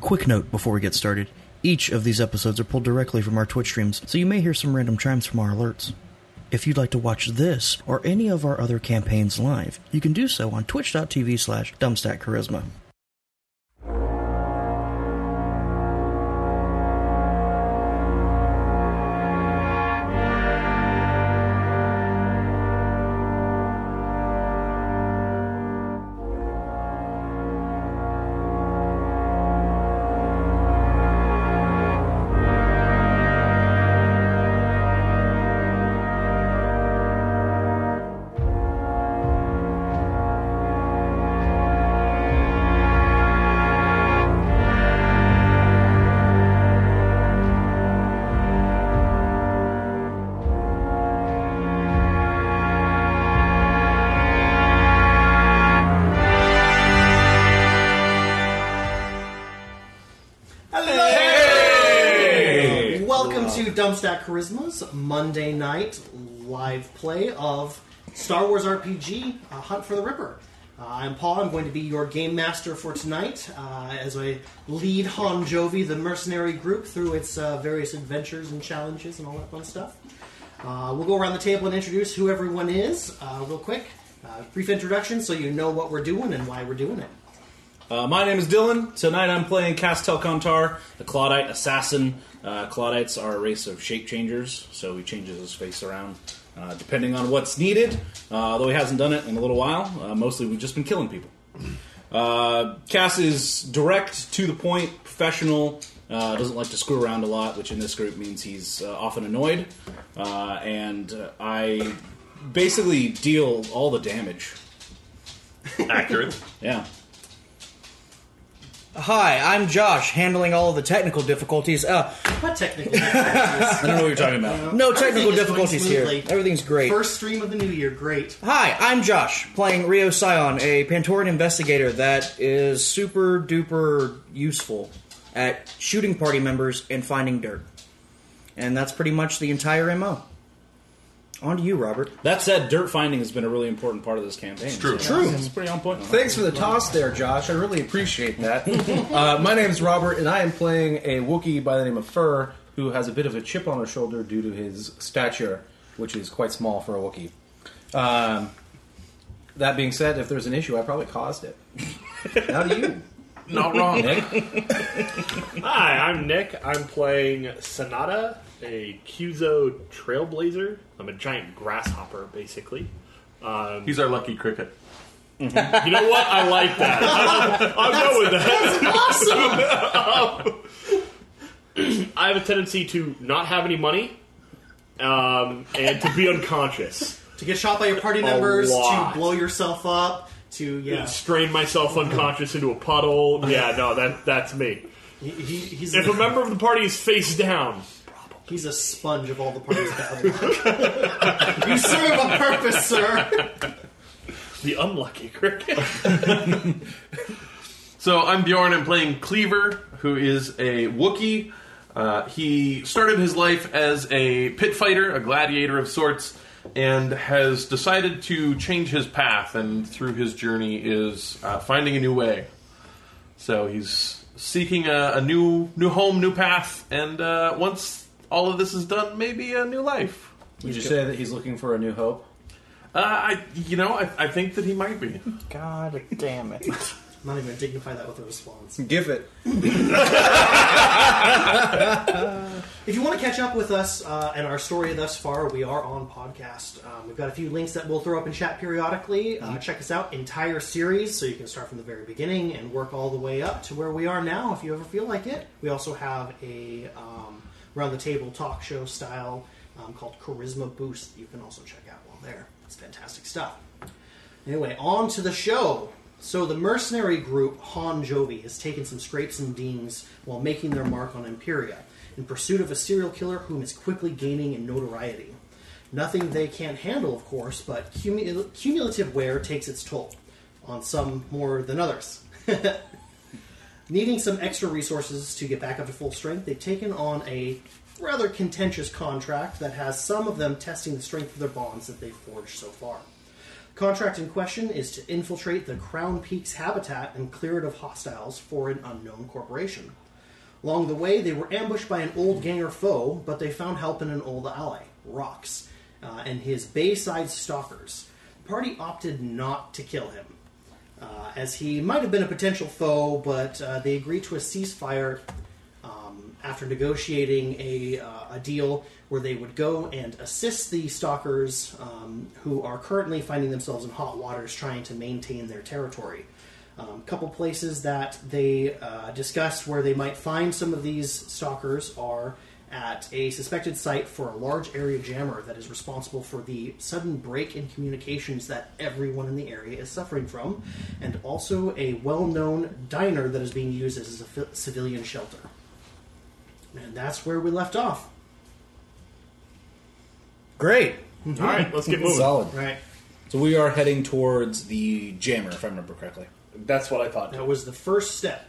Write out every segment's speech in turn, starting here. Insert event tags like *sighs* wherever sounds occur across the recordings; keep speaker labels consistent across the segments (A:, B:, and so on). A: Quick note before we get started each of these episodes are pulled directly from our Twitch streams, so you may hear some random chimes from our alerts. If you'd like to watch this or any of our other campaigns live, you can do so on twitch.tv slash dumbstackcharisma.
B: Welcome to Dumpstack Charisma's Monday night live play of Star Wars RPG uh, Hunt for the Ripper. Uh, I'm Paul. I'm going to be your game master for tonight uh, as I lead Han Jovi, the mercenary group, through its uh, various adventures and challenges and all that fun stuff. Uh, we'll go around the table and introduce who everyone is uh, real quick. Uh, brief introduction so you know what we're doing and why we're doing it.
C: Uh, my name is Dylan. Tonight I'm playing Castel Contar, the Claudite assassin. Uh, Claudites are a race of shape changers, so he changes his face around uh, depending on what's needed. Uh, though he hasn't done it in a little while. Uh, mostly we've just been killing people. Uh, Cass is direct, to the point, professional. Uh, doesn't like to screw around a lot, which in this group means he's uh, often annoyed. Uh, and uh, I basically deal all the damage.
D: accurate.
C: Yeah.
E: Hi, I'm Josh, handling all of the technical difficulties. Uh,
B: What technical difficulties?
C: I don't know what you're talking about.
E: no technical
B: Everything is going
E: difficulties here.
B: smoothly.
E: Everything's great.
B: First stream of the new year, great.
E: Hi, I'm Josh, playing Rio Scion, a Pantoran investigator that is super duper useful at shooting party members and finding dirt. And that's pretty much the entire MO. On to you, Robert.
C: That said, dirt finding has been a really important part of this campaign. It's
D: true.
C: True. It's pretty on point.
F: Thanks for the toss there, Josh. I really appreciate that.
D: *laughs*
F: uh, my name's Robert, and I am playing a Wookiee by the name of Fur, who has a bit of a chip on her shoulder due to his stature, which is quite small for a Wookiee. Um, that being said, if there's an issue, I probably caused
D: *laughs*
F: it. Now to you,
D: Not wrong.
F: Nick.
G: Hi, I'm Nick. I'm playing Sonata, a Cuzo Trailblazer. I'm a giant grasshopper, basically. Um,
D: He's our lucky cricket.
G: *laughs* You know what? I like that. *laughs* I'll go with that. awesome. I have a tendency to not have any money um, and to be unconscious.
B: To get shot by your party members, to
G: lot.
B: blow yourself up, to yeah.
G: Strain myself unconscious into a puddle. Yeah, no, that that's me.
B: He, he, he's,
G: If a
B: a,
G: member of the party is face down,
B: he's a sponge of all the
G: *laughs*
B: parties. bad luck. you serve a purpose, sir.
G: the unlucky cricket. *laughs*
D: So I'm Bjorn. I'm playing Cleaver, who is a Wookiee. Uh, he started his life as a pit fighter, a gladiator of sorts, and has decided to change his path. And through his journey, is uh, finding a new way. So he's seeking a, a new new home, new path, and uh, once all of this is done, maybe a new life.
F: Would you say that he's looking for a new hope?
D: Uh, I, you know, I, I think that he might be.
E: God damn it.
B: I'm not even gonna dignify that with a response.
F: Give it.
B: If you want to catch up with us uh, and our story thus far, we are on podcast. Um, we've got a few links that we'll throw up in chat periodically.
F: Mm-hmm.
B: Uh, check us out, entire series, so you can start from the very beginning and work all the way up to where we are now if you ever feel like it. We also have a um, round the table talk show style um, called Charisma Boost that you can also check out while there. It's fantastic stuff. Anyway, on to the show. So the mercenary group Han Jovi has taken some scrapes and dings while making their mark on Imperia in pursuit of a serial killer whom is quickly gaining in notoriety. Nothing they can't handle, of course, but cumul- cumulative wear takes its toll on some more than others. Needing some extra resources to get back up to full strength, they've taken on a rather contentious contract that has some of them testing the strength of their bonds that they've forged so far. Contract in question is to infiltrate the Crown Peak's habitat and clear it of hostiles for an unknown corporation. Along the way, they were ambushed by an old ganger foe, but they found help in an old ally, Rox, uh, and his Bayside stalkers. The party opted not to kill him, uh, as he might have been a potential foe, but uh, they agreed to a ceasefire um, after negotiating a, uh, a deal where they would go and assist the stalkers um, who are currently finding themselves in hot waters trying to maintain their territory. A couple places that they uh, discussed where they might find some of these stalkers are at a suspected site for a large area jammer that is responsible for the sudden break in communications that everyone in the area is suffering from, and also a well known diner that is being used as a civ- civilian shelter. And that's where we left off.
E: Great.
G: All right, let's get moving.
F: Solid.
B: Right.
C: So we are heading towards the jammer, if I remember correctly.
G: That's what I thought.
B: That was the first step.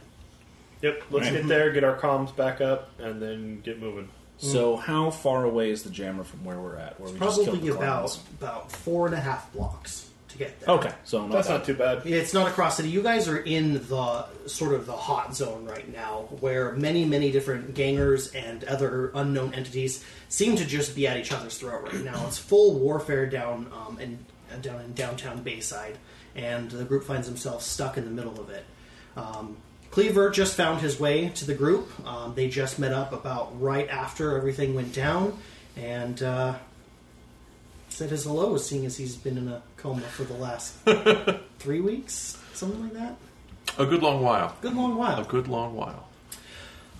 G: Yep, let's
C: Right.
G: get there, get our comms back up, and then get moving.
C: So how far away is the jammer from where we're at? Where we just killed
B: Probably
C: the
B: about
C: Klingons?
B: about four and a half blocks to get there.
C: Okay, so not
G: That's
C: bad.
G: not too bad.
B: It's not across city. You guys are in the sort of the hot zone right now, where many, many different gangers and other unknown entities seem to just be at each other's throat right now. It's full warfare down um, in uh, down in downtown Bayside, and the group finds themselves stuck in the middle of it. Um, Cleaver just found his way to the group. Um, they just met up about right after everything went down, and uh, said his hello, seeing as he's been in a coma for the last three weeks, something like that.
D: A good long while.
B: Good long
D: A
B: while.
D: good long while.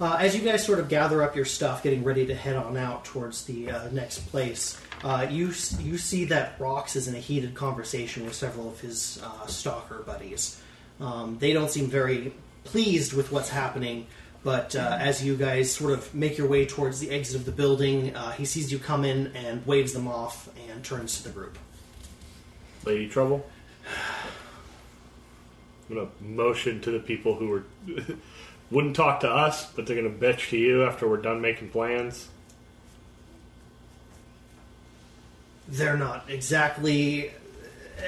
B: Uh, as you guys sort of gather up your stuff, getting ready to head on out towards the uh, next place, uh, you s- you see that Rox is in a heated conversation with several of his uh, stalker buddies. Um, they don't seem very pleased with what's happening. But uh, as you guys sort of make your way towards the exit of the building, uh, he sees you come in and waves them off and turns to the group.
G: Lady Trouble. I'm gonna motion to the people who were *laughs* wouldn't talk to us, but they're gonna bitch to you after we're done making plans.
B: they're not exactly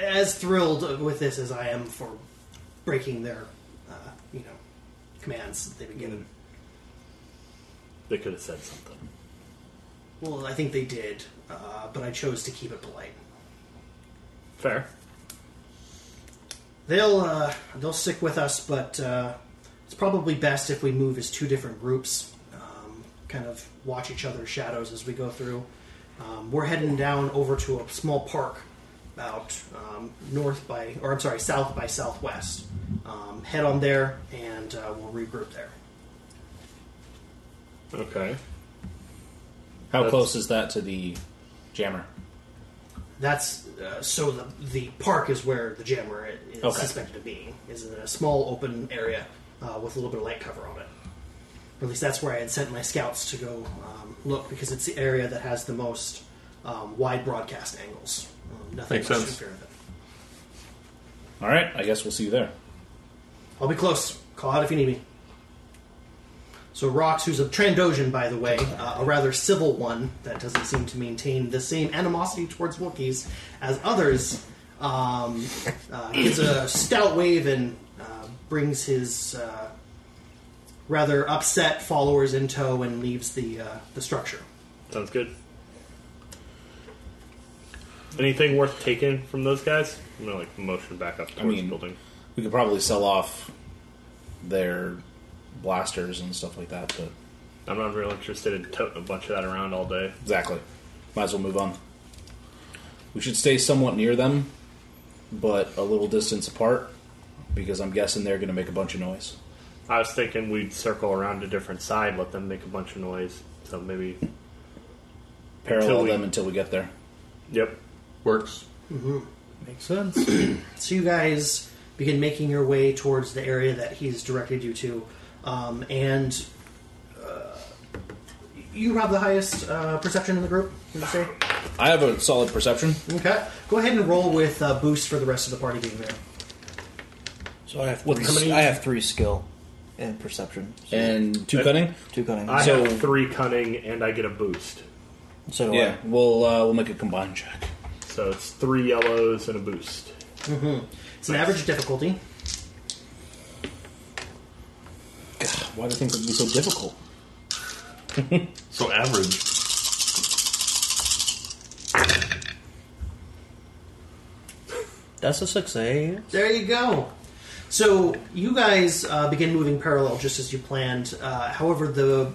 B: as thrilled with this as I am for breaking their, uh, you know, commands that they've been given.
G: They could have said something.
B: Well, I think they did, uh, but I chose to keep it polite.
G: Fair.
B: They'll uh, they'll stick with us, but uh, it's probably best if we move as two different groups, um, kind of watch each other's shadows as we go through. Um, we're heading down over to a small park about um, north by, or I'm sorry, south by southwest. Um, head on there, and uh, we'll regroup there.
G: Okay.
C: How
G: That's-
C: close is that to the jammer?
B: That's uh, so the the park is where the jammer i- is
C: Okay.
B: suspected of being. Is in a small open area uh, with a little bit of light cover on it. Or at least that's where I had sent my scouts to go um, look because it's the area that has the most um, wide broadcast angles. Um, nothing
D: Makes
B: much to
D: sense.
B: fear with it.
C: All right, I guess we'll see you there.
B: I'll be close. Call out if you need me. So Rox, who's a Trandoshan, by the way, uh, a rather civil one that doesn't seem to maintain the same animosity towards Wookiees as others, um, uh, gives a stout wave and uh, brings his uh, rather upset followers in tow and leaves the uh, the structure.
G: Sounds good. Anything worth taking from those guys? I'm gonna like motion back up towards
C: mean-
G: the building.
C: We could probably sell off their blasters and stuff like that, but
G: I'm not real interested in toting a bunch of that around all day.
C: exactly. Might as well move on. We should stay somewhat near them, but a little distance apart, because I'm guessing they're going to make a bunch of noise.
G: I was thinking we'd circle around a different side, let them make a bunch of noise. So maybe.
C: Parallel
G: Until we-
C: them until we get there.
G: Yep.
D: Works.
F: Makes sense.
B: So you guys begin making your way towards the area that he's directed you to, um, and uh, you have the highest uh, perception in the group. Would you say?
C: I have a solid perception.
B: Okay. Go ahead and roll with uh, boost for the rest of the party being there.
E: So I have
C: What,
E: three,
C: how many-
E: I have three skill and perception. So
C: And
G: Uh,
C: two cutting.
E: two cunning.
G: I
C: So-
G: have three cunning and I get a boost.
E: so do
C: uh, Yeah, we'll uh, we'll make a combined check.
E: I.
G: So it's three yellows and a boost.
B: It's an average difficulty.
F: Why do things have to be so difficult?
D: So average.
E: That's a success.
B: There you go. So you guys uh, begin moving parallel just as you planned. Uh, however, the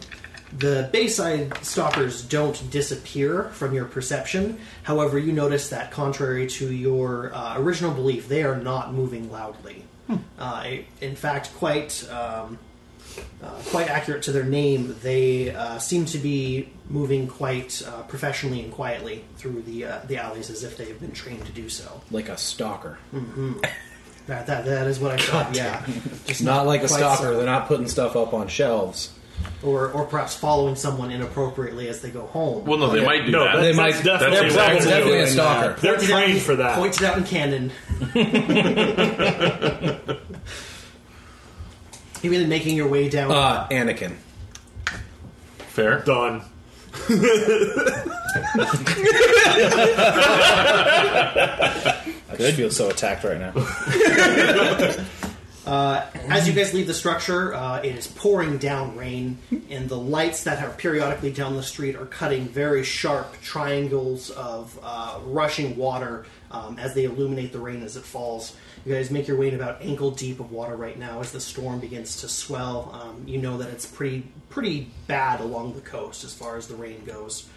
B: the Bayside stalkers don't disappear from your perception. However, you notice that contrary to your uh, original belief, they are not moving loudly. Uh, in fact, quite um, uh, quite accurate to their name, they uh, seem to be moving quite uh, professionally and quietly through the uh, the alleys as if they have been trained to do so.
F: Like a stalker.
C: Mhm.
B: That, that, that is what I thought. Yeah,
F: It's not like a
B: Quite
F: stalker.
B: so.
F: They're not putting stuff up on shelves.
B: or or perhaps following someone inappropriately as they go home.
D: Well, no, they might do
G: No,
D: that.
G: that's-
F: They might.
G: that's
F: they're
G: definitely-
F: probably
G: that's
F: definitely a
G: definitely
F: stalker.
G: They're
B: Pointed out
G: trained
B: in-
G: for that.
B: Pointed out in
G: *laughs*
B: canon. you mean making your way down?
F: Uh, Anakin.
D: Fair.
G: Done.
C: I just feel so attacked right now.
B: As you guys leave the structure, uh, it is pouring down rain, and the lights that are periodically down the street are cutting very sharp triangles of uh, rushing water um, as they illuminate the rain as it falls. You guys make your way in about ankle deep of water right now as the storm begins to swell. Um, you know that it's pretty pretty bad along the coast as far as the rain goes.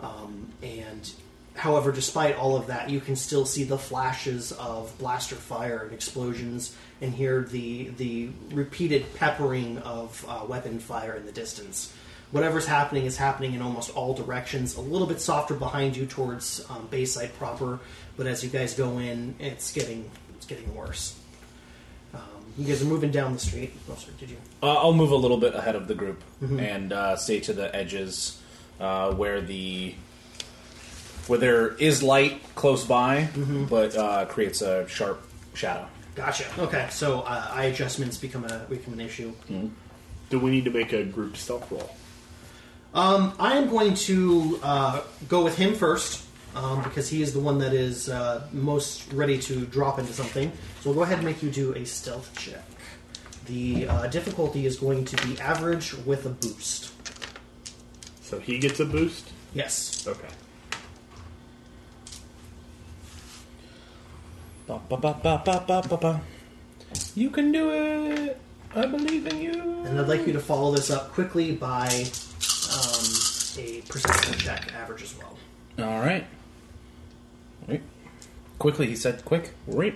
B: Um, and however, despite all of that, you can still see the flashes of blaster fire and explosions, and hear the the repeated peppering of uh, weapon fire in the distance. Whatever's happening is happening in almost all directions. A little bit softer behind you towards um, Bayside proper, but as you guys go in, it's getting it's getting worse. Um, you guys are moving down the street. Oh, sorry, did you?
C: Uh, I'll move a little bit ahead of the group
G: Mm-hmm.
C: and uh, stay to the edges uh, where the where there is light close by,
G: Mm-hmm.
C: but uh, creates a sharp shadow.
B: Gotcha. Okay, so uh, eye adjustments become a become an issue.
G: Do we need to make a group stealth roll?
B: I am going to uh, go with him first um, because he is the one that is uh, most ready to drop into something. So we'll go ahead and make you do a stealth check. The uh, difficulty is going to be average with a boost.
G: So he gets a boost.
B: Yes.
G: Okay.
C: Ba, ba, ba, ba, ba, ba, ba, ba. You can do it. I believe in you.
B: And I'd like you to follow this up quickly by um, a perception check, average as well.
C: All right. Wait. Quickly, he said. Quick. Wait.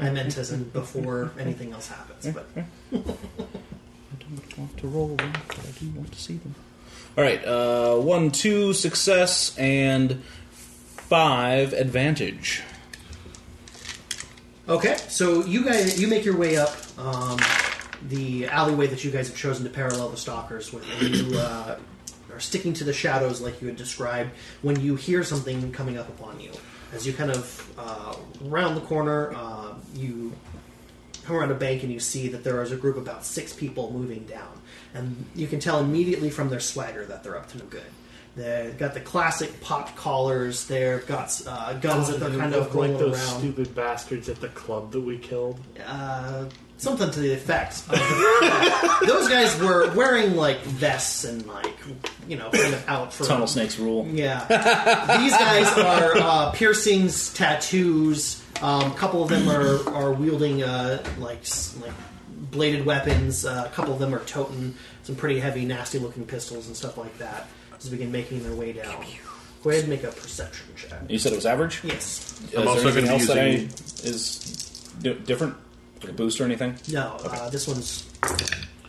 B: I meant as in before anything else happens, but
C: want to roll them, but I do want to see them. All right, uh, one, two, success, and five, advantage.
B: Okay, so you guys, you make your way up um, the alleyway that you guys have chosen to parallel the stalkers with, and you uh, are sticking to the shadows like you had described. When you hear something coming up upon you, as you kind of uh, round the corner, uh, you come around a bank and you see that there is a group of about six people moving down, and you can tell immediately from their swagger that they're up to no good. They've got the classic pop collars. They've got uh, guns that they're kind of
G: like
B: rolling
G: those
B: around
G: stupid bastards at the club that we killed.
B: uh, something to the effect. of- *laughs* Those guys were wearing like vests and like you know kind of out for
C: Tunnel snakes rule.
B: yeah. These guys are uh, piercings, tattoos. um, A couple of them are, are wielding uh, like s- like bladed weapons. Uh, a couple of them are toting some pretty heavy, nasty looking pistols and stuff like that. As we begin making their way down, go ahead and make a perception check.
C: You said it was average.
B: Yes.
C: Is there
D: also
C: anything
D: gonna be
C: else that I
D: using-
C: is di- different, like a boost or anything?
B: No. Uh, this one's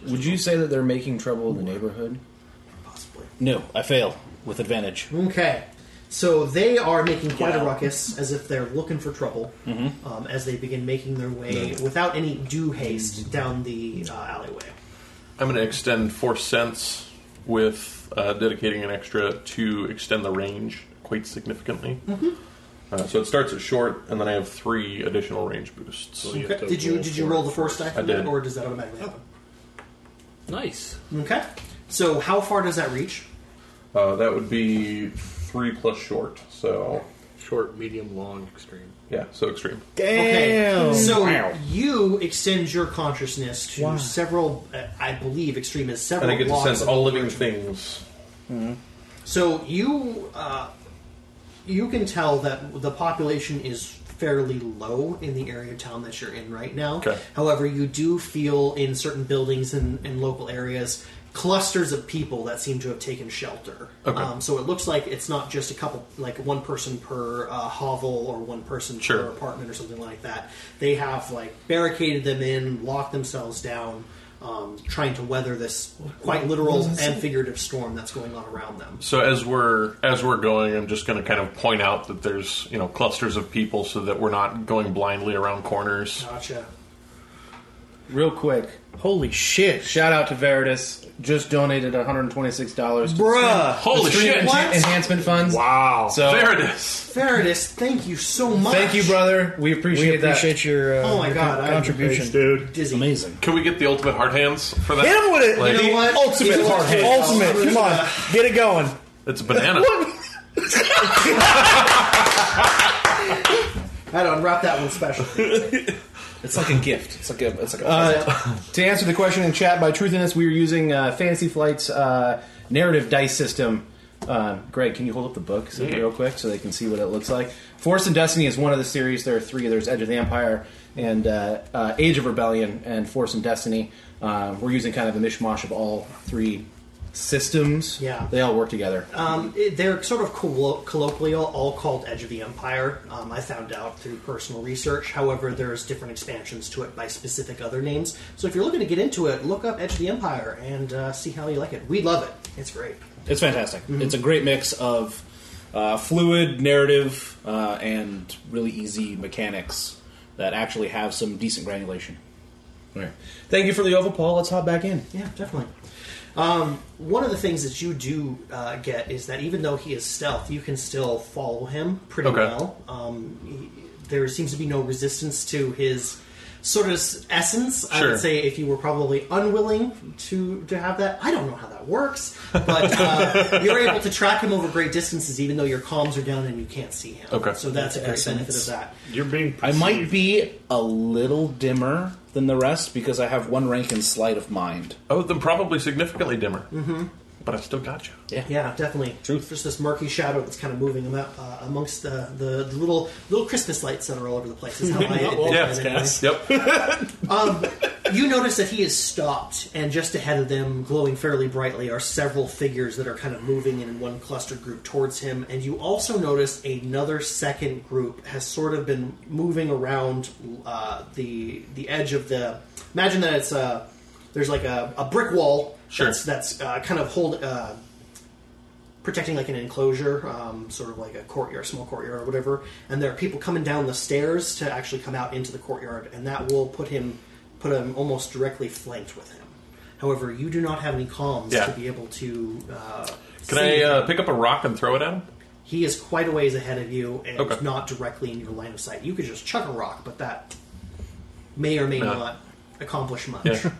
F: Would you say that they're making trouble in the neighborhood?
B: possibly.
C: No, I fail with advantage.
B: Okay. So they are making quite
C: Yeah.
B: a ruckus, as if they're looking for trouble,
G: Mm-hmm.
B: um, as they begin making their way without any due haste down the uh, alleyway.
D: I'm going to extend force sense with uh, dedicating an extra to extend the range quite significantly. Uh, so it starts at short, and then I have three additional range boosts.
G: So you have to
B: Did you did you
G: for
B: roll the
G: it Oh.
B: force die
G: first.
B: for
D: I
B: that,
D: did.
B: or does that automatically happen?
G: Nice.
B: Okay. So how far does that reach?
D: Uh, that would be three plus short, so
G: Short, medium, long, extreme.
D: Yeah, so extreme.
B: Okay. So
C: Wow.
B: you extend your consciousness to several, uh, I believe, extreme is
D: And
B: several.
D: I get to
B: blocks
D: sense
B: of
D: all
B: the
D: living
B: origin.
D: things.
B: So you uh, you can tell that the population is fairly low in the area of town that you're in right now.
D: Okay.
B: However, you do feel in certain buildings and, and local areas clusters of people that seem to have taken shelter.
D: Okay.
B: Um, so it looks like it's not just a couple, like one person per uh, hovel or one person
D: Sure.
B: per apartment or something like that. They have like barricaded them in, locked themselves down. Um, trying to weather this quite literal and figurative storm that's going on around them.
D: So as we're as we're going, I'm just going to kind of point out that there's you know clusters of people, so that we're not going blindly around corners.
B: Gotcha.
F: Real quick. Holy shit. Shout out to Veritas. Just donated $126 to
E: Bruh.
D: Holy
F: stream
D: shit!
B: What?
F: enhan- enhancement funds.
G: Wow.
F: So
D: There it is.
B: Veritas, thank you so much.
F: thank you, brother. We appreciate,
E: We appreciate your, uh,
B: Oh my
E: your
B: God,
E: con-
B: I'm
E: contribution.
G: dude.
B: Dizzy.
C: Amazing.
D: Can we get the ultimate hard hands for that?
E: Hit him with it.
D: Like,
B: You know what?
E: Ultimate,
B: You know what?
E: ultimate. Come on, get it going.
D: It's a banana.
B: I had to unwrap that one special. *laughs*
C: It's like a gift. It's like a. It's like a.
F: that. To answer the question in chat by Truthiness, we are using uh, Fantasy Flight's uh, narrative dice system. Uh, Greg, can you hold up the book so, real quick so they can see what it looks like? Force and Destiny is one of the series. There are three. There's Edge of the Empire and uh, uh, Age of Rebellion and Force and Destiny. Uh, we're using kind of a mishmash of all three systems.
B: Yeah.
F: They all work together.
B: Um, it- they're sort of collo- colloquial, all called Edge of the Empire. Um, I found out through personal research. However, there's different expansions to it by specific other names. So if you're looking to get into it, look up Edge of the Empire and uh, see how you like it. We love it. It's great.
C: It's fantastic.
B: mm-hmm.
C: It's a great mix of uh, fluid narrative uh, and really easy mechanics that actually have some decent granulation.
F: Alright. Thank you for the oval, Paul. Let's hop back in.
B: Yeah, definitely. Um, one of the things that you do uh, get is that even though he is stealth, you can still follow him pretty
D: Okay.
B: well. Um, he- there seems to be no resistance to his sort of s- essence. I
D: Sure.
B: would say if you were probably unwilling to to have that, I don't know how that works, but
D: *laughs*
B: uh, you're able to track him over great distances, even though your comms are down and you can't see him.
D: Okay.
B: so that's a great
C: Essence.
B: benefit of that.
G: You're being.
C: I
G: Perceived.
C: might be a little dimmer than the rest because I have one rank in sleight of mind.
D: Oh, then probably significantly dimmer. Mm-hmm. But I still got you.
B: Yeah, definitely.
C: Truth.
B: There's this murky shadow that's kind of moving about, uh, amongst the, the, the little little Christmas lights that are all over the place. Is how I
G: Well,
B: identify
D: Yeah.
B: it
D: Yep.
B: anyway. You notice that he is stopped, and just ahead of them, glowing fairly brightly, are several figures that are kind of moving in one clustered group towards him. And you also notice another second group has sort of been moving around uh, the the edge of the. Imagine that it's a there's like a, a brick wall
D: Sure.
B: that's, that's uh, kind of hold. Uh, protecting like an enclosure, um, sort of like a courtyard, small courtyard or whatever. And there are people coming down the stairs to actually come out into the courtyard, and that will put him put him almost directly flanked with him. However, you do not have any comms
D: Yeah.
B: to be able to. Uh,
D: Can
B: see
D: I
B: him.
D: uh, pick up a rock and throw it at him?
B: He is quite a ways ahead of you, and
D: Okay.
B: not directly in your line of sight. You could just chuck a rock, but that may or may
D: No.
B: not accomplish much.
D: Yeah.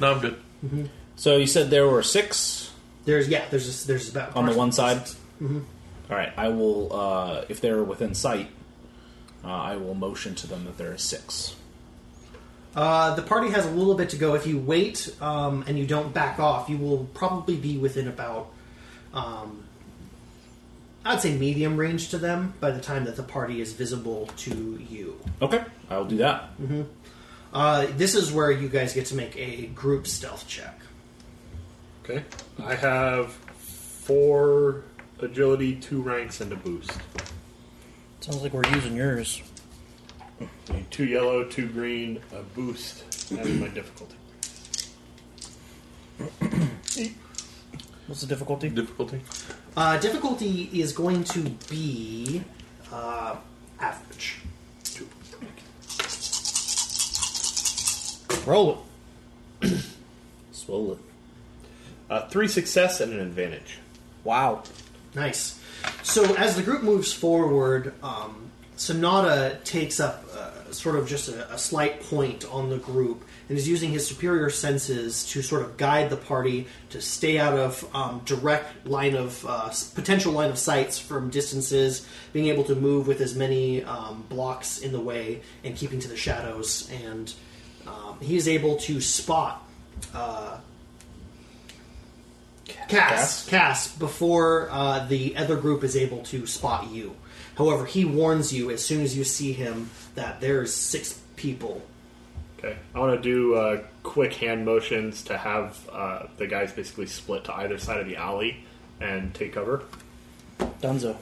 D: No, I'm good.
C: So you said there were six
B: There's yeah, there's just, there's about
C: on the one side. Mm-hmm. right, I will. Uh, if they're within sight, uh, I will motion to them that there are six.
B: Uh, the party has a little bit to go. If you wait um, and you don't back off, you will probably be within about, um, I'd say, medium range to them by the time that the party is visible to you.
C: Okay, I will do that.
B: Uh, this is where you guys get to make a group stealth check.
G: Okay. I have four agility, two ranks, and a boost.
E: Sounds like we're using yours.
G: Two yellow, two green, a boost. That's my difficulty.
E: What's the difficulty?
D: Difficulty.
B: Uh, difficulty is going to be uh, average.
E: Roll it.
C: Swallow it.
G: Uh, three success and an advantage.
E: Wow.
B: Nice. So as the group moves forward, um, Sonata takes up uh, sort of just a, a slight point on the group and is using his superior senses to sort of guide the party to stay out of um, direct line of uh, s- potential line of sights from distances, being able to move with as many um, blocks in the way and keeping to the shadows. And um, he is able to spot Cass, Cass, before uh, the other group is able to spot you. However, he warns you as soon as you see him that there's six people.
G: Okay. I want to do uh, quick hand motions to have uh, the guys basically split to either side of the alley and take cover.
E: Dunzo.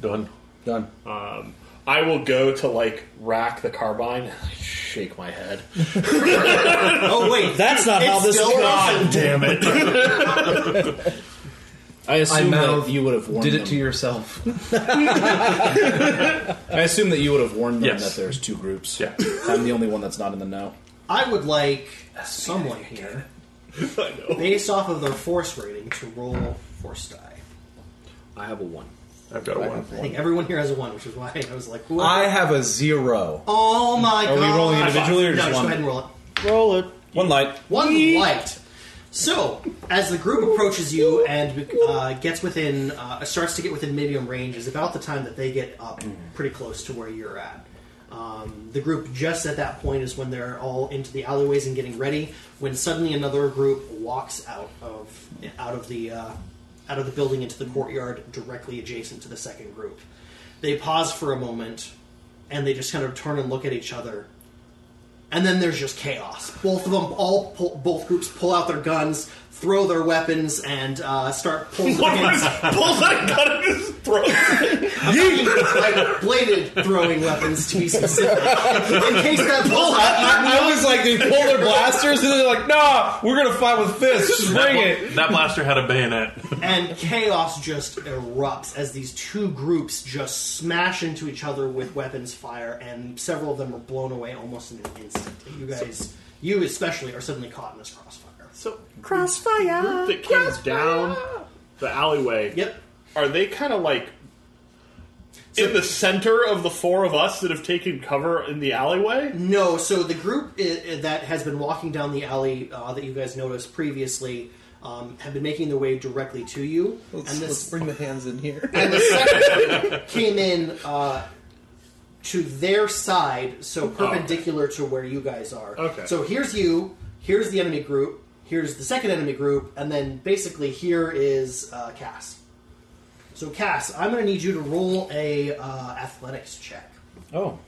D: Done.
F: Done.
G: I will go to like rack the carbine. Shake my head.
B: Oh
E: *laughs*
B: wait,
E: That's not how this
B: still
E: works.
B: on.
G: Damn it!
C: I assume
F: mouth
C: that you would have warned
F: Did
C: them.
F: it to yourself.
C: *laughs* I assume that you would have warned them
D: Yes.
C: that there's two groups.
D: Yeah.
C: I'm the only one that's not in the know.
B: I would like someone
E: *laughs*
B: here, based off of their force rating, to roll force die.
G: I have a one.
D: I've got a one.
B: I think everyone here has a one, which is why I was like, what?
F: I have a zero.
B: "Oh my
C: Are
B: god!"
C: we rolling
B: High
C: individually
B: five.
C: or just
B: no, just
C: one?
B: go ahead and roll it.
E: Roll it.
C: One light.
B: One light. So, as the group approaches you and uh, gets within, uh, starts to get within medium range, is about the time that they get up pretty close to where you're at. Um, the group just at that point is when they're all into the alleyways and getting ready. When suddenly another group walks out of out of the uh, out of the building into the courtyard directly adjacent to the second group. They pause for a moment, and they just kind of turn and look at each other and then there's just chaos. Both of them, all pull, both groups, pull out their guns, throw their weapons, and uh, start pulling
G: Pulls
B: against,
G: that gun in his
B: *laughs*
G: throat.
B: like bladed throwing weapons to be specific. In case that pulls out,
F: I was like, they pull their blasters and they're like, nah, we're gonna fight with fists. Just
D: That,
F: bring it.
D: bla- that blaster had a bayonet.
B: and chaos just erupts as these two groups just smash into each other with weapons fire, and several of them are blown away almost in an instant. And you guys, you especially, are suddenly caught in this crossfire.
G: So crossfire. Group that came down the alleyway.
B: Yep.
G: Are they kind of like in the center of the four of us that have taken cover in the alleyway?
B: No, so the group i- i- that has been walking down the alley uh, that you guys noticed previously um, have been making their way directly to you, and this
F: bring the hands in here.
B: and
F: *laughs*
B: the second came in uh, to their side, so perpendicular to where you guys are.
G: Okay.
B: So here's you, here's the enemy group, here's the second enemy group, and then basically here is uh, Cass. So Cass, I'm going to need you to roll a uh, athletics check.
C: Oh,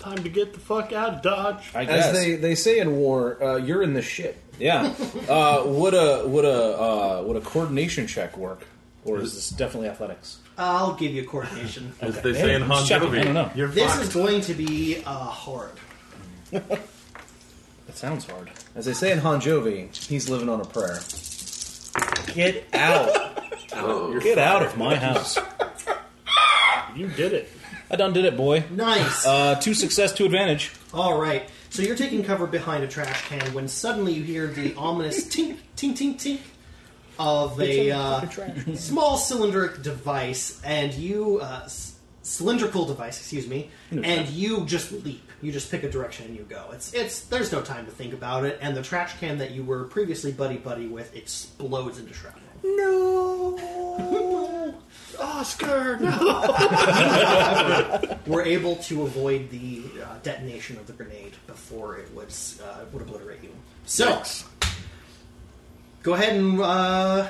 G: Time to get the fuck out of Dodge.
C: I guess.
F: As they, they say in war, uh, you're in the shit.
C: Yeah. Uh, would a would a uh, would a coordination check work, or is this definitely athletics?
B: I'll give you coordination.
D: As they say in
C: Hey,
D: Han
C: just checking.
D: Jovi.
C: I don't know.
D: You're
B: This
D: fucked.
B: is going to be uh, hard.
C: That sounds hard.
F: As they say in Han Jovi, he's living on a prayer.
E: Get out.
D: *laughs* Oh, you're
C: Get out of my house.
G: You did it.
C: I done did it, boy.
B: Nice.
C: Uh, two success, two advantage.
B: All right. So you're taking cover behind a trash can when suddenly you hear the ominous *laughs* tink, tink, tink, tink of a uh, small cylindric device, and you uh, s- cylindrical device, excuse me, and you just leap. You just pick a direction and you go. It's it's there's no time to think about it, and the trash can that you were previously buddy buddy with explodes into shrapnel.
G: Oscar, no.
B: were able to avoid the uh, detonation of the grenade before it was uh, would obliterate you. So, go ahead and uh,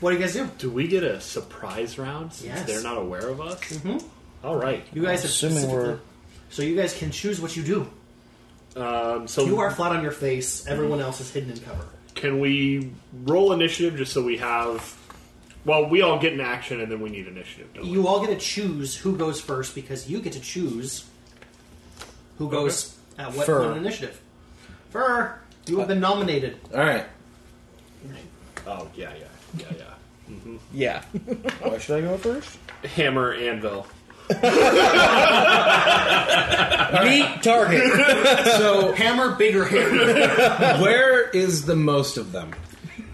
B: what do you guys do?
G: Do we get a surprise round since
B: Yes.
G: they're not aware of us? Mm-hmm. All right.
B: You guys have
E: Assuming
B: specifically-
E: we're-
B: so you guys can choose what you do.
G: Um, so
B: You are flat on your face. Everyone else is hidden in cover.
G: Can we roll initiative just so we have? Well, we all get an action and then we need initiative. Don't we?
B: You all get to choose who goes first because you get to choose who goes at what
F: Fur.
B: point in initiative. Fur, you have been nominated.
F: All right.
G: Oh yeah, yeah, yeah, yeah.
E: Yeah.
F: Why should I go first?
G: Hammer anvil.
E: Meet target.
F: So,
B: Hammer, bigger hammer.
F: *laughs* where is the most of them?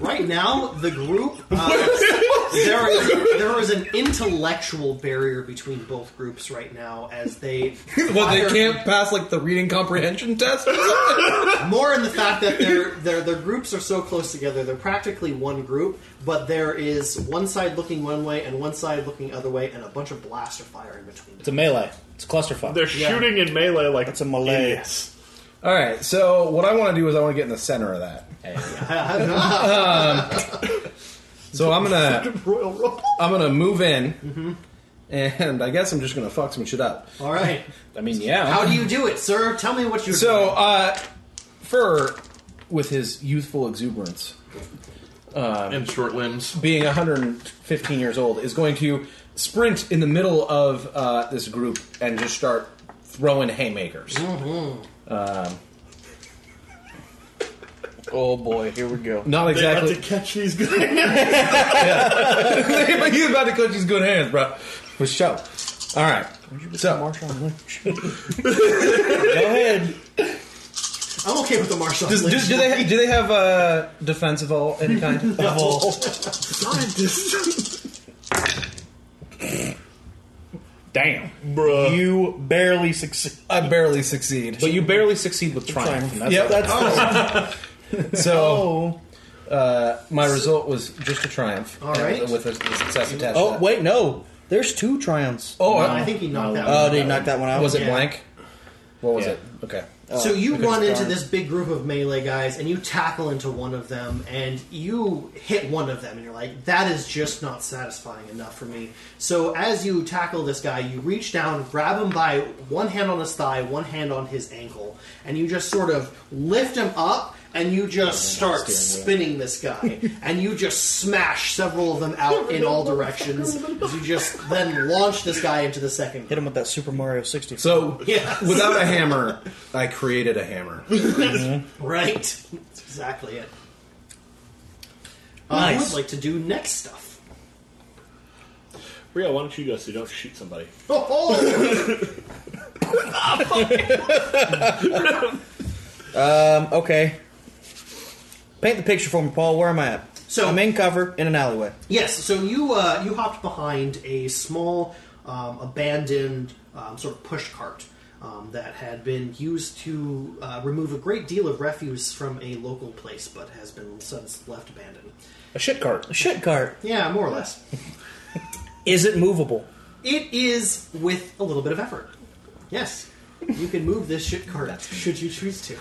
B: Right now, the group
F: *laughs*
B: uh, there is there is an intellectual barrier between both groups right now as they
F: *laughs* Well, they
B: either-
F: can't pass like the reading comprehension test. or something?
B: more in the fact that their their their groups are so close together they're practically one group but there is one side looking one way and one side looking other way and a bunch of blaster fire in between
C: It's a melee. It's a clusterfuck.
G: They're shooting in melee like
E: That's a melee.
G: idiots. *laughs*
F: All right. So what I want to do is I want to get in the center of that.
C: *laughs*
F: Um, So I'm gonna
G: Royal Rumble.
F: I'm gonna move in, and I guess I'm just gonna fuck some shit up.
B: all right
C: I mean, yeah.
B: how do you do it sir tell me what you're
F: So,
B: doing.
F: uh, Fur, with his youthful exuberance,
D: and short limbs.
F: being 115 years old, is going to sprint in the middle of uh, this group and just start throwing haymakers.
E: Um, Oh boy, here we go.
F: Not exactly.
G: They have to catch
F: *laughs*
G: these guys.
F: He's about to clutch his good hands, bro. For sure. All right. So,
E: Marshawn Lynch.
F: *laughs*
E: go ahead.
B: i'm okay with the martial
F: does, do,
B: arts.
F: do they do they have uh, defense of all
C: *laughs*
F: any kind? Of all?
C: Damn.
G: Bruh.
E: You barely succeed.
F: I barely succeed.
C: But you barely succeed with triumph.
E: Triumph.
C: and That's
F: Yep, that's so. uh,
E: Oh,
F: My result was just a triumph.
B: All right.
F: uh, with a, a success attached.
E: oh
F: to that.
E: wait, no. There's two triumphs.
F: Oh,
B: No,
F: uh,
B: i think he knocked that
E: Oh,
B: one
E: did he
B: out.
E: knock that one out?
F: was it
B: Yeah.
F: blank? What was
C: Yeah.
F: it? Okay.
B: So you
F: because
B: run
F: it's
B: into
F: dark.
B: this big group of melee guys and you tackle into one of them and you hit one of them and you're like, that is just not satisfying enough for me. So as you tackle this guy, you reach down, grab him by one hand on his thigh, one hand on his ankle, and you just sort of lift him up and you just start spinning this guy and you just smash several of them out in all directions as you just then launch this guy into the second
E: Hit him with that Super Mario 60.
F: So
B: *laughs* Yes.
F: without a hammer, I created
B: *laughs*
F: a hammer.
B: Right. *laughs* That's exactly it. I
E: Nice.
B: would like to do next stuff.
G: Rio, why don't you go so you don't shoot somebody?
B: Oh, oh.
E: Um, okay. Paint the picture for me, Paul. Where am I at?
B: So-
E: I'm in cover in an alleyway.
B: *laughs* yes. So you uh, you hopped behind a small um, abandoned um, sort of push cart um, that had been used to uh, remove a great deal of refuse from a local place, but has been since left abandoned.
C: a shit cart.
E: A shit cart.
B: Yeah, more or
F: *laughs*
B: less.
E: Is it movable?
B: It is with a little bit of effort. Yes, you can move this shit cart should you choose to.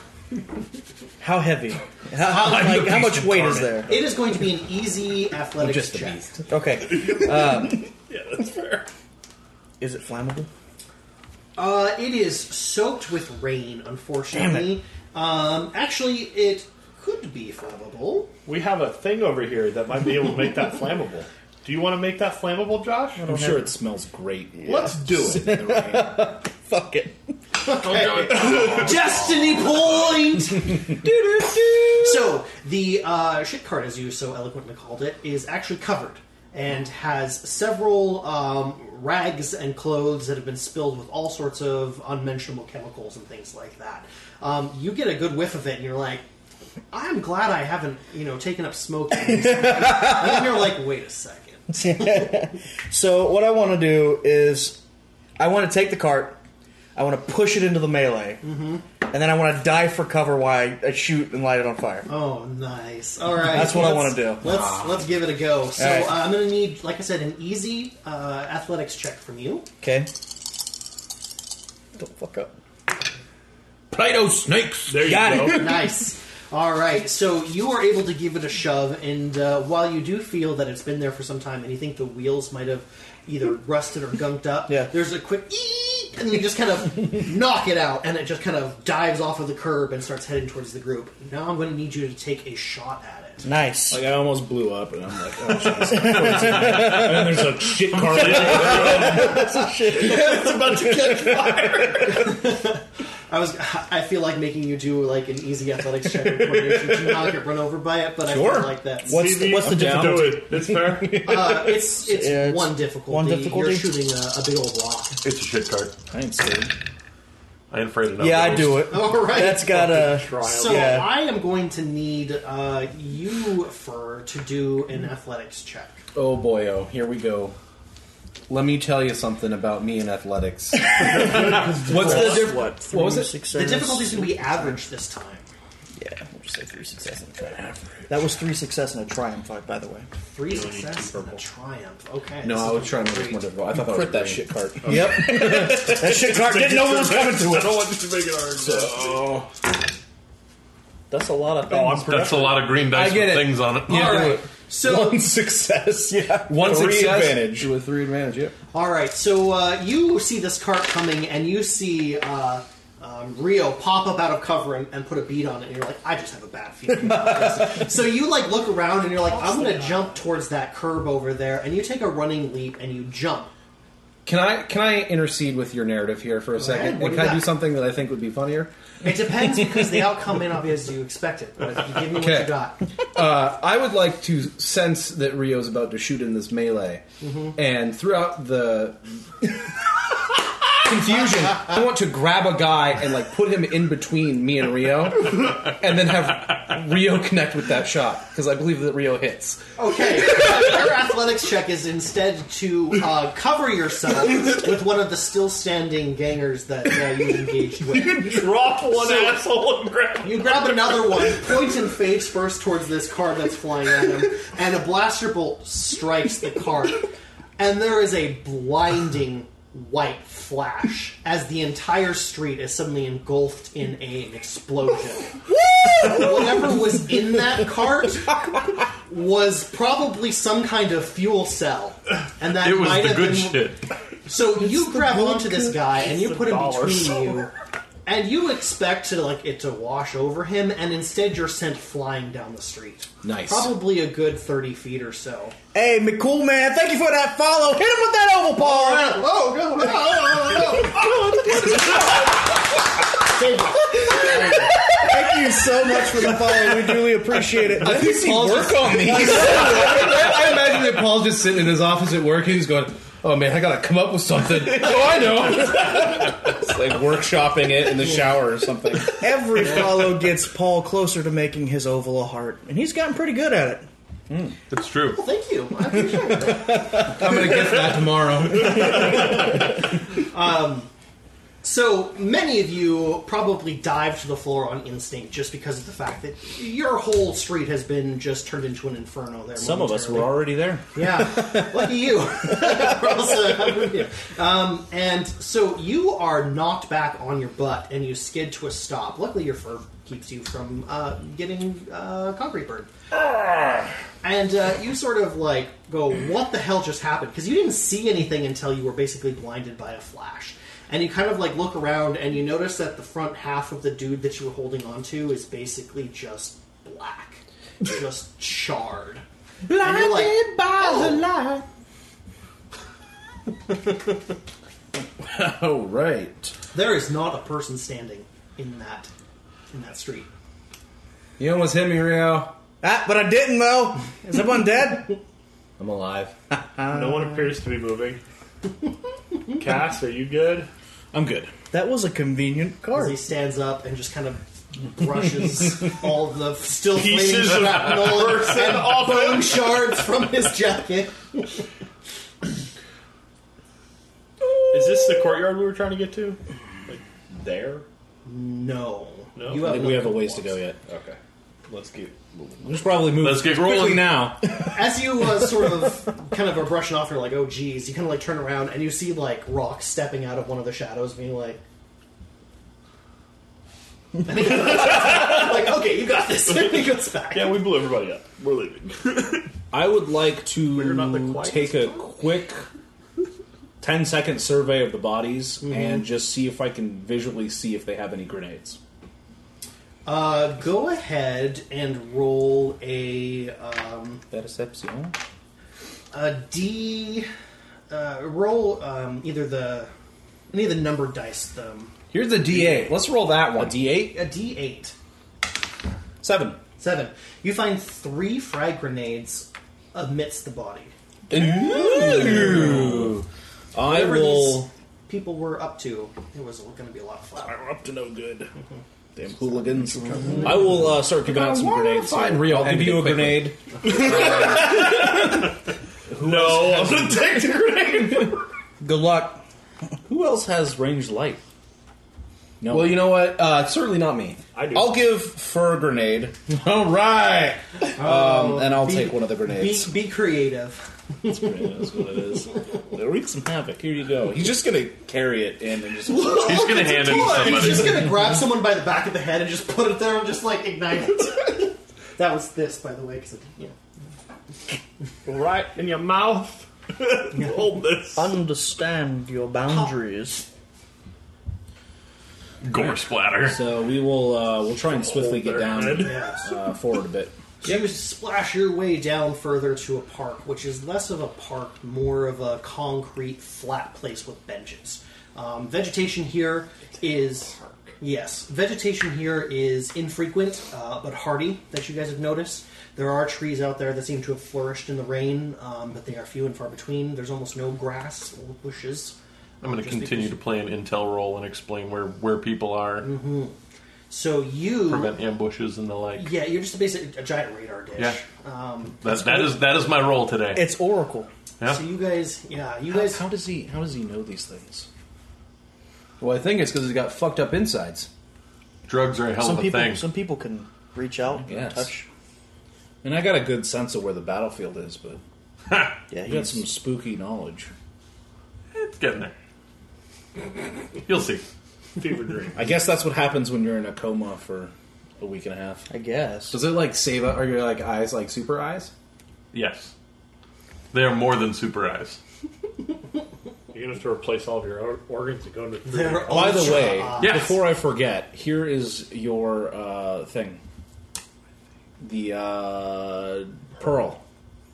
E: How *laughs* heavy? How, how, like, how much weight is there?
B: It is going to be an easy athletics
F: Just a
B: check.
F: beast.
E: Okay. Um, *laughs* yeah, that's fair. Is it flammable?
B: Uh, it is soaked with rain, unfortunately. Um, actually, it could be flammable.
G: We have a thing over here that might be able to make that flammable. Do you want to make that flammable, Josh?
C: I'm sure it smells great.
G: Let's do it.
C: *laughs*
E: Fuck it.
B: Destiny point. so the uh, shit cart, as you so eloquently called it, is actually covered and has several um, rags and clothes that have been spilled with all sorts of unmentionable chemicals and things like that. Um, you get a good whiff of it, and you're like. I'm glad I haven't, you know, taken up smoking. and then you're like, wait a second.
E: So what I want to do is, I want to take the cart, I want to push it into the melee, and then I want to dive for cover while I, I shoot and light it on fire.
B: Oh, nice. All right.
E: That's what I
B: let's-
E: wanna do.
B: Let's let's give it a go. So
E: All right.
B: uh, I'm going to need, like I said, an easy uh, athletics check from you.
E: Okay. Don't fuck up.
F: Play-Doh snakes.
G: There you
E: Got *laughs*
G: go.
B: nice. All right. So you are able to give it a shove, and uh, while you do feel that it's been there for some time, and you think the wheels might have either rusted or gunked up,
E: Yeah.
B: there's a quick. eek, And you just kind of knock it out, and it just kind of dives off of the curb and starts heading towards the group. Now I'm going to need you to take a shot at it.
E: Nice.
C: Like I almost blew up, and I'm like, oh, shit, this is crazy. and then there's a shit cart. in it.
B: I was. I feel like making you do like an easy athletics check and coordination to not get run over by it, but I
C: Sure.
B: feel like that.
E: What's the, what's the
G: Down.
E: difficulty?
G: Do it. It's
B: *laughs*
G: fair.
B: Uh, it's it's
E: Yeah, it's
B: one difficulty.
E: one difficulty?
B: You're shooting a, a big old rock.
D: It's a shit card.
C: I ain't scared.
D: I ain't afraid of no
E: yeah, I
D: ghost.
E: do it.
B: *laughs* All right.
E: That's got a.
B: So
E: yeah.
B: I am going to need uh, you, Fur, to do an athletics check.
F: Oh boy, oh, here we go. Let me tell you something about me and athletics. What's the diff-
C: What?
F: What was it?
B: The
A: Success.
B: difficulty is going to be average this time.
E: Yeah, we'll just say three success and a triumph. That was three success and a triumph, by- by the way.
B: Three success and a triumph. Okay.
F: No,
B: this
F: I
B: is
F: was trying to
B: gonna
F: make
B: be
F: it more
B: great.
F: difficult. I thought that was
C: Crit that
F: green.
C: shit card.
F: *laughs*
E: Yep. that shit, Clark didn't know what was coming to
G: I
E: it.
G: don't want to make it hard.
E: That's a lot of
G: oh, I'm
E: things.
D: That's a lot of green dice
F: I get
D: with
F: it.
D: things on it.
B: All
F: Yeah.
B: right. So
E: One success. Yeah.
F: One
E: Three
F: success
E: advantage.
F: with three advantage. Yep.
B: All right, so uh, you see this cart coming, and you see uh, um, Rio pop up out of cover and, and put a bead on it, and you're like, I just have a bad feeling. about this." so you like look around, and you're like, I'm going to jump towards that curb over there, and you take a running leap and you jump.
F: Can I can I intercede with your narrative here for a second?
B: ahead, what
F: And
B: do
F: can
B: you
F: I do
B: got?
F: something that I think would be funnier?
B: It depends because the outcome may not be as you expected. But if you give me what
F: Okay.
B: you got.
F: Uh, I would like to sense that Rio's about to shoot in this melee, and throughout the confusion, I want to grab a guy and like put him in between me and Rio, and then have Rio connect with that shot because I believe that Rio hits.
B: Okay, uh, *laughs* your athletics check is instead to uh, cover yourself with one of the still standing gangers that uh, you engaged with.
G: Drop one asshole and grab
B: You grab another one, point and face first towards this car that's flying at him, and a blaster bolt strikes the car. And there is a blinding white flash as the entire street is suddenly engulfed in a- an explosion. Whatever was in that cart was probably some kind of fuel cell. And that
D: It was
B: might
D: the
B: have
D: good
B: been
D: shit.
B: so you grab onto this guy and you
G: the
B: put him
G: dollar
B: between you, and you expect to like it to wash over him, and instead you're sent flying down the street.
F: Nice.
B: Probably a good thirty feet or so.
E: Hey, McCool man, thank you for that follow. Hit him with that oval ball.
B: Oh no! no, no, no.
E: Thank you so much for the follow. We duly appreciate it. Let me see work on these.
F: *laughs* I imagine that Paul's just sitting in his office at work and he's going, "Oh man, I gotta come up with something." oh, I know. it's like workshopping it in the shower or something.
E: *laughs* Every follow gets Paul closer to making his oval a heart, and he's gotten pretty good at it.
D: It's true.
E: *laughs*
B: Thank you. I appreciate it.
F: I'm gonna get that tomorrow.
B: So many of you probably dive to the floor on instinct just because of the fact that your whole street has been just turned into an inferno. There,
C: Some of us were
B: momentarily.
C: already there.
B: Yeah, *laughs* lucky you. We're also- I'm with you. um, and so you are knocked back on your butt and you skid to a stop. Luckily, your fur keeps you from uh, getting uh, concrete burned. And uh, you sort of like go, what the hell just happened? Because you didn't see anything until you were basically blinded by a flash. And you kind of like look around and you notice that the front half of the dude that you were holding onto is basically just *laughs* black, just charred. And you're like, "Oh."
F: oh right.
B: There is not a person standing in that in that street.
F: You almost hit me, Rio.
E: Ah, but I didn't though. Is everyone dead?
F: *laughs* I'm alive.
G: Uh, No one appears to be moving. Cass, are you good?
C: I'm good.
E: That was a convenient
B: As he
E: card.
B: stands up and just kind of
G: *laughs*
B: brushes all the still flaming
G: Pieces of
B: shrapnel and
G: off
B: bone *laughs*
G: him.
B: shards from his jacket.
G: Is this the courtyard we were trying to get to? Like there?
B: No,
G: No?
C: I think we have a ways to go yet. Okay. Let's get. Let's probably move.
D: Let's get
C: quickly
D: rolling.
C: now.
B: As you uh, sort of kind of are brushing off, you're like, oh geez. You kind of like turn around and you see like Rock stepping out of one of the shadows, being like. *laughs* like okay, you got this. *laughs* And he goes back.
G: Yeah, we blew everybody up. We're leaving. *laughs*
C: I would like to
G: not the quietest
C: take a quick 10 second survey of the bodies
E: Mm-hmm.
C: and just see if I can visually see if they have any grenades.
B: Uh, go ahead and roll a um,
C: Perception.
B: a D. Uh, roll um, either the any of the number dice them.
F: Here's the D8. Let's roll that
C: A
F: one.
C: D8?
B: A D eight
C: 7.
B: seven. You find three frag grenades amidst the body.
C: I
B: Whatever these
C: will.
B: people were up to, it was going to be a lot of fun.
C: We're up to no good. Damn hooligans. I will uh, start giving out some
F: Why not
C: grenades.
F: find real
C: I'll give
F: enemy
C: you a
F: quickly?
C: grenade.
G: No, I'm gonna take the grenade.
E: Good luck.
C: Who else has ranged light? No.
F: Well, you know what? Uh, it's certainly not me.
G: I do.
H: I'll give Fur a grenade. All right. Um, and I'll take one of the
B: Be,
H: grenades.
B: be creative.
C: That's what it *laughs* is. It'll wreak some havoc. Here you go.
H: He's just gonna carry it in and just.
D: He's gonna hand it to
B: He's
D: somebody.
B: just going to grab someone by the back of the head and just put it there and just like ignite it. that was this, by the way, because yeah.
G: right in your mouth. Hold this.
E: Understand your boundaries.
D: Gore splatter.
C: So we will uh, we'll try and swiftly get down
B: Yes.
C: uh, forward a *laughs* bit.
B: So you splash your way down further to a park, which is less of a park, more of a concrete, flat place with benches. Um, vegetation here is yes, vegetation here is infrequent uh, but hardy that you guys have noticed. There are trees out there that seem to have flourished in the rain, um, but they are few and far between. There's almost no grass or bushes.
D: I'm going to
B: Just because-
D: continue to play an intel role and explain where, where people are,
B: So you,
D: prevent ambushes and the like.
B: yeah, you're just a basic a giant radar dish.
D: Yeah.
B: Um,
D: That, that is that is my role today.
E: It's Oracle.
D: Yeah.
B: So you guys, yeah, you
C: How,
B: guys.
C: how does he how does he know these things?
F: Well, I think it's because he's got fucked up insides.
D: Drugs are a hell
E: Some
D: of a
E: people,
D: thing.
E: some people can reach out, and
C: Yes.
E: touch.
C: And I got a good sense of where the battlefield is, but
E: Yeah,
C: you got
E: he's,
C: some spooky knowledge.
D: It's getting there. You'll see.
G: Fever dream.
C: I guess that's what happens when you're in a coma for a week and a half.
E: I guess.
F: Does it like save up? Are your like eyes like super eyes?
D: Yes. They are more than super eyes.
G: You're gonna have to replace all of your or- organs and
B: *laughs*
G: go into.
B: they're
C: By the
B: ultra-
C: way,
D: Yes.
C: before I forget, here is your uh, thing. The uh, pearl,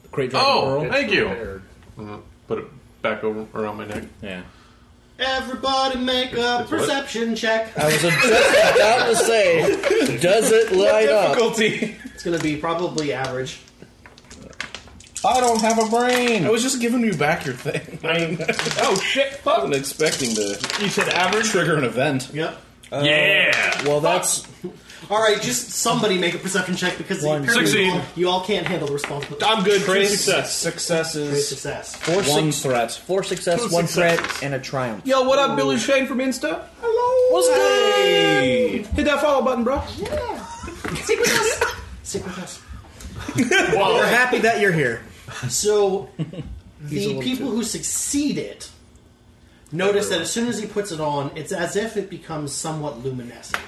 C: the great dragon
D: Oh,
C: pearl.
D: thank you. Mm-hmm. Put it back over around my neck.
C: Yeah.
B: Everybody make a
D: it's what?
B: perception check.
E: I was just about to say, does it light up?
B: It's going to be probably average.
H: I don't have a brain. I was just giving you back your *laughs* thing.
G: oh shit!
H: I wasn't expecting to
G: You said average.
H: trigger an event.
B: Yep.
D: yeah.
E: Well, that's
B: All right, just somebody make a perception check because
E: One.
B: apparently you all,
D: Succeed.
B: you all can't handle the responsibility.
G: I'm good.
C: Trace.
G: success.
B: Great
C: Successes.
B: success.
E: four,
C: One
E: six,
C: threat.
E: four success,
G: Two
E: one
G: successes.
E: threat, and a triumph.
F: Yo, what up, Billy Shane from Insta? Hello.
E: What's
F: Hey. Hit that follow button, bro.
B: Stick with us. Stick with us.
E: We're happy that you're here. *laughs*
B: So, the
E: little
B: people who succeed it notice that as soon as he puts it on, it's as if it becomes somewhat luminescent,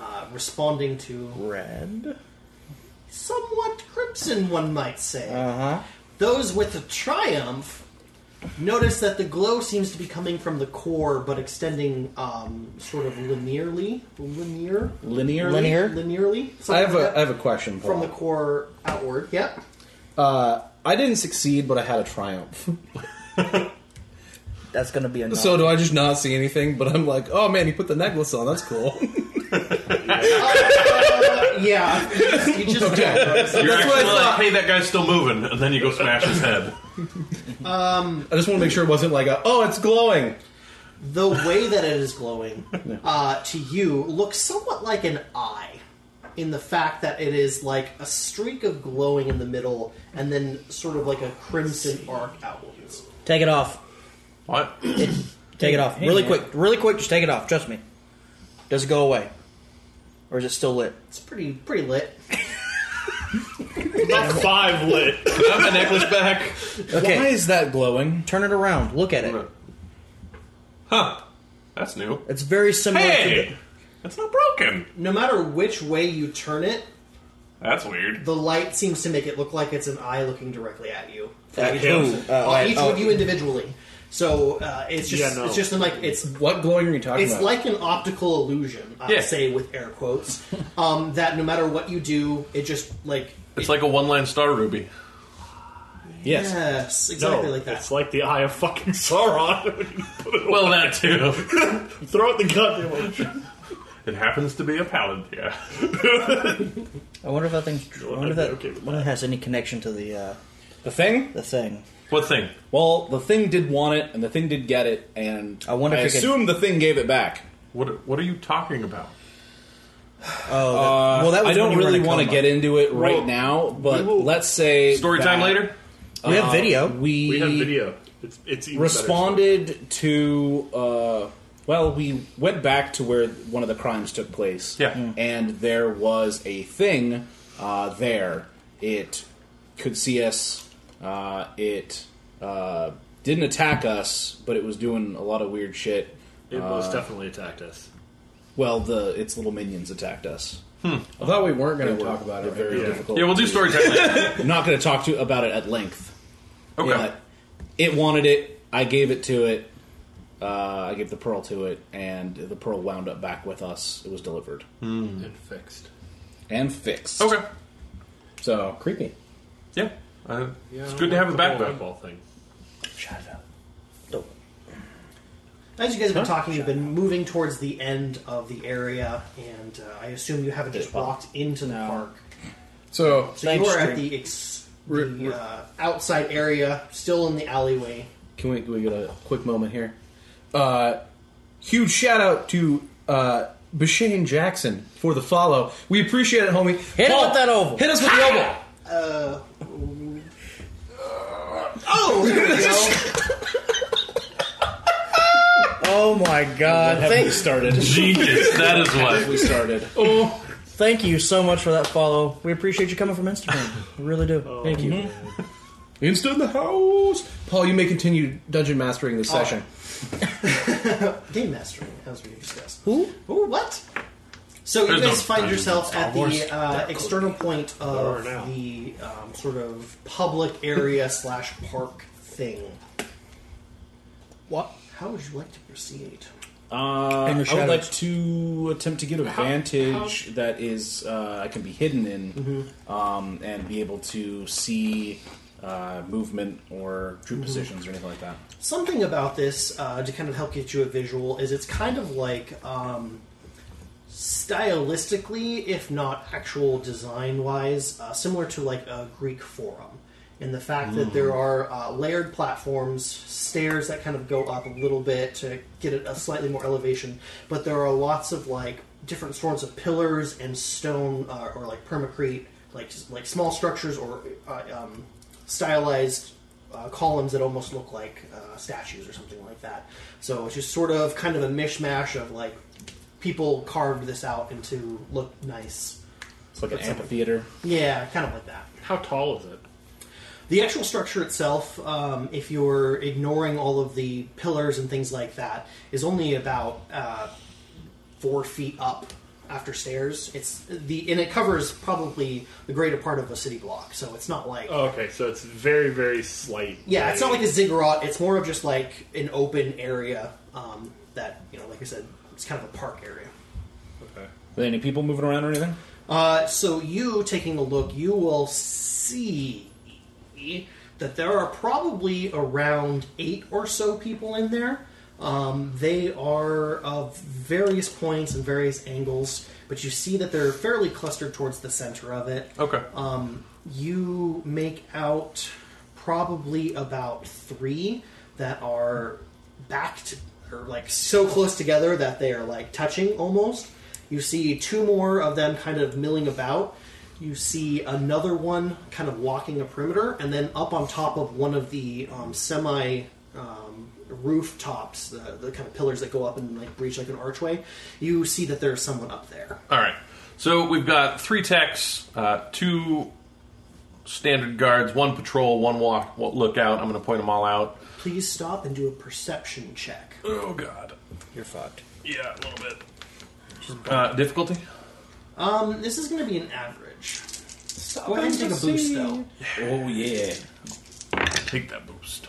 B: uh, responding to
E: Red.
B: somewhat crimson, one might say.
F: Uh-huh.
E: Uh huh.
B: Those with the triumph notice that the glow seems to be coming from the core, but extending um, sort of linearly, linear,
C: Linear.
E: Linear.
B: linearly.
F: I
B: something
F: have a
B: like
F: I have
B: that,
F: a question. Paul.
B: from the core outward. Yep.
F: uh, I didn't succeed, but I had a triumph.
E: That's gonna be a
F: So do I just not see anything? But I'm like, oh man, he put the necklace on.
H: *laughs*
F: That's cool.
B: Yeah. *laughs* You just, you just don't notice.
D: You're
F: what I
D: actually like,
F: thought.
D: hey, that guy's still moving, and then you go smash his head.
F: I just want to make sure it wasn't like, a, oh, it's glowing.
B: the way that it is glowing uh, to you looks somewhat like an eye in the fact that it is like a streak of glowing in the middle and then sort of like a crimson arc outwards.
E: Take it off.
D: What?
E: Take it off. Really quick. Really quick. Just take it off. Trust me. Does it go away, or is it still lit?
B: It's pretty pretty lit.
G: Not *laughs* five lit.
D: Can I have my necklace back?
E: Okay.
C: Why is that glowing?
E: Turn it around. Look at it.
D: Huh. That's new.
E: It's very similar. To
D: Hey! That's not broken.
B: No matter which way you turn it,
D: That's weird.
B: the light seems to make it look like it's an eye looking directly at you.
E: the, that, ooh, uh,
B: Uh,
E: like,
B: each
E: oh,
B: of you individually. So uh, it's just
G: Yeah, no.
B: it's just an, like it's
F: What glowing are you talking
B: It's
F: about?
B: like an optical illusion, I
D: Yeah.
B: say with air quotes, um, that no matter what you do, it just like
D: It's like a one-line star ruby.
C: Yes.
B: yes, exactly
G: No,
B: like that.
G: it's like the eye of fucking Sauron. *laughs* When you put it-
D: Well, that too.
G: Throw it in the gun. you're like,
D: It happens to be a palantir.
E: I wonder if that thing. I wonder if
G: I'd be
E: that.
G: okay with
E: wonder if it has any connection to the uh,
H: The thing?
E: The thing.
D: What thing?
H: Well, the thing did want it, and the thing did get it, and
E: I wonder
H: I
E: if it could-
H: assume the thing gave it back.
D: What What are you talking about?
E: Oh, that, well, that was
H: I don't
E: when you were
H: really
E: in a
H: want to
E: coma.
H: get into it right
D: Well,
H: now, but
G: we will-
H: let's say
D: Story time
H: that,
D: later.
E: We have
H: uh,
E: video.
H: We,
G: We have video. It's it's even better.
H: responded to. Uh, well, we went back to where one of the crimes took place.
D: Yeah. Mm.
H: and there was a thing uh, there. It could see us. Uh, it uh, didn't attack us, but it was doing a lot of weird shit.
G: It
B: uh,
G: most definitely attacked us.
H: Well, the its little minions attacked us.
F: I thought we weren't going
H: They
F: to
H: were-
F: talk about
H: they're
F: it. right
H: Very
G: Yeah.
H: difficult.
D: Yeah, we'll do
H: to-
D: story time later.
H: I'm not going to talk to about it at length.
D: Okay.
H: But it wanted it. I gave it to it. Uh, I gave the pearl to it, and the pearl wound up back with us. It was delivered
G: And fixed.
H: and fixed.
D: Okay.
F: So creepy.
D: Yeah. Uh, it's good to have it back though.
G: Ball thing.
B: As you guys have been talking, you've been moving towards the end of the area, and uh, I assume you haven't just walked into the park.
F: So
B: So you are at the, ex- the uh, outside area, still in the alleyway.
F: Can we, can we get a quick moment here? Uh, huge shout out to uh, Bashane Jackson for the follow. We appreciate it, homie.
E: Hit him with that oval.
F: Hit us with the oval.
E: Oh my god.
H: Heaven
E: Thank,
H: started. Oh.
D: Genius. That is
H: *laughs* we *laughs*
D: what.
H: started.
E: thank you so much for that follow. We appreciate you coming from Instagram. We really do. thank you.
F: Insta in the house. Paul, you may continue dungeon mastering this session.
B: Game mastering, as we discussed.
E: Who?
B: Ooh, what? So
D: There's
B: you
D: no
B: guys find
D: dungeons
B: yourself
D: in Star
B: at the uh, external point
G: are
B: of
G: now.
B: the um, sort of public *laughs* area slash park thing. What? How would you like to proceed?
H: Uh,
E: And your
H: I would like
E: shadows.
H: to attempt to get a vantage that is uh, I can be hidden in, um, and be able to see uh, movement or troop positions or anything like that.
B: Something about this uh, to kind of help get you a visual is it's kind of like um, stylistically, if not actual design wise, uh, similar to like a Greek forum. In the fact that there are uh, layered platforms, stairs that kind of go up a little bit to get it a slightly more elevation, but there are lots of like different sorts of pillars and stone uh, or like permacrete, like like small structures or uh, um, stylized uh, columns that almost look like uh, statues or something like that. So it's just sort of kind of a mishmash of like people carved this out into look nice.
H: It's like
B: That's
H: an amphitheater.
B: Yeah, kind of like that.
G: How tall is it?
B: The actual structure itself, um, if you're ignoring all of the pillars and things like that, is only about uh, four feet up after stairs. It's the and it covers probably the greater part of a city block. So it's not like
G: Oh, okay, so it's very very slight.
B: Yeah, it's not like a ziggurat. It's more of just like an open area um, that you know, like I said, it's kind of a park area.
G: Okay.
H: Are there any people moving around or anything?
B: Uh, so you taking a look, you will see that there are probably around eight or so people in there. Um, they are of various points and various angles, but you see that they're fairly clustered towards the center of it.
D: Okay.
B: you make out probably about three that are backed or like so close together that they are like touching almost. You see two more of them kind of milling about. You see another one kind of walking a perimeter, and then up on top of one of the um, semi um, rooftops, the, the kind of pillars that go up and like breach like an archway, you see that there's someone up there.
D: All right. So we've got three techs, uh, two standard guards, one patrol, one walk, one lookout. I'm going to point them all out.
B: Please stop and do a perception check.
D: Oh God.
E: You're fucked.
D: Yeah, a little bit. Uh, difficulty.
B: Um, this is going to be an average. Go ahead and take a boost, though.
H: Oh yeah.
D: Take that boost.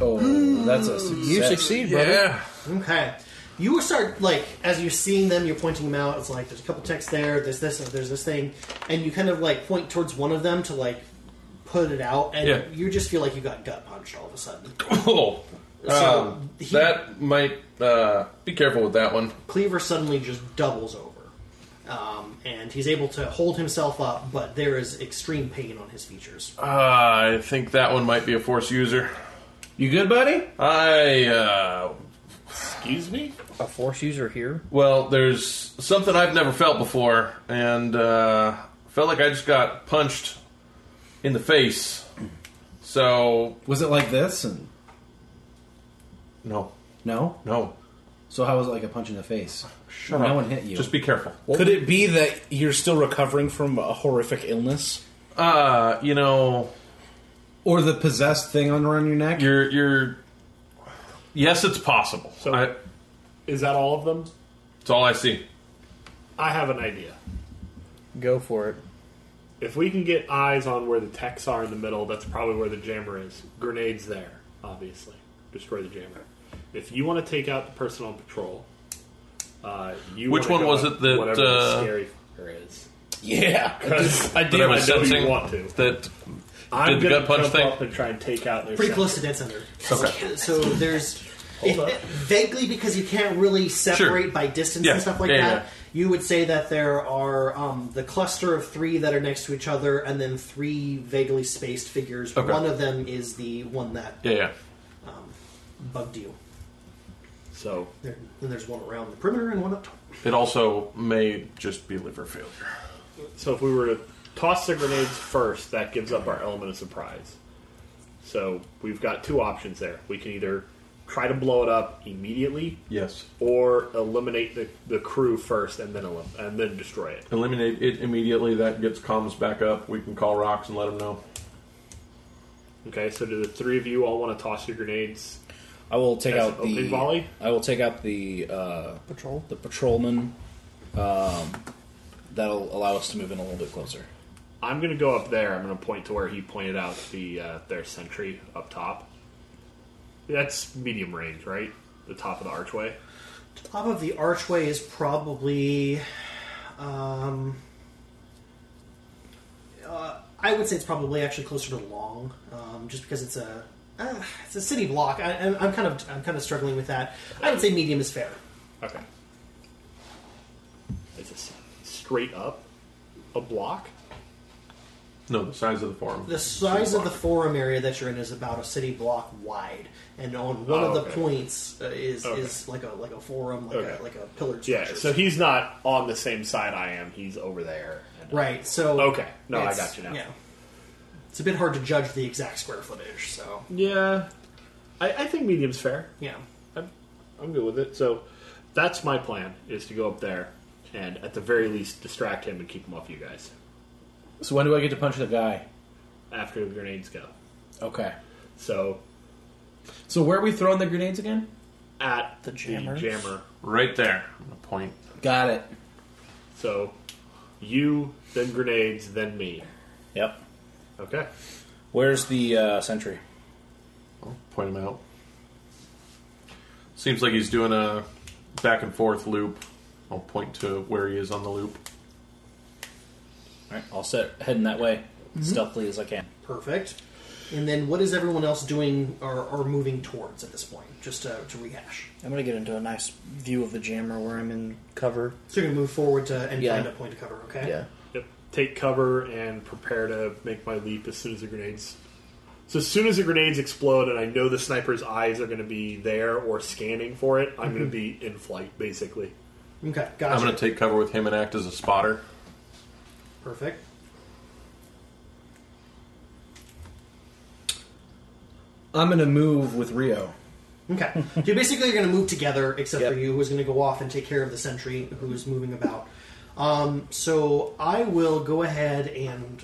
F: Oh, that's a success.
E: You succeed, brother.
D: Yeah.
B: Okay. You will start, like, as you're seeing them, you're pointing them out. It's like, there's a couple texts there, there's this, and there's this thing. And you kind of, like, point towards one of them to, like, put it out. And
D: Yeah.
B: you just feel like you got gut punched all of a sudden.
D: Oh.
B: So,
D: Um,
B: he-
D: that might uh, be careful with that one.
B: Cleaver suddenly just doubles over. um, and he's able to hold himself up, but there is extreme pain on his features.
D: Uh, I think that one might be a force user.
F: You good, buddy?
D: I, uh,
G: Excuse me?
E: A force user here.
D: well, there's something I've never felt before, and, uh, felt like I just got punched in the face. So,
F: Was it like this? And
D: no,
F: no.
D: no.
F: So how was it like a punch in the face?
D: Shut
F: no
D: up.
F: one hit you.
D: Just be careful.
H: Could it be that you're still recovering from a horrific illness?
D: Uh, you know,
F: or the possessed thing on around your neck.
D: you're, you're, yes, it's possible.
G: So-
D: I,
G: Is that all of them?
D: it's all I see.
G: I have an idea.
E: Go for it.
G: If we can get eyes on where the techs are in the middle, that's probably where the jammer is. Grenades there, obviously. Destroy the jammer. If you want to take out the person on patrol, uh, you
D: Which
G: wanna
D: one
G: go
D: was
G: at
D: it that,
G: whatever
D: uh,
G: the scary fucker is?
H: Yeah.
G: *laughs* Because I
D: That I
G: damn, I
D: was
G: know you
D: sensing
G: want to.
D: That
G: I'm
D: did the
G: gonna
D: gut punch
G: jump
D: thing?
G: up and try and take out their.
B: Pretty
G: sector.
B: close to dead center. Okay. So there's if,
G: up.
B: vaguely because you can't really separate by distance
D: Yeah.
B: and stuff like
D: Yeah,
B: that.
D: yeah.
B: You would say that there are um, the cluster of three that are next to each other, and then three vaguely spaced figures.
D: Okay.
B: One of them is the one that
D: Yeah, yeah.
B: bugged you.
G: So
B: There, and there's one around the perimeter and one up top.
D: It also may just be liver failure.
G: So if we were to toss the grenades first, that gives up our element of surprise. So we've got two options there. We can either try to blow it up immediately,
D: Yes.
G: or eliminate the, the crew first and then elim- and then destroy it.
D: Eliminate it immediately. That gets comms back up. We can call rocks and let them know.
G: Okay. So do the three of you all want to toss your grenades?
H: I will take
G: As
H: out
G: an
H: the
G: opening volley?
H: I will take out the uh,
E: Patrol.
H: the patrolman. Um, that'll allow us to move in a little bit closer.
G: I'm going to go up there. I'm going to point to where he pointed out the uh, their sentry up top. That's medium range, right? The top of the archway.
B: Top of the archway is probably, um, uh, I would say it's probably actually closer to Long, um, just because it's a uh, it's a city block. I, I'm, I'm kind of I'm kind of struggling with that. I would say medium is fair.
G: Okay. Is this straight up a block?
D: No, the size of the forum.
B: The size of the forum area that you're in is about a city block wide, and on one
G: Oh,
B: of the
G: okay.
B: points uh, is
G: Okay.
B: is like a like a forum, like
G: Okay.
B: a like a pillared
G: Yeah,
B: structure.
G: so he's not on the same side I am. He's over there. And, uh,
B: right. So
G: Okay. No, I
B: it's-
G: got you now.
B: Yeah. It's a bit hard to judge the exact square footage, so
G: Yeah. I, I think medium's fair.
B: yeah.
G: I'm, I'm good with it. So that's my plan, is to go up there and at the very least distract him and keep him off you guys
F: so when do I get to punch the guy?
G: after the grenades go.
F: Okay.
G: So
F: So where are we throwing the grenades again?
G: at the
E: jammer?
G: jammer
D: Right there. I'm gonna Point.
F: Got it.
G: so you, then grenades, then me.
H: Yep.
G: Okay.
H: Where's the uh, sentry?
D: Point him out. Seems like he's doing a back and forth loop. I'll point to where he is on the loop.
H: All right, I'll set heading that way
F: Mm-hmm.
H: stealthily as I can.
B: Perfect. And then what is everyone else doing or, or moving towards at this point? Just to, to rehash.
E: I'm gonna get into a nice view of the jammer where I'm in cover.
B: So you're gonna move forward to and
E: Yeah.
B: find a point to cover, okay?
G: Yep. Take cover and prepare to make my leap as soon as the grenades. So as soon as the grenades explode, and I know the sniper's eyes are going to be there or scanning for it, I'm going to be in flight basically.
B: Okay,
D: I'm
B: gotcha.
D: going to take cover with him and act as a spotter.
B: Perfect.
F: I'm gonna move with Rio.
B: Okay. so you basically you're going to move together, except
F: Yep.
B: for you, who's going to go off and take care of the sentry who is moving about. Um, so I will go ahead and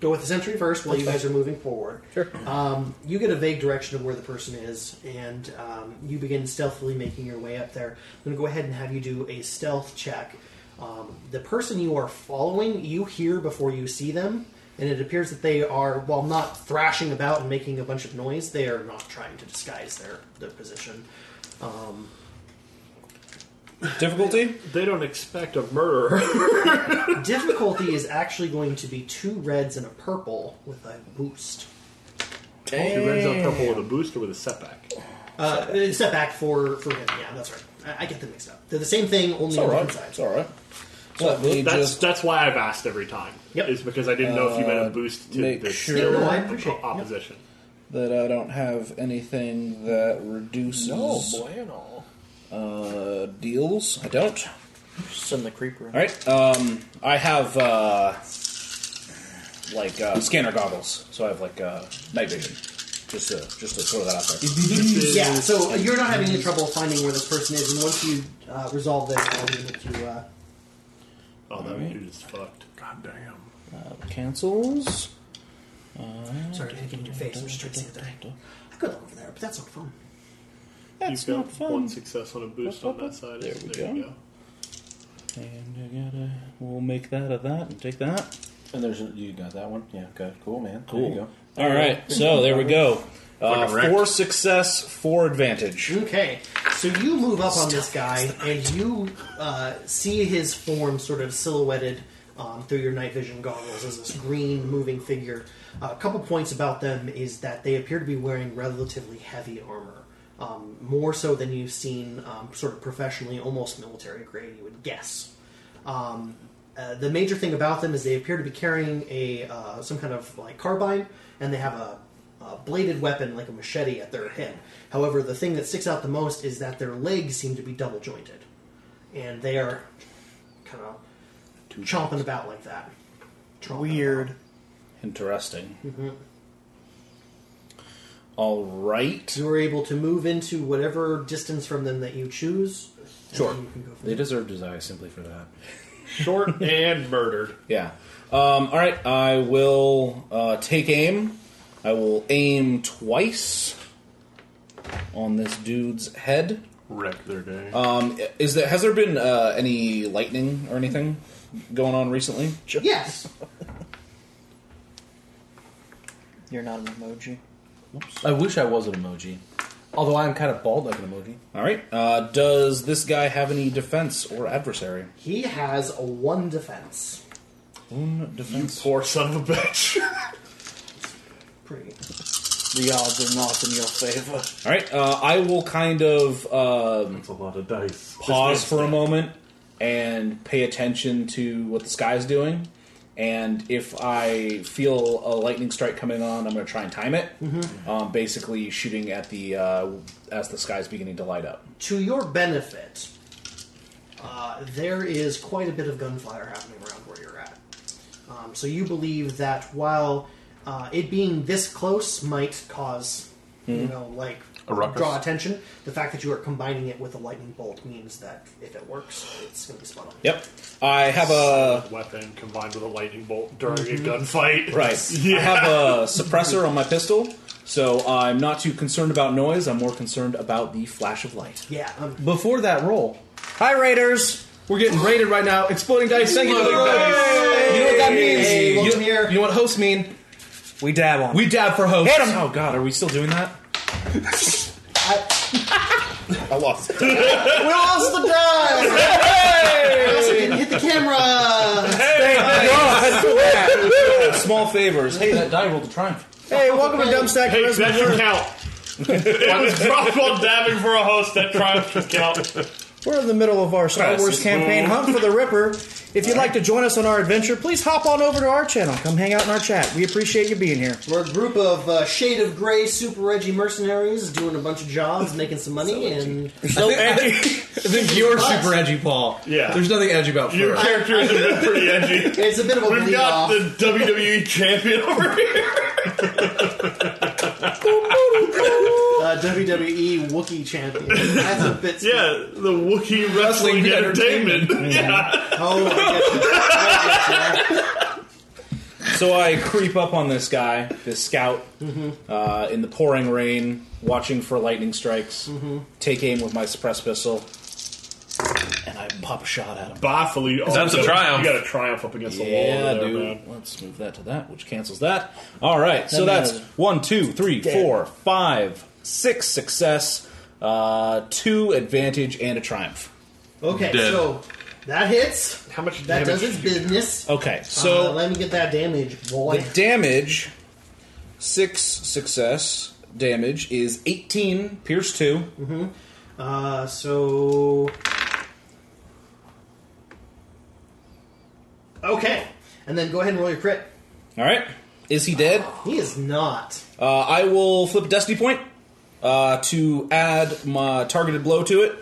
B: go with the sentry first while you guys are moving forward. Sure. Um, you get a vague direction of where the person is, and um, you begin stealthily making your way up there. I'm going to go ahead and have you do a stealth check. Um, the person you are following, you hear before you see them. And it appears that they are, while not thrashing about and making a bunch of noise, they are not trying to disguise their, their position.
H: Difficulty?
G: They don't expect a murderer. *laughs*
B: difficulty is actually going to be two reds and a purple with a boost.
G: Two reds on purple with a boost or with a setback.
B: Uh, setback for for him. Yeah, that's right. I, I get them mixed up. They're the same thing, only on the inside.
H: all right. Let me
G: That's
H: just
G: that's why I've asked every time.
B: Yep.
G: Is because I didn't know if you meant a boost to
H: make
G: the
H: sure-
G: skill
B: No, I
G: op-
B: appreciate it. Yep.
G: opposition.
H: that I don't have anything that reduces
F: bueno.
H: uh, deals. I don't.
E: Send the creeper.
H: All right. Um, I have uh, like uh, scanner goggles, so I have like uh, night vision. Just to just to throw that out there.
B: Yeah, so uh, you're not having any trouble finding where this person is, and once you uh, resolve this, I'll be able to. Uh,
G: Oh, that dude is fucked.
D: God damn.
H: Cancels.
B: sorry, I didn't get in your face. I'm just trying to see the thing. I could look over there, but that's not fun.
H: That's
G: You've
H: not
G: got
H: fun.
G: one success on a boost
H: Up,
G: on
H: up,
G: that
H: up.
G: side.
H: There we
G: You
H: go. And I gotta, we'll make that of that and take that.
F: And there's you got that one. Yeah, good, cool, man.
H: Cool.
F: There you go.
H: All right, so there we go. Uh,
D: Fucking wrecked.
H: four success, four advantage.
B: Okay, so you move up on this guy, and you uh, see his form sort of silhouetted um, through your night vision goggles as this green moving figure. Uh, a couple points about them is that they appear to be wearing relatively heavy armor, um, more so than you've seen um, sort of professionally, almost military grade, you would guess. Uh, the major thing about them is they appear to be carrying a uh, some kind of like carbine, and they have a, a bladed weapon like a machete at their head. However, the thing that sticks out the most is that their legs seem to be double jointed, and they are kind of chomping about like that. Chomping
E: Weird.
H: Interesting. All right.
B: about. You are able to move into whatever distance from them that you choose. and
H: Sure.
B: you can go from
F: They deserve desire simply for that.
G: Short and murdered.
H: Yeah. Um, all right. I will uh, take aim. I will aim twice on this dude's head.
D: Wreck their day.
H: Um, is there has there been uh, any lightning or anything going on recently?
B: there. Yes.
E: You're not an emoji.
F: I wish I was an emoji. Although I'm kind of bald like an emoji.
H: All right. Uh, does this guy have any defense or adversary?
B: He has a one defense.
H: One defense.
G: Poor son of a bitch. *laughs*
B: Pretty.
E: The odds are not in your favor.
H: All right. Uh, I will kind of um,
D: That's a lot of dice.
H: pause for a moment and pay attention to what this guy's doing. And if I feel a lightning strike coming on, I'm going to try and time it. Um, basically, shooting at the uh, as the sky's beginning to light up.
B: to your benefit, uh, there is quite a bit of gunfire happening around where you're at. Um, so you believe that while uh, it being this close might cause, you know, like
D: Hmm. A ruckus.
B: draw attention, the fact that you are combining it with a lightning bolt means that if it works, it's going to be spot on.
H: Yep. I have a
G: Weapon combined with a lightning bolt during a gunfight.
H: Mm-hmm.
G: *laughs*
H: right. I have a suppressor on my pistol, so I'm not too concerned about noise. I'm more concerned about the flash of light.
B: Yeah, um,
F: Before that roll,
E: Hi, Raiders!
F: we're getting raided right now. Exploding dice. Thank you for the roll. You know what that means?
B: Hey,
F: you,
B: welcome here.
F: you know what hosts mean?
E: We dab on.
F: We dab for hosts.
E: Hit 'em.
H: Oh God, are we still doing that?
B: I,
H: I lost.
B: we lost the die. I also didn't hit the camera.
H: Small favors. Hey, that die rolled a triumph.
E: Hey, welcome to Dumb Stack
G: Hey,
E: Charisma.
G: that should count. it was dropped while dabbing for a host. That triumph should count.
E: We're in the middle of our Star
G: Press
E: Wars
G: is
E: campaign,
G: boom.
E: Hunt for the Ripper. If you'd like to join us on our adventure, please hop on over to our channel. Come hang out in our chat. We appreciate you being here.
B: We're a group of uh, shade of gray super Reggie mercenaries doing a bunch of jobs, making some money, and
E: So, Andy,
F: I think you're super edgy, Paul.
G: Yeah.
F: There's nothing edgy about
G: Your
F: fur.
G: characters have been
H: *laughs*
G: pretty edgy.
B: it's a bit of a
G: We've
B: bleed off.
G: got the WWE champion over
H: *laughs*
G: here.
B: uh, WWE Wookiee champion. That's a bit.
G: Yeah, the Wookiee Wrestling,
F: Wrestling
G: Entertainment. *laughs*
B: Oh, I get you. I get you.
H: So I creep up on this guy, this scout, uh, in the pouring rain, watching for lightning strikes. Take aim with my suppressed pistol, and I pop a shot at him.
G: Baffley. Oh,
D: That's
G: you gotta-
D: a triumph.
G: You got a triumph up against the wall.
H: Mm-hmm. Yeah,
G: over there,
H: dude.
G: man.
H: Let's move that to that, which cancels that. All right, so
E: That
H: that's
E: matters.
H: one, two, three, four, five, six success, uh, two advantage, and a triumph.
B: Okay,
D: Dead.
B: so that hits.
G: How much
B: That
G: damage Uh,
B: does its business.
H: Okay,
B: So
H: so
B: let me get that damage, boy.
H: The damage, six success damage is 18, pierce 2.
B: Uh, so Okay, and then go ahead and roll your crit.
H: All right. Is he dead?
B: He is not.
H: Uh, I will flip a destiny point uh, to add my targeted blow to it,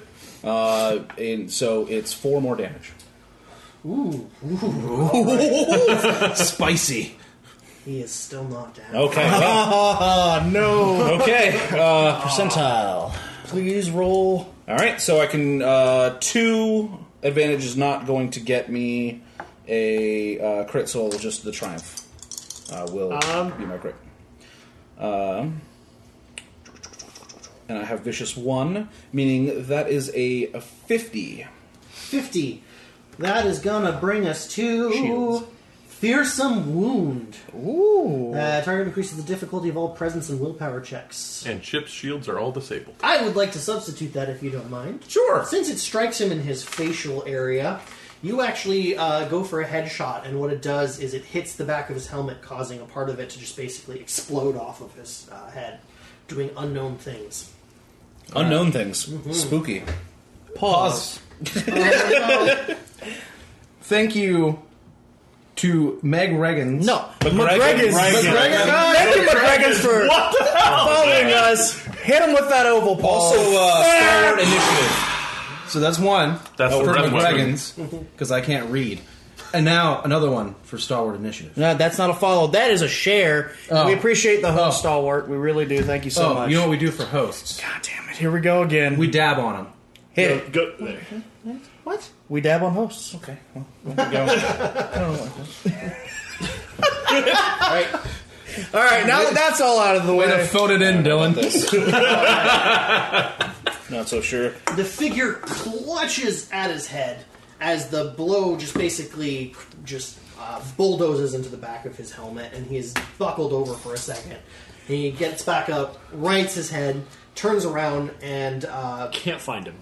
H: uh, and so it's four more damage.
B: Ooh,
H: *laughs* Spicy.
B: he is still not down.
H: Okay. well,
E: *laughs* no.
H: okay. Uh, percentile.
E: Please roll.
H: All right. So I can uh, two advantage is not going to get me a uh, crit, so just the triumph uh, will
G: Um.
H: be my crit. Um, and I have vicious one, meaning that is a, a fifty.
B: Fifty. That is gonna bring us to
H: Shields.
B: fearsome wound.
H: Ooh.
B: Uh, target increases the difficulty of all presence and willpower checks.
D: And Chip's shields are all disabled.
B: I would like to substitute that if you don't mind.
H: Sure.
B: Since it strikes him in his facial area, you actually uh, go for a headshot, and what it does is it hits the back of his helmet, causing a part of it to just basically explode off of his uh, head, doing unknown things.
H: Unknown things. Spooky.
F: Mm-hmm. Pause. *laughs* Thank you to Meg Reggins.
E: No.
H: McGregor's.
E: McGregor. Thank you, McGregor's, for following us. Hit him with that oval, Paul.
H: Also, uh, Star Wars Initiative.
F: So that's one.
D: That's the
F: for
D: first one.
F: McReggins
H: Mm-hmm.
F: because I can't read. And now another one for Starward Initiative.
E: No, that's not a follow. That is a share.
F: Oh.
E: We appreciate the
F: Oh.
E: host stalwart. We really do. Thank you so
F: oh,
E: much.
F: you know what we do for hosts?
E: God damn it. Here we go again.
F: We dab on them.
E: hit
G: Go,
E: it.
G: go there.
E: What? We dab on hosts.
F: Okay.
E: All right, now that that's all out of the way.
F: Way to phone it in, Dylan.
H: Not so sure.
B: The figure clutches at his head as the blow just basically just uh, bulldozes into the back of his helmet, and he is buckled over for a second. He gets back up, rights his head, turns around, and uh,
G: Can't find him.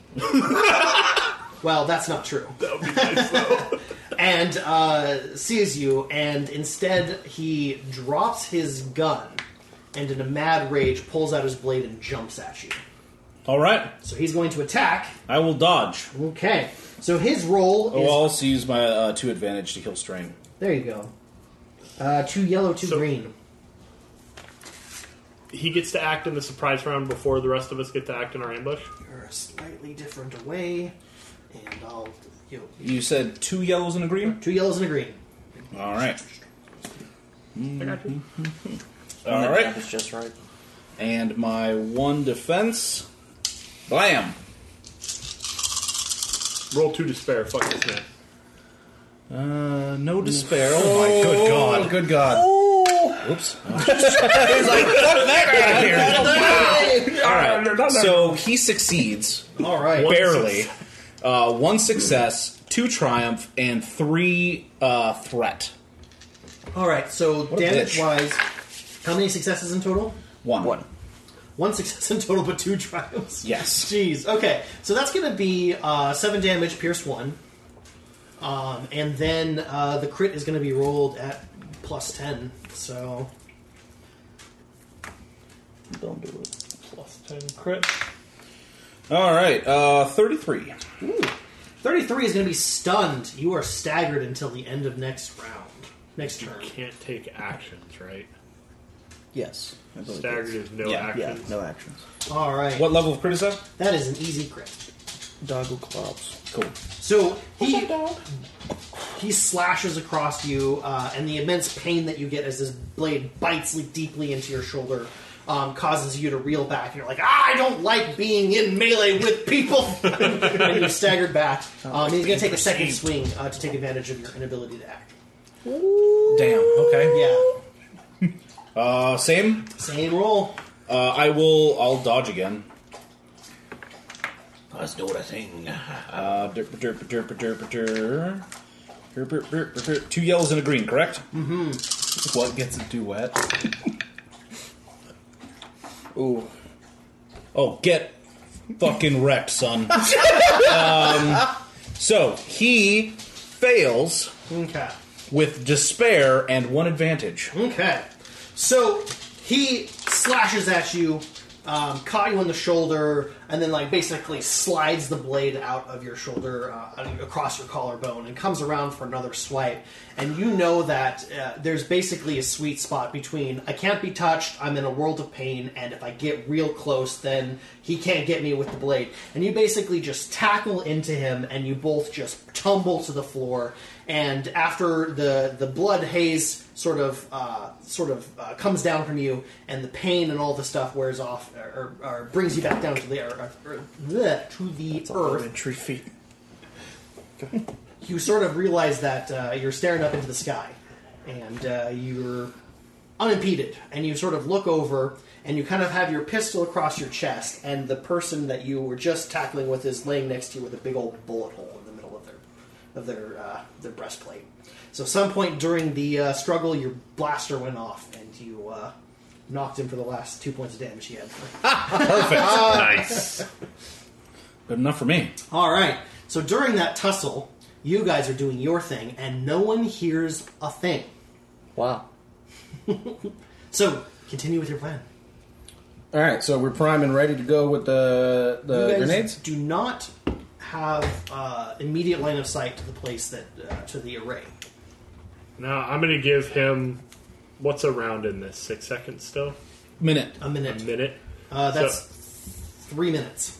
B: well, that's not true. *laughs* and uh, sees you, and instead he drops his gun, and in a mad rage pulls out his blade and jumps at you.
H: All right.
B: So he's going to attack.
H: I will dodge.
B: Okay. So his roll
H: Oh,
B: is
H: I'll also use my uh, two advantage to kill strain.
B: There you go. Uh, two yellow, two
G: So-
B: green.
G: He gets to act in the surprise round before the rest of us get to act in our ambush.
B: You're a slightly different away, and I'll you know,
H: You said two yellows and a green.
B: two yellows and a green.
H: All right.
G: I got
H: Mm-hmm.
G: you.
H: All right.
E: It's just right.
H: And my one defense. Blam.
G: Roll two to spare. Fuck this man.
H: Uh, no despair. Oh my good
F: Oh, good God.
H: god. Oops. *laughs* He's like, fuck that out *laughs* of here. All right. So he succeeds.
B: All right.
H: barely. Uh, one success, two triumph, and three uh, threat.
B: All right. So
H: a
B: damage
H: bitch.
B: wise, how many successes in total?
H: One. One.
B: One *laughs* success in total, but two trials.
H: Yes.
B: Jeez. Okay. So that's going to be uh, seven damage, pierce one, um, and then uh, the crit is going to be rolled at plus ten. So
H: Don't do it.
G: Plus ten crit.
H: All right. Uh, Thirty-three.
B: thirty-three is going to be stunned. You are staggered until the end of next round, next turn.
G: Can't take actions, right?
E: Yes.
G: Staggered is no
H: Yeah,
E: Yeah,
G: actions.
E: no actions.
B: All right.
H: What level of crit is that?
B: That is an easy crit.
E: Doggle clubs.
H: Cool.
B: So he he slashes across you, uh, and the immense pain that you get as this blade bites deeply into your shoulder um, causes you to reel back. And you're like, ah, I don't like being in melee with people, and you're staggered back. Um, he's going to take a second swing uh, to take advantage of your inability to act.
F: Damn. Okay.
B: Yeah,
H: Uh, same.
B: same roll.
H: Uh, I will. I'll dodge again.
E: Let's do a thing.
H: Uh, derp, derp, derp, derp, derp. Derp, derp, derp, derp. Two yellows and a green, correct?
F: What gets a duet?
H: *laughs* Ooh. Oh, get fucking wrecked, son. um, so he fails
B: Okay.
H: with despair and one advantage.
B: Okay. So he slashes at you, um, caught you in the shoulder, and then like basically slides the blade out of your shoulder uh, across your collarbone and comes around for another swipe. And you know that uh, there's basically a sweet spot between I can't be touched, I'm in a world of pain, and if I get real close, then he can't get me with the blade. And you basically just tackle into him, and you both just tumble to the floor. And after the the blood haze sort of uh, sort of uh, comes down from you, and the pain and all the stuff wears off or, or, or brings you back down to the earth, or, bleh, to the earth.
E: Elementary feet.
B: You sort of realize that uh, you're staring up into the sky, and uh, you're unimpeded. And you sort of look over, and you kind of have your pistol across your chest, and the person that you were just tackling with is laying next to you with a big old bullet hole in the middle of their of their uh, their breastplate. So, some point during the uh, struggle, your blaster went off, and you uh, knocked him for the last two points of damage he had.
D: nice.
H: Good enough for me.
B: All right. So during that tussle, you guys are doing your thing, and no one hears a thing.
E: Wow.
B: *laughs* So continue with your plan.
F: All right, so we're primed and ready to go with the
H: Uh,
B: You
F: the
B: guys
F: grenades.
B: do not have uh, immediate line of sight to the place that uh, to the array.
G: Now I'm gonna give him what's a round in this? Six seconds still?
H: Minute.
B: A
G: A
B: minute.
G: minute.
B: Uh, that's
G: So-
B: three minutes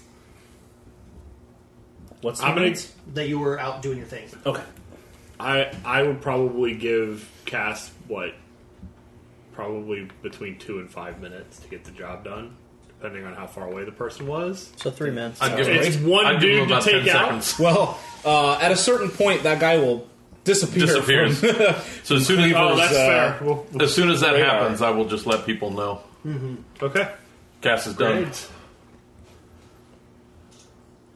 H: What's
G: I'm gonna
B: that you were out doing your thing.
H: Okay.
G: I I would probably give Cass what probably between two and five minutes to get the job done, depending on how far away the person was.
A: So three minutes.
D: I'd give him-
G: It's one
D: I'd give him
G: dude to
D: about 10
G: take out.
D: seconds.
H: Well, uh, at a certain point, that guy will disappear.
F: *laughs*
G: *laughs*
D: Disappears.
H: from-
D: So as soon as,
G: Oh, that's
H: uh,
G: fair. We'll- we'll-
D: as soon as that
G: radar.
D: happens, I will just let people know.
G: Okay.
D: Cass is done.
G: Grenades.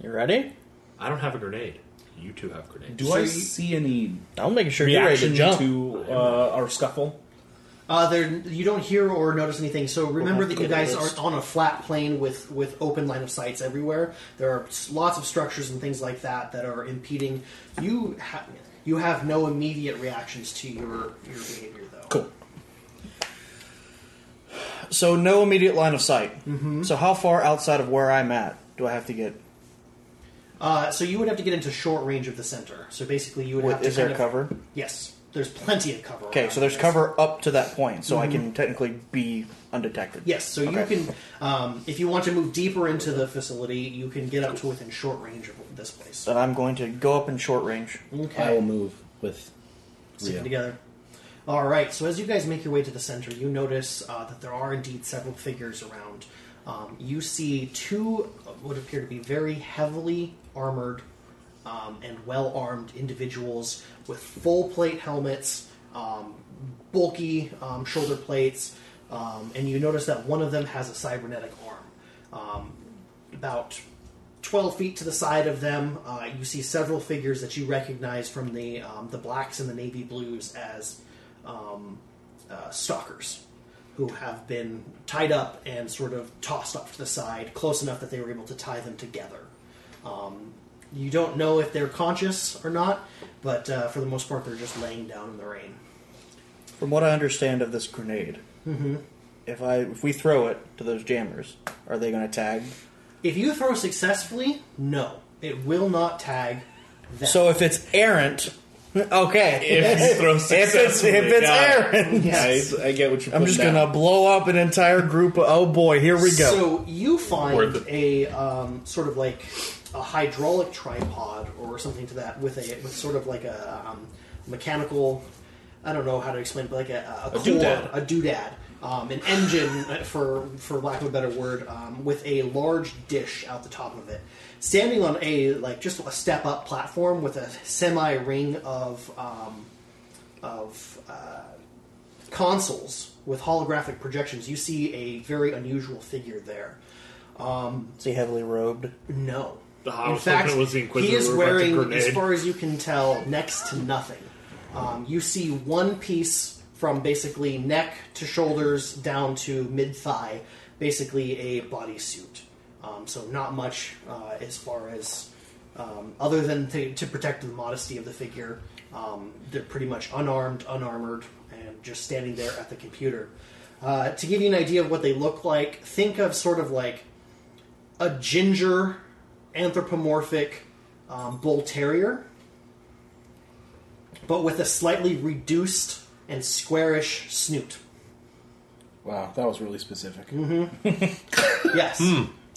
A: You ready?
G: I don't have a grenade. You two have grenades.
H: Do I see any
A: I'm making sure you're ready to
H: reaction
A: jump.
H: to uh, our scuffle?
B: Uh, there, you don't hear or notice anything. So remember
A: We'll have
B: that
A: to
B: you
A: get a
B: guys
A: list.
B: are on a flat plane with with open line of sights everywhere. There are s- lots of structures and things like that that are impeding. You ha- you have no immediate reactions to your your behavior though.
E: Cool. So no immediate line of sight. Mm-hmm. So how far outside of where I'm at do I have to get?
B: Uh, so you would have to get into short range of the center. So basically, you would have
E: What,
B: to
E: is there
B: kind of-
E: cover?
B: Yes, there's plenty of cover.
E: Okay,
B: around
E: so there's
B: this.
E: cover up to that point, so I can technically be undetected.
B: Yes, so you
E: Okay.
B: can, um, if you want to move deeper into the facility, you can get up to within short range of this place.
E: Then I'm going to go up in short range.
B: Okay.
F: I will move with
B: sticking
F: Rio.
B: together. All right. So as you guys make your way to the center, you notice uh, that there are indeed several figures around. Um, you see two uh, what appear to be very heavily armored um, and well armed individuals with full plate helmets, um, bulky um, shoulder plates, um, and you notice that one of them has a cybernetic arm. Um, about 12 feet to the side of them, uh, you see several figures that you recognize from the, um, the blacks and the navy blues as um, uh, stalkers who have been tied up and sort of tossed off to the side close enough that they were able to tie them together. Um, you don't know if they're conscious or not, but uh, for the most part, they're just laying down in the rain.
E: From what I understand of this grenade, if I if we throw it to those jammers, are they going to tag?
B: If you throw successfully, no, it will not tag. Them.
E: So if it's errant, okay. *laughs* If,
H: you throw
E: it's
H: successfully,
E: if it's
H: got it.
E: errant,
B: Yes.
H: I, I get what you're.
E: I'm just
H: putting
E: going
H: down.
E: to blow up an entire group of. Oh boy, here we go.
B: So you find
D: Worth
B: a um, sort of like a hydraulic tripod or something to that with a with sort of like a um, mechanical. I don't know how to explain, it, but like a, a, cord,
H: doodad.
B: a doodad, um, an engine uh, for for lack of a better word, um, with a large dish out the top of it, standing on a like just a step up platform with a semi ring of um, of consoles with holographic projections, you see a very unusual figure there. Um,
E: Is he heavily robed?
B: No.
G: I
B: In
G: was hoping
B: fact,
G: it was the Inquisitor
B: he is
G: who got the
B: wearing,
G: grenade.
B: as far as you can tell, next to nothing. Um, you see one piece from basically neck to shoulders down to mid thigh, basically a bodysuit. Um, so not much uh, as far as um, other than to, to protect the modesty of the figure. Um, they're pretty much unarmed, unarmored, and just standing there at the computer. Uh, to give you an idea of what they look like, think of sort of like a ginger anthropomorphic um, bull terrier, but with a slightly reduced and squarish snoot.
F: Wow, that was really specific.
H: Mm-hmm.
B: Yes.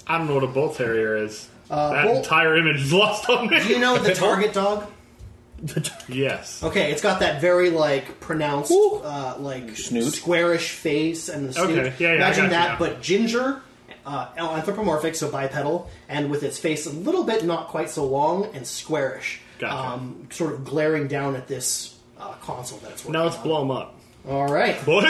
G: I don't know what a bull terrier is. that
B: bull-
G: entire image is lost on
B: Do *laughs* you
G: me.
B: know the target dog?
G: yes.
B: Okay, it's got that very like pronounced,
F: Woo.
B: uh, like
F: Snoot.
B: squarish face and the snoot.
G: Okay, yeah, yeah, I
B: Imagine
G: got you
B: that,
G: now.
B: but ginger, uh, anthropomorphic, so bipedal, and with its face a little bit not quite so long and squarish,
G: Gotcha.
B: um, sort of glaring down at this uh, console that it's working
G: Now let's
B: on.
G: blow them up, *laughs*
B: All right,
G: boys.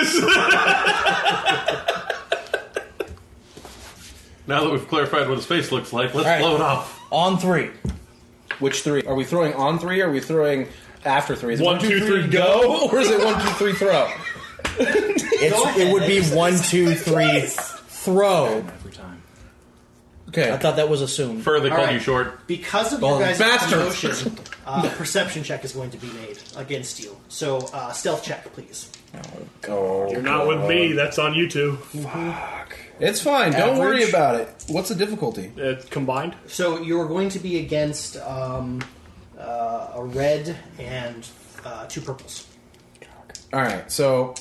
D: Now that we've clarified what his face looks like, let's
F: Alright.
D: blow it off.
F: On three. Which three? Are we throwing on three or are we throwing after three? Is it
G: One, two, three,
F: go? *laughs* Or is it one, two, three, throw?
E: It's, it would be one, two, three, throw.
H: every time.
E: I
F: Okay.
E: thought that was assumed.
D: Fur, they called
B: Alright.
D: you short.
B: because of
F: Ball
B: your guys'
F: bastard. *laughs*
B: emotion, uh, perception check is going to be made against you. So uh, stealth check, please.
G: You're not with me. That's on you two.
F: It's fine. Don't
E: Average.
F: worry about it. What's the difficulty?
G: It's combined.
B: So you're going to be against um, uh, a red and uh, two purples.
F: All right. So,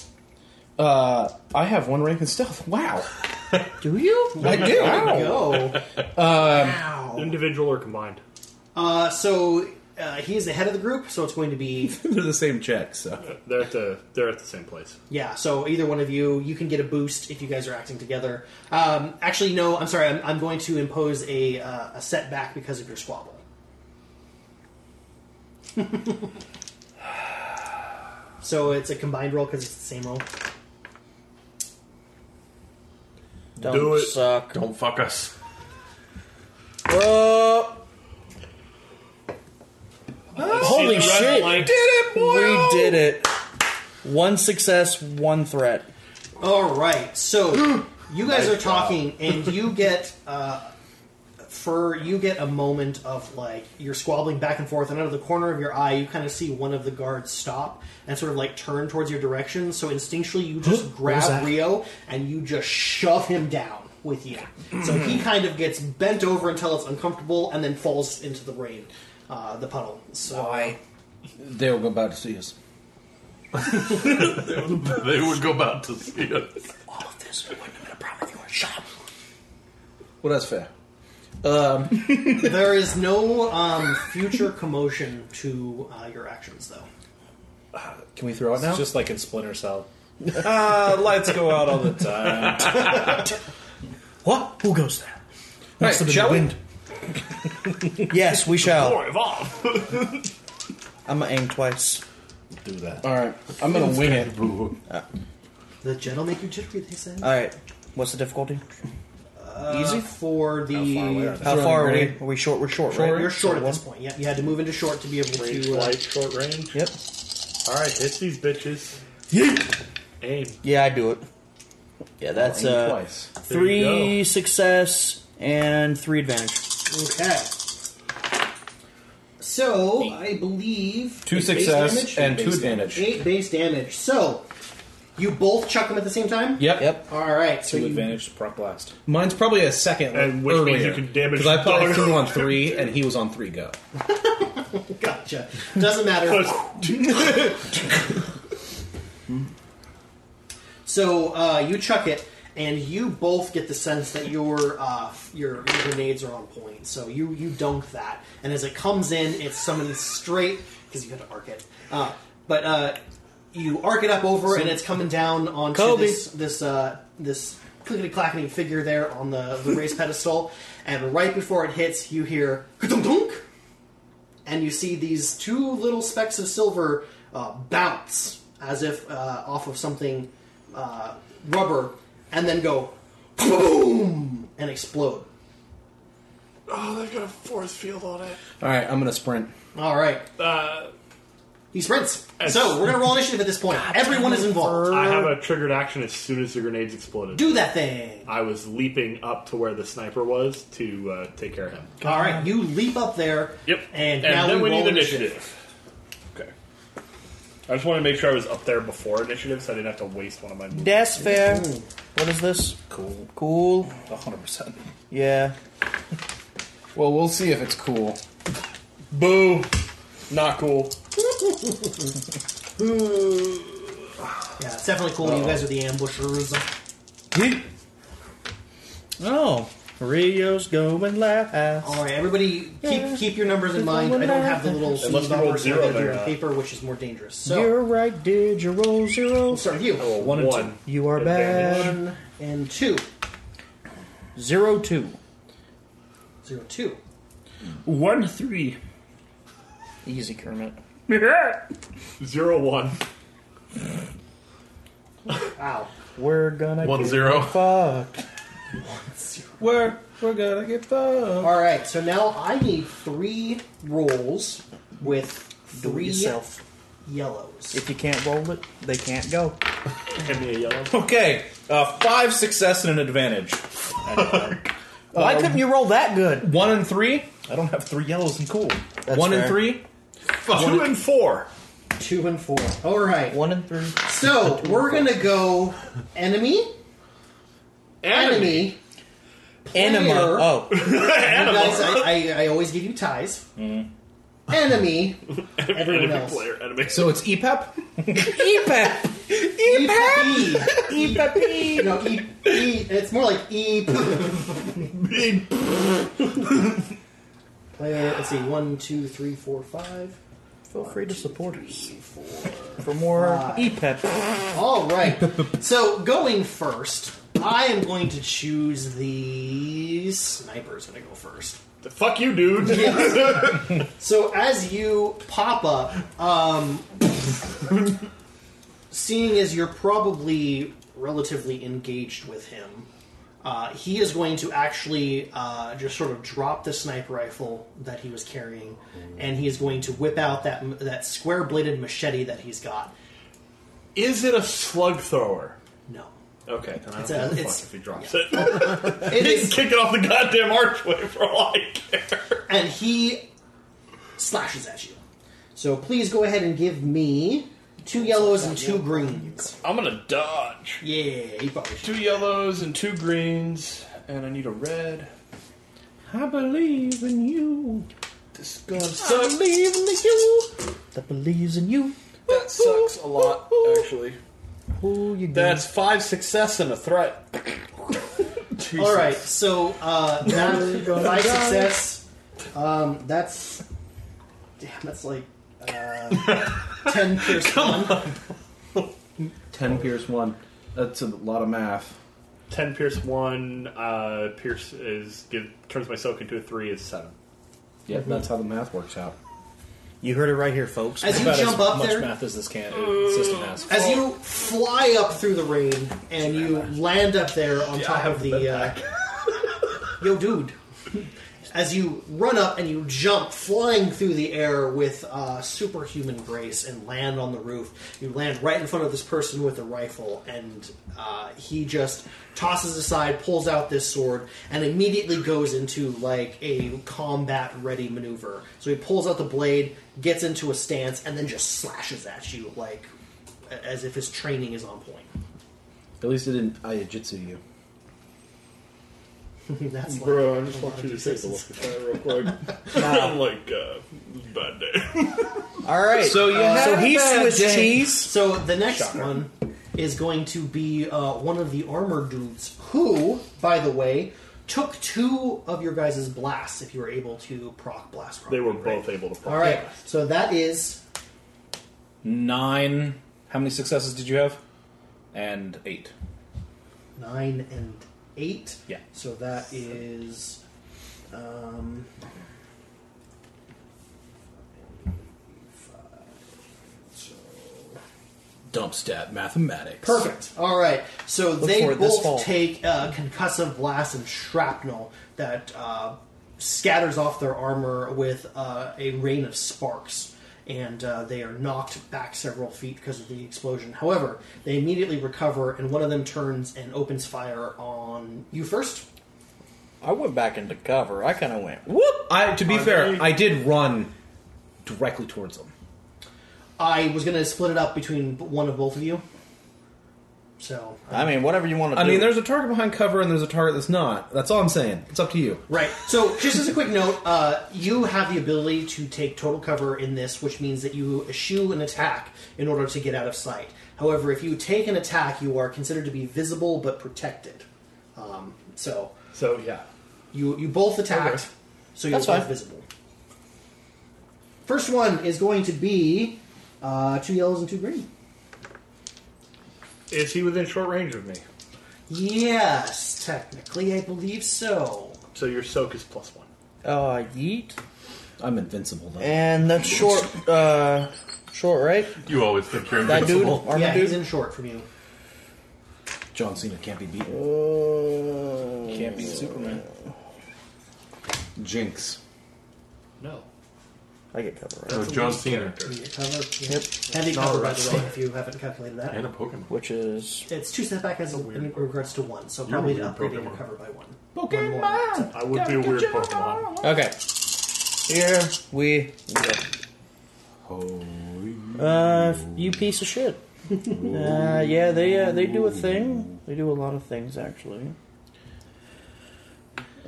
F: uh, I have one rank in stealth. Wow.
B: Do you?
F: I do.
B: Go. *laughs* wow.
G: Individual or combined?
B: Uh, so uh, he is the head of the group, so it's going to be
F: *laughs* They're the same check. So
G: They're at the they're at the same place.
B: yeah. So either one of you, you can get a boost if you guys are acting together. Um, actually, no. I'm sorry. I'm, I'm going to impose a uh, a setback because of your squabble. so it's a combined roll because it's the same roll.
E: Don't
G: Do it.
E: suck.
D: Don't fuck us.
E: Holy
G: See the red
E: shit!
G: light?
E: We did it. One success, one threat.
B: All right, so you guys are talking, and you get uh, for you get a moment of like you're squabbling back and forth, and out of the corner of your eye, you kind of see one of the guards stop and sort of like turn towards your direction. So instinctually, you just grab Rio and you just shove him down with you. so he kind of gets bent over until it's uncomfortable, and then falls into the rain, uh, the puddle. So
F: they'll go about to see us.
D: They would go about to see us.
F: Well, that's fair.
B: there is no um, future commotion to uh, your actions, though.
F: Can we throw it now?
H: Just like in Splinter Cell.
E: Uh, lights go out on the.
F: *laughs*
H: Uh,
E: What? Who goes there?
F: All right,
E: Must have been
F: shall
E: the
F: we?
E: wind. yes, we shall.
G: Boy, evolve.
E: I'm gonna aim twice.
H: do that.
F: All right. I'm gonna wing it.
B: The jet'll make you jittery, they say.
E: All right. What's the difficulty?
B: Easy for the.
E: How far are we?
F: Right.
E: Are we short? We're short,
F: Short.
E: right?
B: You're short at
E: One.
B: this point. Yeah, you had to move into short to be able
G: Range
B: to. Uh,
G: light, short range.
E: Yep.
G: All right, hit these bitches. Aim.
E: Yeah, I do it. Yeah, that's
F: Aim
E: uh,
F: twice.
G: There you
E: three success and three advantage.
B: okay. So I believe
F: Two
B: base
F: success
B: damage?
F: and two advantage.
B: eight base damage. So you both chuck them at the same time.
F: Yep.
E: Yep.
B: All right. So
H: Two
B: you,
H: advantage, proc blast.
F: Mine's probably a second
G: And which means
F: earlier.
G: you can damage
F: because I thought I
G: *laughs* the dog.
F: threw on three and he was on three go.
B: gotcha. Doesn't matter. *laughs* So uh, you chuck it, and you both get the sense that your uh, your, your grenades are on point. So you you dunk that, and as it comes in, it's summoned straight because you had to arc it. Uh, but uh, you arc it up over, and it's coming down onto
E: Kobe.
B: this this uh, this clickety clackety figure there on the, the raised pedestal, and right before it hits, you hear dunk dunk and you see these two little specks of silver uh, bounce as if uh, off of something uh, rubber, and then go boom and explode.
G: Oh, they've got a force field on it.
F: All right, I'm gonna sprint.
B: All right,
G: Uh,
B: he sprints. So we're gonna roll initiative at this point. Everyone is involved.
G: I have a triggered action as soon as the grenades exploded.
B: Do that thing.
G: I was leaping up to where the sniper was to uh, take care of him.
B: All right, you leap up there.
G: Yep.
B: And, now
G: then
B: we,
G: we
B: roll
G: need initiative. Okay. I just wanted to make sure I was up there before initiative, so I didn't have to waste one of my. Moves.
E: That's fair. What is this?
C: Cool.
E: Cool.
C: 100%.
E: Yeah.
F: Well, we'll see if it's cool.
G: Boo! Not cool.
B: Yeah, it's definitely cool. You guys are the ambushers.
E: Oh, Rio's going last.
B: All right, everybody, keep keep your numbers in mind. I don't have the little
G: Unless
B: smooth
G: you rolled
B: numbers
G: zero
B: that are
G: there,
B: on
G: uh,
B: paper, which is more dangerous. So
E: You're right, did you roll zero?
B: we'll start with you.
G: One.
C: and
E: You are bad.
G: Advantage.
B: One and two.
E: Zero two.
B: Zero two.
I: One three.
E: Easy, Kermit.
G: Zero one.
B: Wow.
E: We're gonna
D: One
E: get
D: zero.
E: fucked.
F: We're we're gonna get
E: Oh.
F: the
B: All right, so now I need three rolls with
E: Do it
B: three
E: yourself.
B: yellows.
E: If you can't roll it, they can't go.
G: Give me a yellow.
H: Okay, uh, five success and an
F: *laughs*
H: advantage.
E: Why couldn't you roll that good?
F: one and three,
H: I don't have three yellows and cool.
E: That's
F: one and
E: fair.
F: three.
H: Two and four.
B: Two and four. All right.
E: One and three. *laughs*
B: So we're gonna go enemy, enemy,
E: Enema.
B: Player.
E: Oh,
B: You guys, I, I, I always give you ties.
E: Mm.
G: *laughs*
B: Enemy, everyone
G: Enemy
B: else.
G: *laughs* player. Enemy.
F: So it's E EPEP.
E: EPEP.
B: E- E-
E: EPEP.
B: No, e, e, it's more like E. player, let's see, one, two, three, four, five.
E: Feel free to support us for more EPEP.
B: All right. so going first, I am going to choose the sniper's going to go first.
G: Fuck you,
C: *laughs*
G: dude.
B: So as you pop up, um, seeing as you're probably relatively engaged with him, uh, he is going to actually uh, just sort of drop the sniper rifle that he was carrying, and he is going to whip out that that square bladed machete that he's got.
C: Is it a slug thrower?
B: No,
C: Okay, then I
B: It's
C: don't
B: a-
C: give a
B: it's-
C: fuck if he drops it.
B: it is
G: Kick it off the goddamn archway *laughs* for all I care.
B: and he slashes at you. So please go ahead and give me two yellows and two greens.
C: I'm gonna dodge.
B: Yeah, you probably should.
D: Two yellows and two greens, and I need a red.
F: I believe in you.
D: This is gonna suck.
E: That believes in you.
D: That sucks a lot, actually.
E: Who you got?
C: That's five success and a threat.
B: All right, so uh, that five success. Um, that's damn. That's like
H: *laughs*
B: uh, ten pierce one.
F: Ten pierce one. That's a lot of math.
G: Ten pierce one. Uh, pierce is give, turns my soak into a three is seven.
F: Yeah, that's how the math works out.
E: You heard it right here, folks.
B: As you
H: About
B: jump
H: as
B: up
H: much
B: there,
H: math as this can uh, system has.
B: as you fly up through the rain and you land up there on top of the uh, yo dude as you run up and you jump flying through the air with uh, superhuman grace and land on the roof you land right in front of this person with a rifle and uh, he just tosses aside pulls out this sword and immediately goes into like a combat ready maneuver so he pulls out the blade gets into a stance and then just slashes at you like a- as if his training is on point
F: At least it didn't ayajitsu you.
B: *laughs* That's like-
G: Bro, I just want you to take a look at that real quick. I'm like, uh, bad day. *laughs*
E: All right.
F: So you
B: Uh,
F: had
E: so
F: a
E: he
F: bad
E: Swiss
F: day.
E: cheese.
B: So the next one is going to be uh, one of the armor dudes, who, by the way, took two of your guys' blasts if you were able to proc blast.
G: They were
B: properly, right?
G: both able to.
B: All right, so that is
H: Nine. How many successes did you have? And eight.
B: nine and eight.
H: Yeah.
B: So that is. Um,
H: Dump stat mathematics.
B: Perfect. All right. So
E: for
B: they
E: it this
B: both
E: fall.
B: take uh, concussive blast and shrapnel that uh, scatters off their armor with uh, a rain of sparks, and uh, they are knocked back several feet because of the explosion. However, they immediately recover, and one of them turns and opens fire on you first.
E: I went back into cover. I kind of went whoop.
F: I to be fair, I did run directly towards him.
B: I was going to split it up between one of both of you. So
E: I mean, whatever you want to
F: I
E: do.
F: mean, there's a target behind cover and there's a target that's not. That's all I'm saying. It's up to you.
B: Right. So, just as a quick note, uh, you have the ability to take total cover in this, which means that you eschew an attack in order to get out of sight. However, if you take an attack, you are considered to be visible but protected. Um, so,
G: So yeah,
B: you you both attacked, so you're
E: That's
B: both
E: fine.
B: visible. First one is going to be uh, two yellows and two green.
G: is he within short range of me?
B: Yes, technically, I believe so.
G: So your soak is plus one.
E: uh, yeet.
F: I'm invincible now.
H: Eh.
E: And that's short, uh, short, right?
D: You always think you're
E: That dude,
D: invincible.
E: armor
B: yeah, he's
E: dude.
B: in short from you.
F: John Cena can't be beaten.
E: Oh.
H: Can't beat Superman.
F: Jinx.
G: No.
E: I get cover, right?
D: Oh, John Cena.
B: You get cover. yeah.
E: Yep.
B: Heavy cover, by the way, if you haven't calculated that.
D: And a Pokemon.
E: Which is
B: It's two setback as a in regards to one, so
D: You're a
B: probably
D: weird
B: upgrading your
D: Pokemon.
B: cover by one.
G: I would be a weird Pokemon.
E: okay. Here we go. Uh, you piece of
D: *laughs*
E: shit. uh, yeah, they uh, they do a thing. They do a lot of things actually.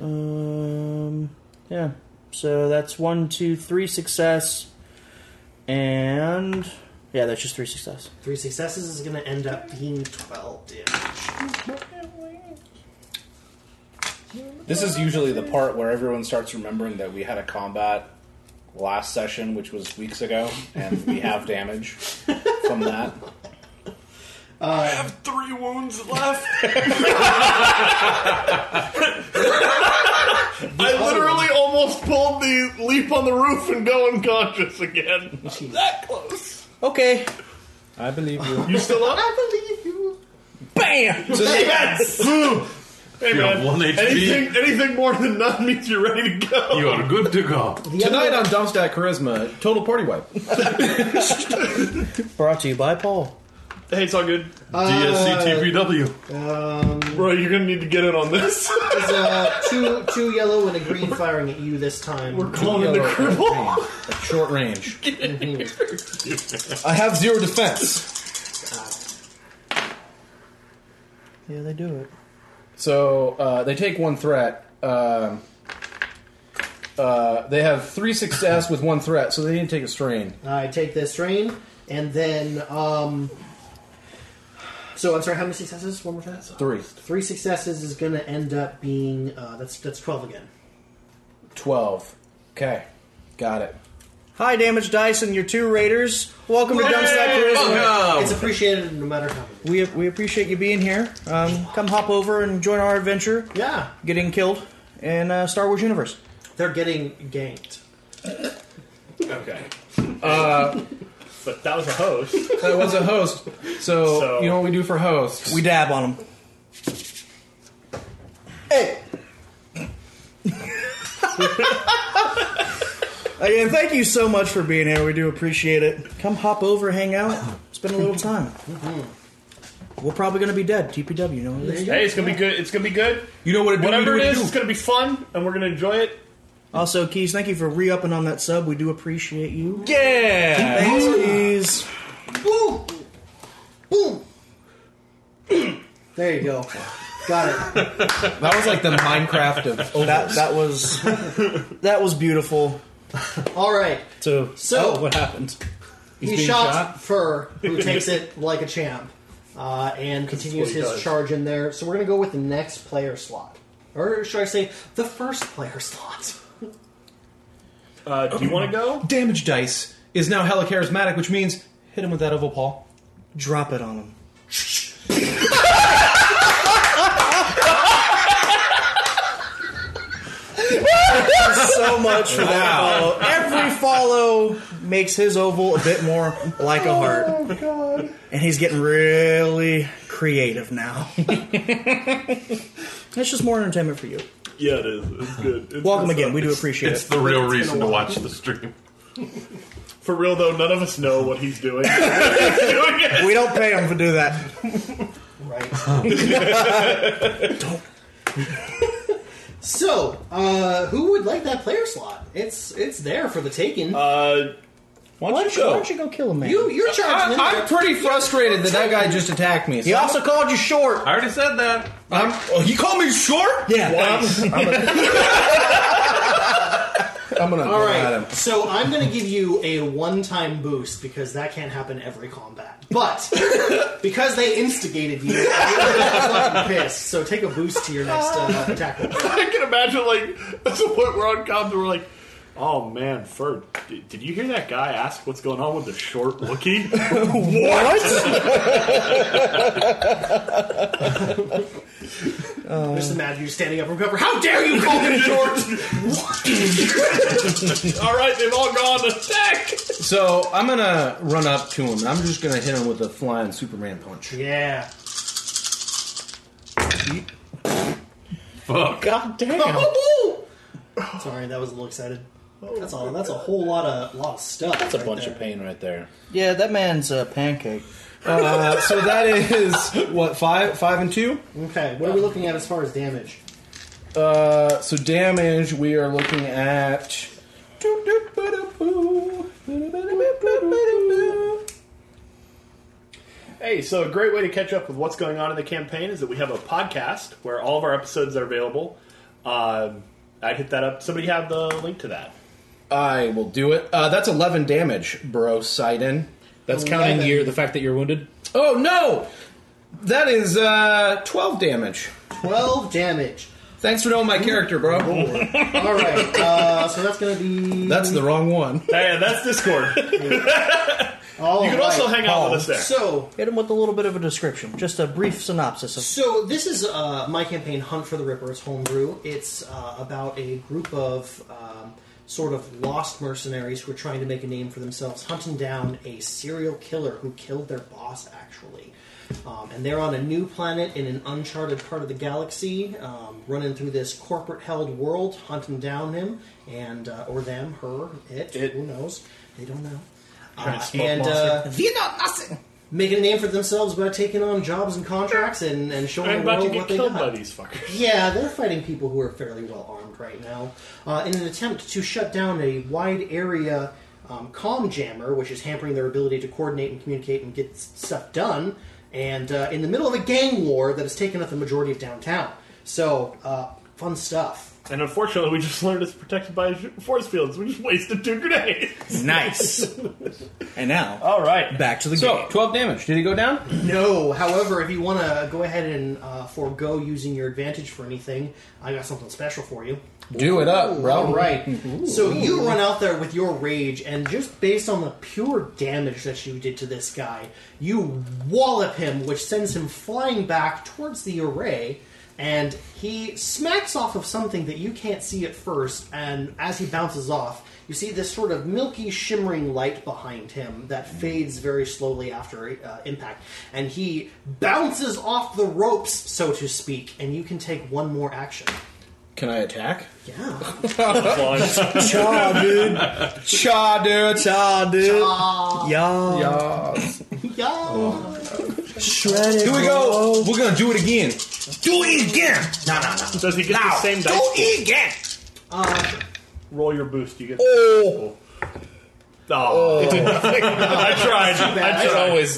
E: Um, yeah. So that's one, two, three success, and yeah, that's just three success.
B: Three successes is going to end up being 12 damage.
H: This is usually the part where everyone starts remembering that we had a combat last session, which was weeks ago, and we have damage from that.
D: Three wounds *laughs* left.
G: I literally almost pulled the leap on the roof and go unconscious *laughs* again. that close.
E: Okay.
F: *laughs* I believe you.
G: You still up?
B: I believe you.
E: Bam.
G: yes. hey
D: You have
G: man,
D: one HP.
G: anything anything more than none means you're ready to go.
D: You are good to go.
B: The
F: Tonight
B: other,
F: on Dumpstat Charisma, total party wipe.
E: Brought to you by Paul.
G: hey, it's all good,
E: Uh,
D: DSCTPW.
E: um,
G: bro. You're gonna need to get in
E: *laughs*
G: on
B: is,
G: this.
B: uh, two two yellow and a green firing at you this time.
G: Cloning the cripple.
F: At short range.
B: Mhm.
F: I have zero defense.
E: Yeah, they do it.
F: So uh, they take one threat. Um, uh, they have three success with one threat, so they didn't take a strain.
B: I take this rain, and then um. So I'm sorry. How many successes? One more time.
F: Three.
B: Three successes is going to end up being uh, that's that's twelve again.
F: Twelve. Okay. Got it.
E: Hi, Damage Dice and your two Raiders. Welcome to Dumpstack Charisma.
B: It's appreciated no matter how many.
E: We, we appreciate you being here. Um, come hop over and join our adventure,
B: Yeah,
E: getting killed in uh, Star Wars Universe.
B: they're getting ganked.
G: Okay. but that was a host.
F: That was a host. So,
G: So-
F: you know what we do for hosts?
E: We dab on them. Hey! Again, thank you so much for being here. We do appreciate it. Come hop over, hang out, spend a little time. We're probably going to be dead. TPW, you know what it is?
G: Hey, it's gonna be good. It's gonna be good.
F: You know what it do?
G: Whatever
F: we
G: it
F: do,
G: is,
F: we
G: it's
F: do.
G: gonna be fun, and we're gonna enjoy it.
E: Also, Keys, thank you for re upping on that sub. We do appreciate you.
F: Yeah.
E: Thanks, Keys.
B: Boom! Boom! there you go. Got it.
F: That was like the Minecraft of
E: That that *laughs* was that was beautiful.
B: All right.
E: So
B: *laughs* So oh,
H: What happened?
B: he shot, Fur, *laughs* who takes it like a champ, uh, and continues
G: what he
B: his
G: does.
B: charge in there. So we're going to go with the next player slot. Or should I say, the first player *laughs* slot?
G: Uh, do you want to go?
F: damage dice is now hella charismatic, which means hit him with that oval paw.
E: drop it on him. so much for that follow. Every follow makes his oval a bit more like a heart. And he's getting really creative now. That's just more entertainment for you.
G: Yeah, it is. It's good. It's, uh,
E: Welcome
G: it's
E: again.
G: not-
E: We do appreciate
D: It's
E: it.
D: the real reason to watch the stream.
G: For real though, none of us know what he's doing. *laughs* He's doing it.
E: We don't pay him for do that.
B: *laughs* Right. so, uh, who would like that player slot? It's it's there for the taking.
G: Uh,
H: Why don't,
E: Why don't,
H: you
E: you, why
H: go?
E: don't you go kill him, man?
B: You, you're charging him.
F: I, am pretty frustrated that that guy just attacked me.
E: he also called you short.
D: I already said that.
F: I'm, oh, he called me short.
E: Yeah.
F: Twice. I'm, gonna, I'm gonna
B: All
F: go at him.
B: right, so I'm going to give you a one-time boost because that can't happen every combat.
H: *laughs*
B: But because they instigated you, I'm fucking pissed. So take a boost to your next uh, attack. roll.
G: I can imagine, like, at the point we're on comms, we're like, oh man, Ferd, did, did you hear that guy ask what's going on with the short Wookie?
B: Just imagine you standing up from cover. How dare you call him
H: *laughs*
B: short?
G: All right, they've all gone attack.
F: *laughs* So I'm gonna run up to him and I'm just gonna hit him with a flying Superman punch.
B: yeah.
D: Fuck.
E: God damn.
B: *laughs* Sorry, that was a little excited. That's all. That's a whole lot of lot of stuff.
H: That's a bunch of pain right there.
E: Yeah, that man's a pancake.
F: Uh, so that is what five, five and two.
B: Okay, what are we looking at as far as damage?
F: Uh, so damage we are looking at.
G: Hey, so a great way to catch up with what's going on in the campaign is that we have a podcast where all of our episodes are available. Um, I'd hit that up. Somebody have the link to *laughs* that.
F: I will do it. Uh, that's eleven damage, bro. Sidon.
H: That's counting your the fact that you're wounded.
F: Oh no, that is uh, twelve damage.
B: Twelve damage.
F: Thanks for knowing my character, bro.
B: All right, uh, so that's gonna be.
F: That's the wrong one.
G: Hey, that's Discord. *laughs* you
B: all
G: can also hang out with us there.
B: So,
E: Hit him with a little bit of a description, just a brief synopsis of
B: so this is uh, my campaign, Hunt for the Ripper. It's homebrew. It's uh, about a group of um, sort of lost mercenaries who are trying to make a name for themselves, hunting down a serial killer who killed their boss, actually. Um, and they're on a new planet in an uncharted part of the galaxy, um, running through this corporate-held world, hunting down him and uh, or them, her, it, who knows? They don't know. Uh, and uh,
E: Vietnam nothing.
B: making a name for themselves by taking on jobs and contracts and, and showing
G: I'm
B: the
G: about
B: world
G: to
B: what
G: get
B: they
G: killed by
B: got.
G: these fuckers.
B: Yeah, they're fighting people who are fairly well armed right now uh, in an attempt to shut down a wide area um, comm jammer, which is hampering their ability to coordinate and communicate and get s- stuff done. And uh, in the middle of a gang war that has taken up the majority of downtown. So, uh, fun stuff.
G: And unfortunately, we just learned it's protected by force fields. We just wasted two grenades.
E: Nice. and now
G: All right.
E: back to the
F: So
E: game.
F: twelve damage. Did he go down?
B: No, however, if you want to go ahead and uh, forego using your advantage for anything, I got something special for you.
F: Do it up,
B: Ooh,
F: bro.
B: All right.
F: Mm-hmm.
B: So you run out there with your rage, and just based on the pure damage that you did to this guy, you wallop him, which sends him flying back towards the array. And he smacks off of something that you can't see at first, and as he bounces off, you see this sort of milky, shimmering light behind him that
F: Mm.
B: fades very slowly after uh, impact. And he bounces off the ropes, so to speak, and you can take one more action.
F: Can I attack?
B: Yeah.
E: Cha, dude.
F: *laughs* Cha, dude.
E: Cha, dude. Y'all.
F: Yeah.
B: Yeah.
E: Shredded.
F: Here we go. We're gonna do it again.
E: Do it again. No, no, no.
G: Does he get the same dice?
E: Do it again.
G: Roll your boost. You get.
E: Oh.
G: Oh. I tried. I
B: I,
G: tried.
B: I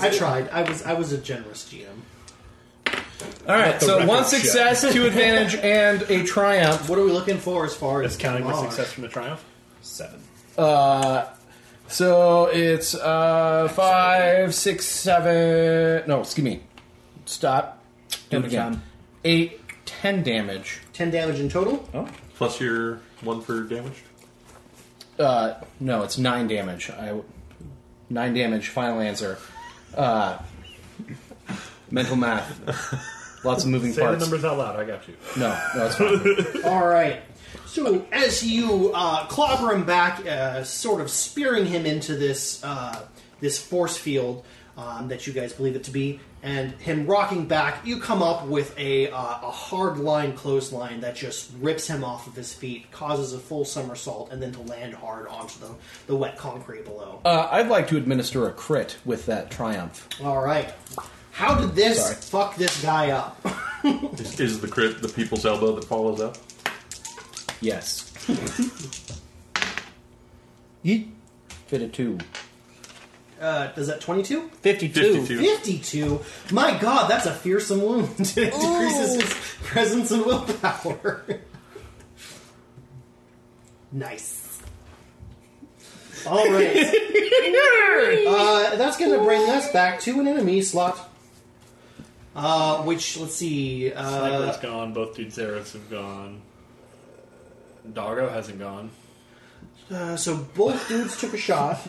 B: tried. I was I was a generous GM.
F: All right. So one success, two advantage, and a triumph.
B: What are we looking for as far as
G: It's counting the
B: damage?
G: success from the triumph.
H: Seven.
F: Uh, so it's uh five, six, seven. No, excuse me. Stop. Do it again. Eight, ten damage.
B: Ten damage in total.
G: Oh.
D: Plus your one for damage.
F: Uh, no, it's nine damage. I nine damage. Final answer. Uh, mental math. *laughs* Lots of moving
G: Say the
F: parts.
G: numbers out loud. I got you.
F: No, no, it's *laughs* fine.
B: All right. So as you uh, clobber him back, uh, sort of spearing him into this uh, this force field um, that you guys believe it to be, and him rocking back, you come up with a uh, a hard line clothesline that just rips him off of his feet, causes a full somersault, and then to land hard onto the the wet concrete below.
F: Uh, I'd like to administer a crit with that triumph.
B: All right. How did this
F: Sorry.
B: fuck this guy up?
D: Is, is the crit the people's elbow that follows up?
F: Yes. Yeet. Fit a two.
B: Uh, does that 22?
E: 52.
D: 52.
B: 52? My god, that's a fearsome wound. *laughs* it decreases his presence and willpower. nice. All right. uh, that's going to bring us back to an enemy slot. Uh, which, let's see. Uh,
G: Sniper's gone. Both dudes Zeros have gone. Doggo hasn't gone.
B: Uh, so both dudes took a shot.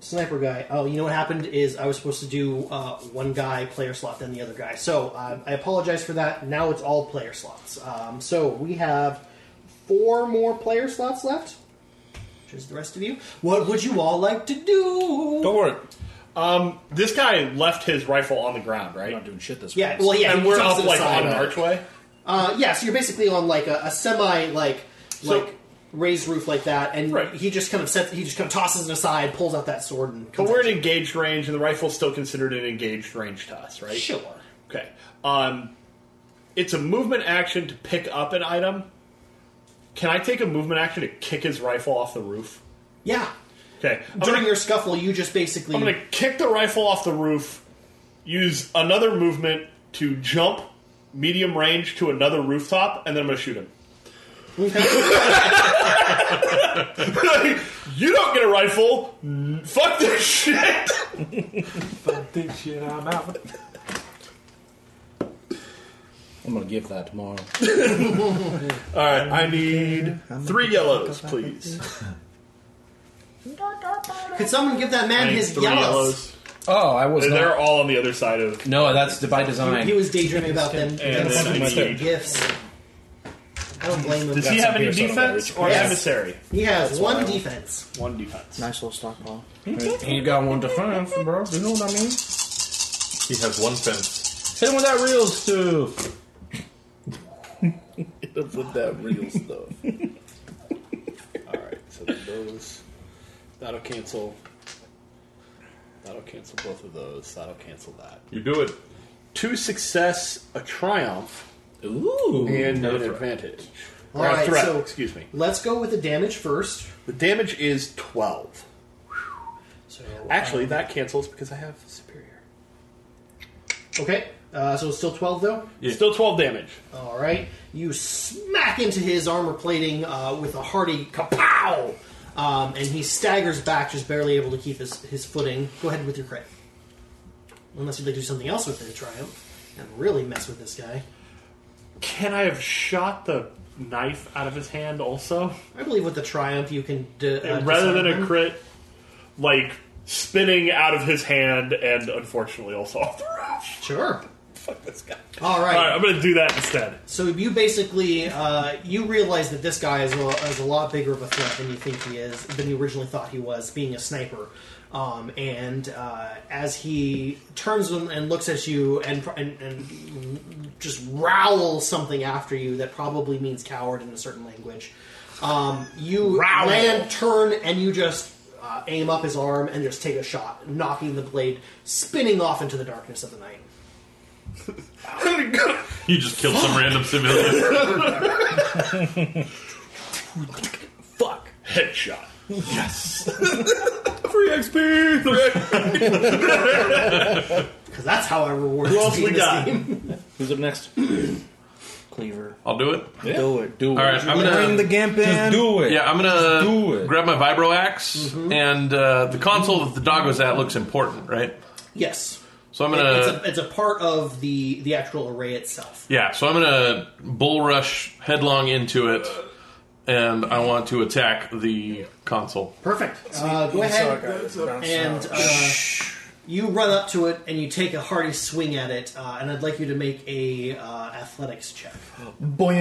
B: Sniper guy. Oh, you know what happened is I was supposed to do uh, one guy player slot, then the other guy. So um, I apologize for that. Now it's all player slots. Um, so we have four more player slots left. Which is the rest of you. What would you all like to do?
H: Don't worry.
G: Um, this guy left his rifle on the ground,
H: I'm
G: right?
H: not doing shit this
B: yeah.
H: round.
B: Well, yeah.
G: and
B: he
G: we're
B: jumps
G: up
B: to the
G: like
B: side.
G: on an archway.
B: Uh, yeah. So you're basically on like a, a semi like like raised roof like that, and
G: Right.
B: he just kind of sets. He just kind of tosses it aside, pulls out that sword, and
G: But
B: comes
G: we're
B: at
G: in engaged range, and the rifle's still considered an engaged range to us, right?
B: you. sure.
G: Okay. Um, it's a movement action to pick up an item. Can I take a movement action to kick his rifle off the roof?
B: Yeah.
G: Okay. I'm
B: during
G: gonna,
B: your scuffle, you just basically
G: I'm gonna kick the rifle off the roof. Use another movement to jump medium range to another rooftop, and then I'm gonna shoot him. *laughs* you don't get a rifle. Fuck this shit.
H: I'm gonna give that tomorrow.
G: All right, I need three yellows, please.
B: could someone give that man
G: I need
B: his
G: three
B: yellows?
F: Oh, I was
G: And
F: not.
G: they're all on the other side of
F: no, that's by
B: He
F: design.
B: was daydreaming about them
G: And
B: giving
G: then I
B: him
G: need-
B: gifts. I don't blame him.
G: Does he have any defense or
B: Yes.
G: emissary?
B: He has one defense.
G: One defense.
E: Nice little stockpile.
F: You got one defense, bro. You know what I mean?
D: He has one fence.
F: Hit him with that real stuff.
H: With that real stuff.
G: All right, so then those that'll cancel. That'll cancel both of those. That'll cancel that.
D: You do it.
G: Two success, a triumph,
H: Ooh.
G: and
D: Another
G: an
D: threat.
G: advantage.
B: All
G: Or a
B: right,
G: threat,
B: so-
G: excuse me.
B: Let's go with the damage first.
G: The damage is twelve.
B: So
G: Actually, that cancels because I have superior.
B: okay. Uh, so it's still twelve though.
G: Still twelve damage.
B: All right, you smack into his armor plating uh, with a hearty kapow, um, and he staggers back, just barely able to keep his, his footing. Go ahead with your crit, unless you'd like to do something else with the triumph and really mess with this guy.
G: Can I have shot the knife out of his hand also?
B: I believe with the triumph you can d- uh,
G: *laughs* rather
B: disarm
G: than a
B: him.
G: crit, like spinning out of his hand and unfortunately also *laughs* off the roof.
B: Sure.
G: Fuck this guy.
B: All right.
G: All right, I'm gonna do that instead.
B: So you basically uh, you realize that this guy is a, is a lot bigger of a threat than you think he is than you originally thought he was, being a sniper. Um, and uh, as he turns and and looks at you and, and and just rowls something after you that probably means coward in a certain language, um, you land, turn, and you just uh, aim up his arm and just take a shot, knocking the blade spinning off into the darkness of the night.
D: You just killed some random civilian.
G: Fuck. Headshot.
D: Free XP.
B: Because that's how I reward
G: Who else
B: in
G: we
B: this
G: got?
B: game.
H: Who's up next?
E: Cleaver.
D: I'll do it.
E: Do it.
H: Do it.
D: All right, I'm gonna
E: Bring the gimp in.
F: Do it.
D: Yeah, I'm gonna
F: do it.
D: grab my vibro axe, and uh, the console that the dog was at looks important, right?
B: Yes.
D: So I'm
B: It-
D: gonna,
B: it's,
E: Uh,
B: a, it's a part of the the actual array itself.
D: yeah, so I'm gonna bull rush headlong into it, and I want to attack the console.
B: Perfect. Uh, go ahead and uh, you run up to it and you take a hearty swing at it, uh, and I'd like you to make a uh, athletics check.
F: Bro,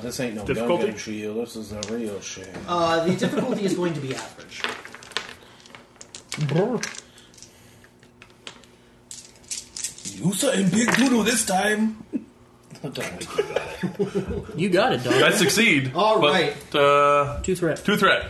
F: this ain't no
G: Difficulty?
F: gun game shield. This is a real shit.
B: Uh, the difficulty is going to be average.
F: You something big doodle this time.
E: You got it, dog.
D: I succeed.
B: All
D: but,
B: right.
D: Uh,
E: Two threat.
D: two threat.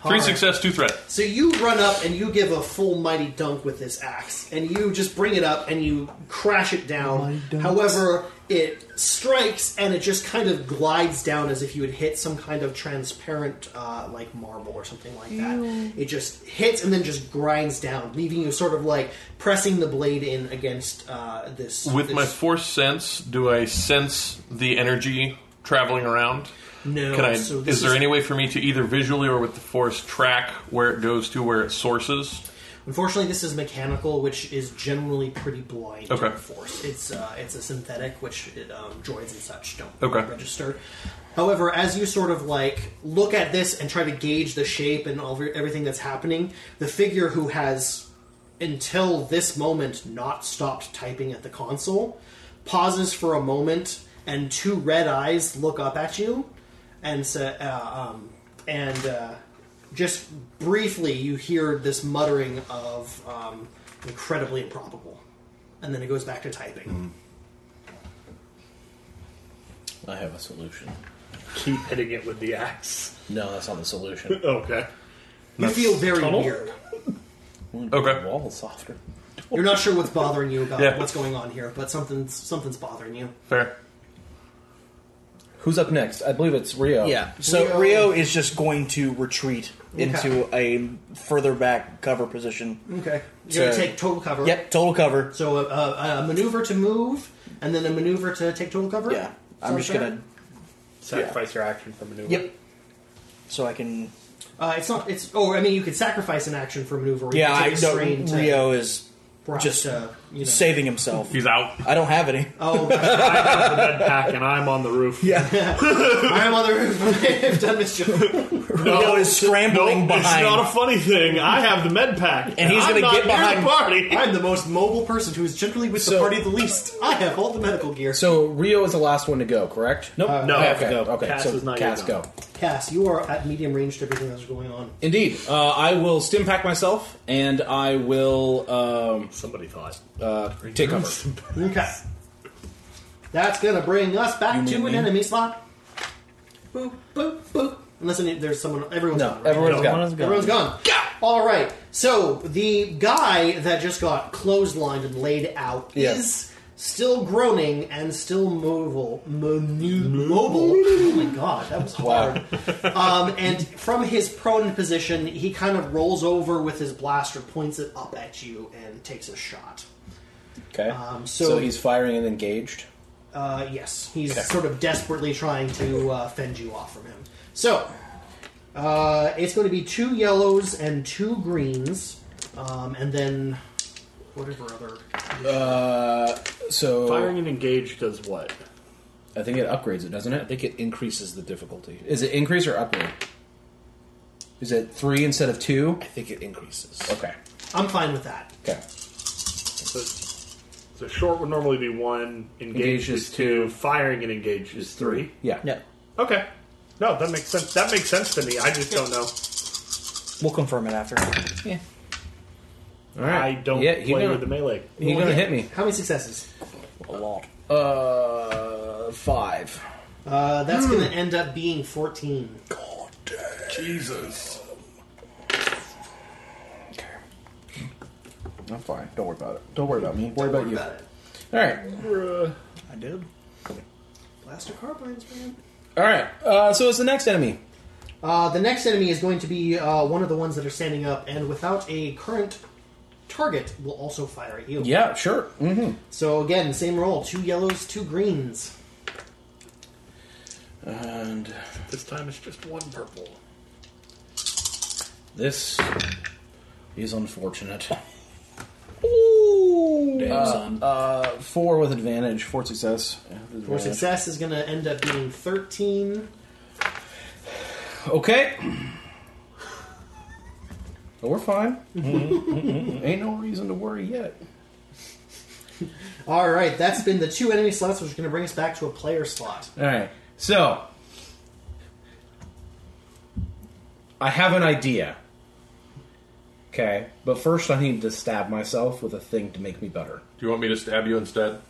D: Three
B: Alright.
D: success, two threat.
B: So you run up and you give a full mighty dunk with this axe, and you just bring it up and you crash it down. However, it strikes and it just kind of glides down as if you had hit some kind of transparent, uh, like marble or something like that. It just hits and then just grinds down, leaving you sort of like pressing the blade in against uh, this.
D: With
B: this-
D: my force sense, do I sense the energy traveling around?
B: no,
D: Can I?
B: so this
D: is there any way for me to either visually or with the force track where it goes to, where it sources?
B: Unfortunately, this is mechanical, which is generally pretty blind
D: Okay.
B: to force. It's uh, it's a synthetic, which it, um, droids and such don't
D: Okay.
B: register. However, as you sort of like look at this and try to gauge the shape and all, everything that's happening, the figure who has until this moment not stopped typing at the console pauses for a moment, and two red eyes look up at you, and sa uh, um, and uh, just briefly you hear this muttering of um, incredibly improbable, and then it goes back to typing.
H: I have a solution.
G: Keep hitting it with the axe. *laughs*
H: No, that's not the solution.
G: Okay.
B: You feel very
G: Tunnel?
B: weird.
D: Okay.
H: Wall softer.
B: You're not sure what's bothering you about
D: Yeah.
B: what's going on here, but something's something's bothering you.
D: Fair.
F: Who's up next? I believe it's Rio.
E: Yeah. So Rio, is just going to retreat into a further back cover position.
B: Okay, you're gonna
E: So-
B: take total cover.
E: Yep, total cover.
B: So a, a, a maneuver to move, and then a maneuver to take total cover.
E: Yeah. I'm
B: Sound
E: just
B: fair?
E: gonna
G: Sacrifice your action for maneuver.
E: Yep. So I can
B: Uh, it's not. It's. Oh, I mean, you could sacrifice an action for maneuver. or you
E: Yeah,
B: could
E: I
B: take a
E: know
B: strain to-
E: Rio is
B: perhaps
E: just
B: to, you know.
E: saving
B: *laughs*
E: himself.
D: He's out.
E: I don't have any.
B: Oh, gosh,
G: I have the med pack and I'm on the roof.
E: Yeah.
B: I'm on the *laughs* roof. I've done this job.
E: Rio is scrambling
B: *laughs*
G: Nope,
E: behind.
G: It's not a funny thing. I have the med pack, and,
E: he's
G: I'm
E: gonna
G: not
E: get
G: near
E: behind-
G: the party.
B: I'm the most mobile person who is generally with the
F: So-
B: party the least. I have all the medical gear.
F: So Rio is the last one to go, correct? Uh,
H: Nope.
G: no,
F: okay,
G: I have to
F: go. Okay,
G: Cass
F: so
G: is not
F: Cass,
G: yet
F: go.
G: done.
B: Cass, you are at medium range to everything that's going on.
H: Indeed. Uh, I will stim pack myself, and I will um,
G: Somebody thought.
H: uh, take cover.
B: Okay. That's gonna bring us back
H: mean
B: to an
H: me?
B: enemy slot. Boop, boop, boop. Unless any, there's someone, everyone's
F: No,
B: gone, right?
F: everyone's
E: Everyone's gone.
F: gone.
B: Everyone's gone. All right. So the guy that just got clotheslined and laid out
F: Yeah.
B: is still groaning and still mobile. Manu- mobile. Oh my god, that was
F: *laughs*
B: hard. um, and from his prone position, he kind of rolls over with his blaster, points it up at you, and takes a shot.
F: Okay.
B: Um, so-
F: so, he's firing and engaged.
B: Uh, yes, he's sort of desperately trying to uh, fend you off from him. So, uh, it's going to be two yellows and two greens, um, and then whatever other.
F: Uh, so
G: Firing and engage does what?
F: I think it upgrades it, doesn't
H: I
F: it?
H: think it increases the difficulty.
F: Is it increase or upgrade? Is it three instead of two?
H: I think it increases.
F: Okay.
B: I'm fine with that.
F: Okay.
G: So, so short would normally be one, engage
F: Engage is
G: is two, firing and engage is three.
F: Yeah.
E: yeah.
G: Okay. No, that makes sense. That makes sense to me. I just don't know.
E: We'll confirm it after.
F: All right.
G: I don't
F: Yeah, he
G: play
F: gonna,
G: with the melee.
F: He's gonna hit me.
B: How many successes?
E: A lot.
F: Uh, five.
B: Uh, that's
F: Hmm.
B: going to end up being 14.
D: Jesus.
F: Okay. I'm fine. Don't worry about it. Don't worry about me. Worry about
B: What
F: you.
B: about it?
F: All right.
E: I did.
B: Blaster carbines, man.
F: All right. Uh, so it's the next enemy.
B: Uh, the next enemy is going to be uh, one of the ones that are standing up, and without a current target, will also fire at you.
F: Yeah. Sure. Mm-hmm.
B: So, again, same roll two yellows, two greens.
F: And
G: This time it's just one purple.
F: this is unfortunate.
H: Damn, son.
F: Uh, four with advantage. Four success.
B: Your success is going to end up being 13.
F: Okay. But we're fine. Ain't no reason to worry yet.
B: All right, that's been the two enemy slots, which is going to bring us back to a player slot.
F: All right. So, I have an idea. Okay, but first I need to stab myself with a thing to make me better.
D: Do you want me to stab you instead?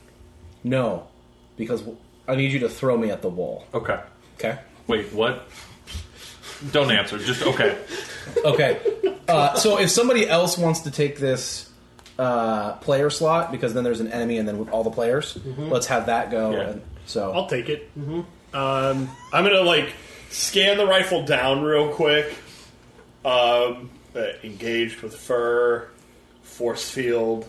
F: No, because I need you to throw me at the wall.
D: Okay.
F: Okay.
D: Wait, what? Don't answer. Just okay.
F: Okay. Uh, so if somebody else wants to take this uh, player slot, because then there's an enemy and then with all the players, let's have that go.
D: *laughs* Yeah.
F: And so
G: I'll take it. Mm-hmm. Um, I'm gonna like scan the rifle down real quick. Um, uh, engaged with fur, force field.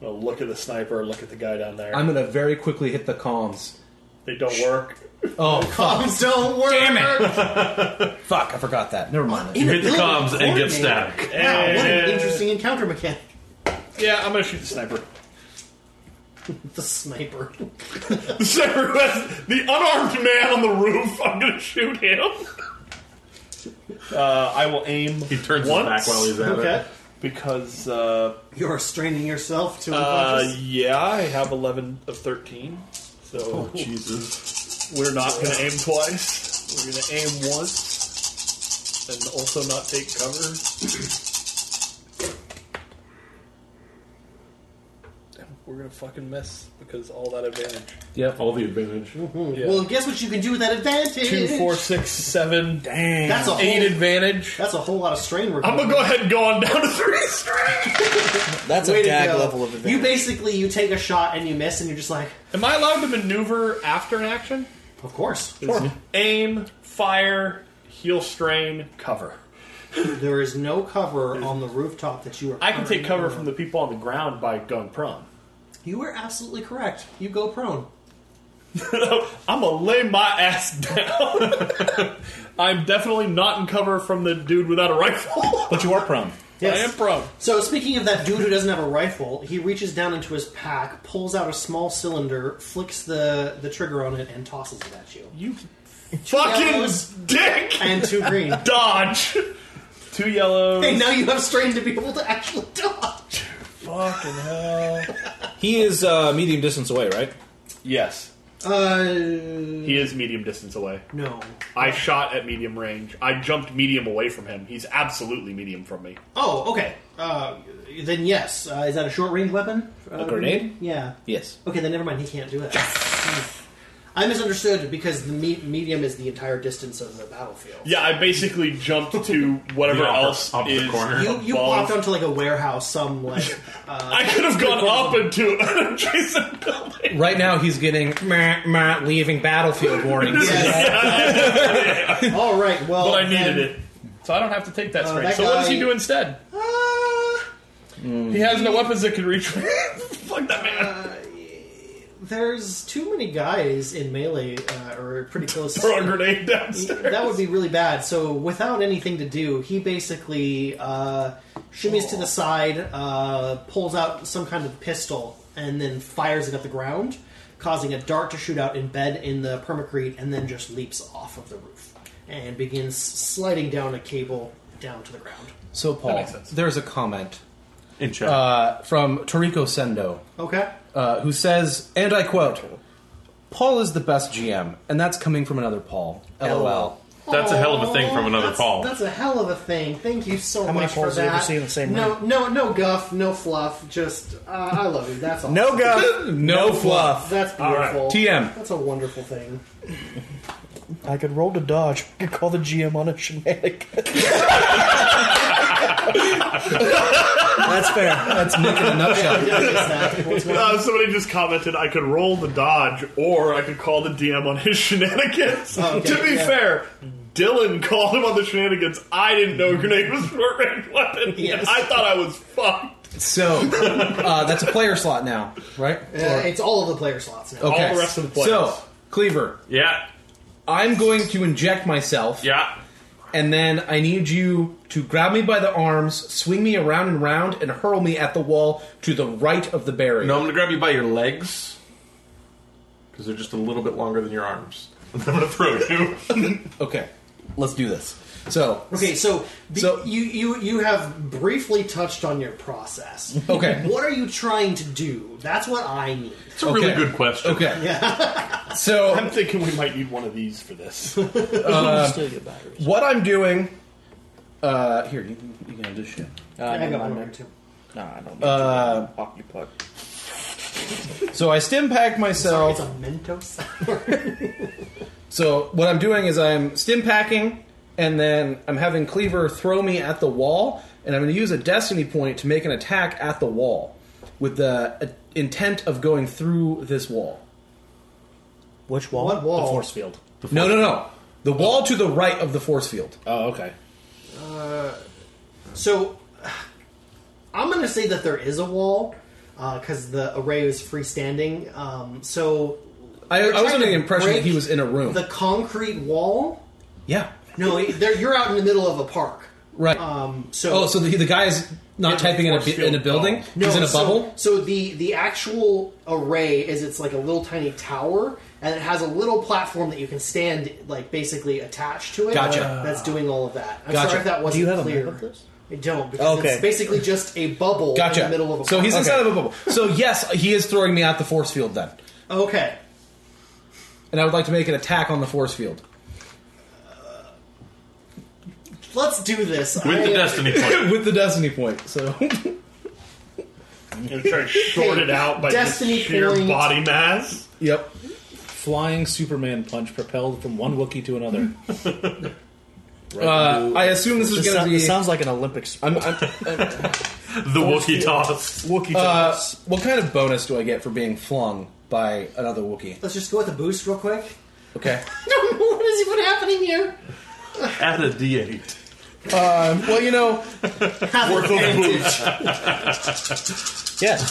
G: I'm gonna look at the sniper. Look at the guy down there.
F: I'm going to very quickly hit the comms.
G: they don't work.
F: Oh, fuck.
B: Don't worry. Damn it.
F: fuck. I forgot that. Never mind.
D: You hit the comms and get static.
B: Wow, what an
G: And-
B: interesting encounter mechanic.
G: Yeah, I'm gonna shoot the sniper. *laughs*
B: The sniper.
G: The sniper has the unarmed man on the roof. *laughs* I'm gonna shoot him. Uh, I will aim.
D: He turns
G: once,
D: his back while he's at
B: Okay.
D: it.
G: because uh,
B: You are straining yourself to
G: uh,
B: unconscious.
G: yeah, I have 11 of 13. So
D: Jesus.
G: we're not gonna aim twice. We're gonna aim once and also not take cover. We're gonna fucking miss because all that advantage.
D: All the advantage.
B: Well, guess what you can do with that advantage?
G: *laughs* Two, four, six, seven. Dang.
B: That's a whole-
G: eight advantage.
B: That's a whole lot of strain.
G: I'm gonna go ahead and go on down to three straight.
E: That's a dag level of advantage.
B: You basically you take a shot and you miss, and you're just like,
G: Am I allowed to maneuver after an action?
B: of course.
G: Aim, fire, heel strain, cover.
B: There is no cover on the rooftop that you are.
G: I can
B: currently
G: take cover
B: on.
G: from the people on the ground by going prone. *laughs*
B: You are absolutely correct. You go prone.
G: I'm gonna lay my ass down. *laughs* I'm definitely not in cover from the dude without a *laughs* rifle.
H: But you are prone.
G: I am prone.
B: So speaking of that dude who doesn't have a rifle, he reaches down into his pack, pulls out a small cylinder, flicks the the trigger on it, and tosses it at you.
G: You fucking
B: yellows.
G: dick!
B: And two green. *laughs*
G: Dodge. Two yellows.
B: hey, now you have strain to be able to actually dodge.
G: Fucking hell.
H: He is uh, medium distance away, right?
G: Yes,
B: Uh,
G: he is medium distance away.
B: no.
G: I shot at medium range. I jumped medium away from him. He's absolutely medium from me.
B: Oh, okay. Uh, then yes. Uh, is that a short range weapon? Uh,
H: A grenade?
B: Yeah.
H: Yes.
B: Okay, then never mind. He can't do it. Hmm. I misunderstood because the me- medium is the entire distance of the battlefield.
G: Yeah, I basically jumped to whatever
D: The opposite-
G: else
D: opposite
G: is.
D: corner.
B: You you
G: Above.
B: popped onto like a warehouse, some like *laughs*
G: I could have gone up into *laughs* an adjacent building.
F: Right now, he's getting meh, meh, leaving battlefield
G: *laughs*
F: warnings.
B: All right. Well,
G: But I needed
B: then-
G: it. So I don't have to take that strength.
B: Oh, that
G: so what does
B: guy-
G: he do instead? he has no weapons that can reach me. Fuck that man.
B: There's too many guys in melee, uh, or pretty close.
G: *laughs* Throw a grenade
B: Uh,
G: downstairs.
B: that would be really bad. So without anything to do, he basically uh, shimmies to the side, uh, pulls out some kind of pistol, and then fires it at the ground, causing a dart to shoot out in bed in the permacrete, and then just leaps off of the roof and begins sliding down a cable down to the ground.
F: So, Paul, there's a comment
D: In chat.
F: uh, from Toriko Sendo.
B: Okay.
F: uh, who says, and I quote, Paul is the best GM, and that's coming from another Paul. LOL.
D: That's a hell of a thing from another
B: Oh, that's,
D: Paul.
B: That's a hell of a thing. Thank you so
E: How many
B: much for
E: Pauls have you
B: that.
E: seen in the same
B: no, no, no guff, no fluff. Just uh, I love you.
E: *laughs*
B: That's all.
E: No guff, no, fluff.
B: That's beautiful.
F: TM.
B: That's a wonderful thing.
D: *laughs*
E: I could roll to dodge. I could call the GM on a shenanigan. That's fair.
F: That's Nick in
B: *laughs*
F: a nutshell.
G: Uh, somebody just commented I could roll the dodge or I could call the DM on his *laughs* shenanigans.
B: Oh, okay,
G: to be
B: yeah.
G: fair, Dylan called him on the shenanigans. I didn't know grenade was a short range weapon.
B: Yes.
G: I thought I was fucked.
F: So, uh, that's a player slot now, right?
B: Uh, it's all of the player slots now.
G: all the rest of the players.
F: So, Cleaver,
D: yeah.
F: I'm going to inject myself,
D: Yeah.
F: and then I need you to grab me by the arms, swing me around and round, and hurl me at the wall to the right of the barrier.
D: No, I'm gonna grab you by your legs because they're just a little bit longer than your arms. *laughs* I'm gonna throw you.
F: Okay, let's do this. So,
B: Okay, so, the,
F: So-
B: you, you you have briefly touched on your process.
F: Okay.
B: what are you trying to do? That's what I need.
D: It's a really
F: Okay.
D: good question.
F: okay. So,
G: I'm thinking we might need one of these for this.
E: Still get batteries.
F: What I'm doing. Uh, here, you, you can do shit.
E: Uh,
B: I
E: never
B: got one
E: mind.
B: over too.
E: No, I don't. Uh, Occupy.
F: So I stim pack myself.
B: It's a Mentos.
F: so what I'm doing is I'm stim packing, and then I'm having Cleaver throw me at the wall, and I'm going to use a Destiny point to make an attack at the wall with the uh, intent of going through this wall.
A: Which wall?
B: What wall?
H: The force field.
F: No, no, no. The wall to the right of the force field.
H: Oh, okay.
B: So, I'm going to say that there is a wall because the array is freestanding. Um, so,
F: I, I was
B: trying
F: under the
B: to
F: impression that he
B: break
F: was in a room.
B: the concrete wall.
F: yeah.
B: No, there, you're out in the middle of a park.
F: Right.
B: Um, so,
F: oh, so the, the guy is not typing in a, bu- in a building?
B: No,
F: He's in a
B: so,
F: bubble?
B: So the the actual array is it's like a little tiny tower, and it has a little platform that you can stand like basically attached to it. uh,
F: Gotcha.
B: That's doing all of that. I'm
F: Gotcha.
B: sorry if that wasn't
A: Do you have a
B: clear.
A: map of this?
B: I don't because
E: Okay.
B: it's basically just a bubble
F: Gotcha.
B: in the middle of a
F: so he's
B: park.
F: inside of a bubble. So yes, he is throwing me at the force field then.
B: okay.
F: And I would like to make an attack on the force field.
B: Let's do this
D: With the
B: I-
D: destiny point.
F: With the destiny point. So
G: and try to short it out by
B: Destiny
G: just sheer
B: point.
G: body mass.
F: Yep.
H: Flying Superman punch propelled from one Wookiee to another. right
F: Uh,
H: through-
F: I assume this
E: This,
F: is gonna
E: sou-
F: be
E: this sounds like an Olympics.
F: I'm, I'm,
D: The Wookiee toss.
E: Wookiee
F: uh,
E: toss.
F: what kind of bonus do I get for being flung by another Wookiee?
B: Let's just go with the boost real quick.
F: Okay.
B: I don't *laughs* know what is even happening here.
D: Add a d8.
F: Um, well, you know, *laughs*
E: Yes.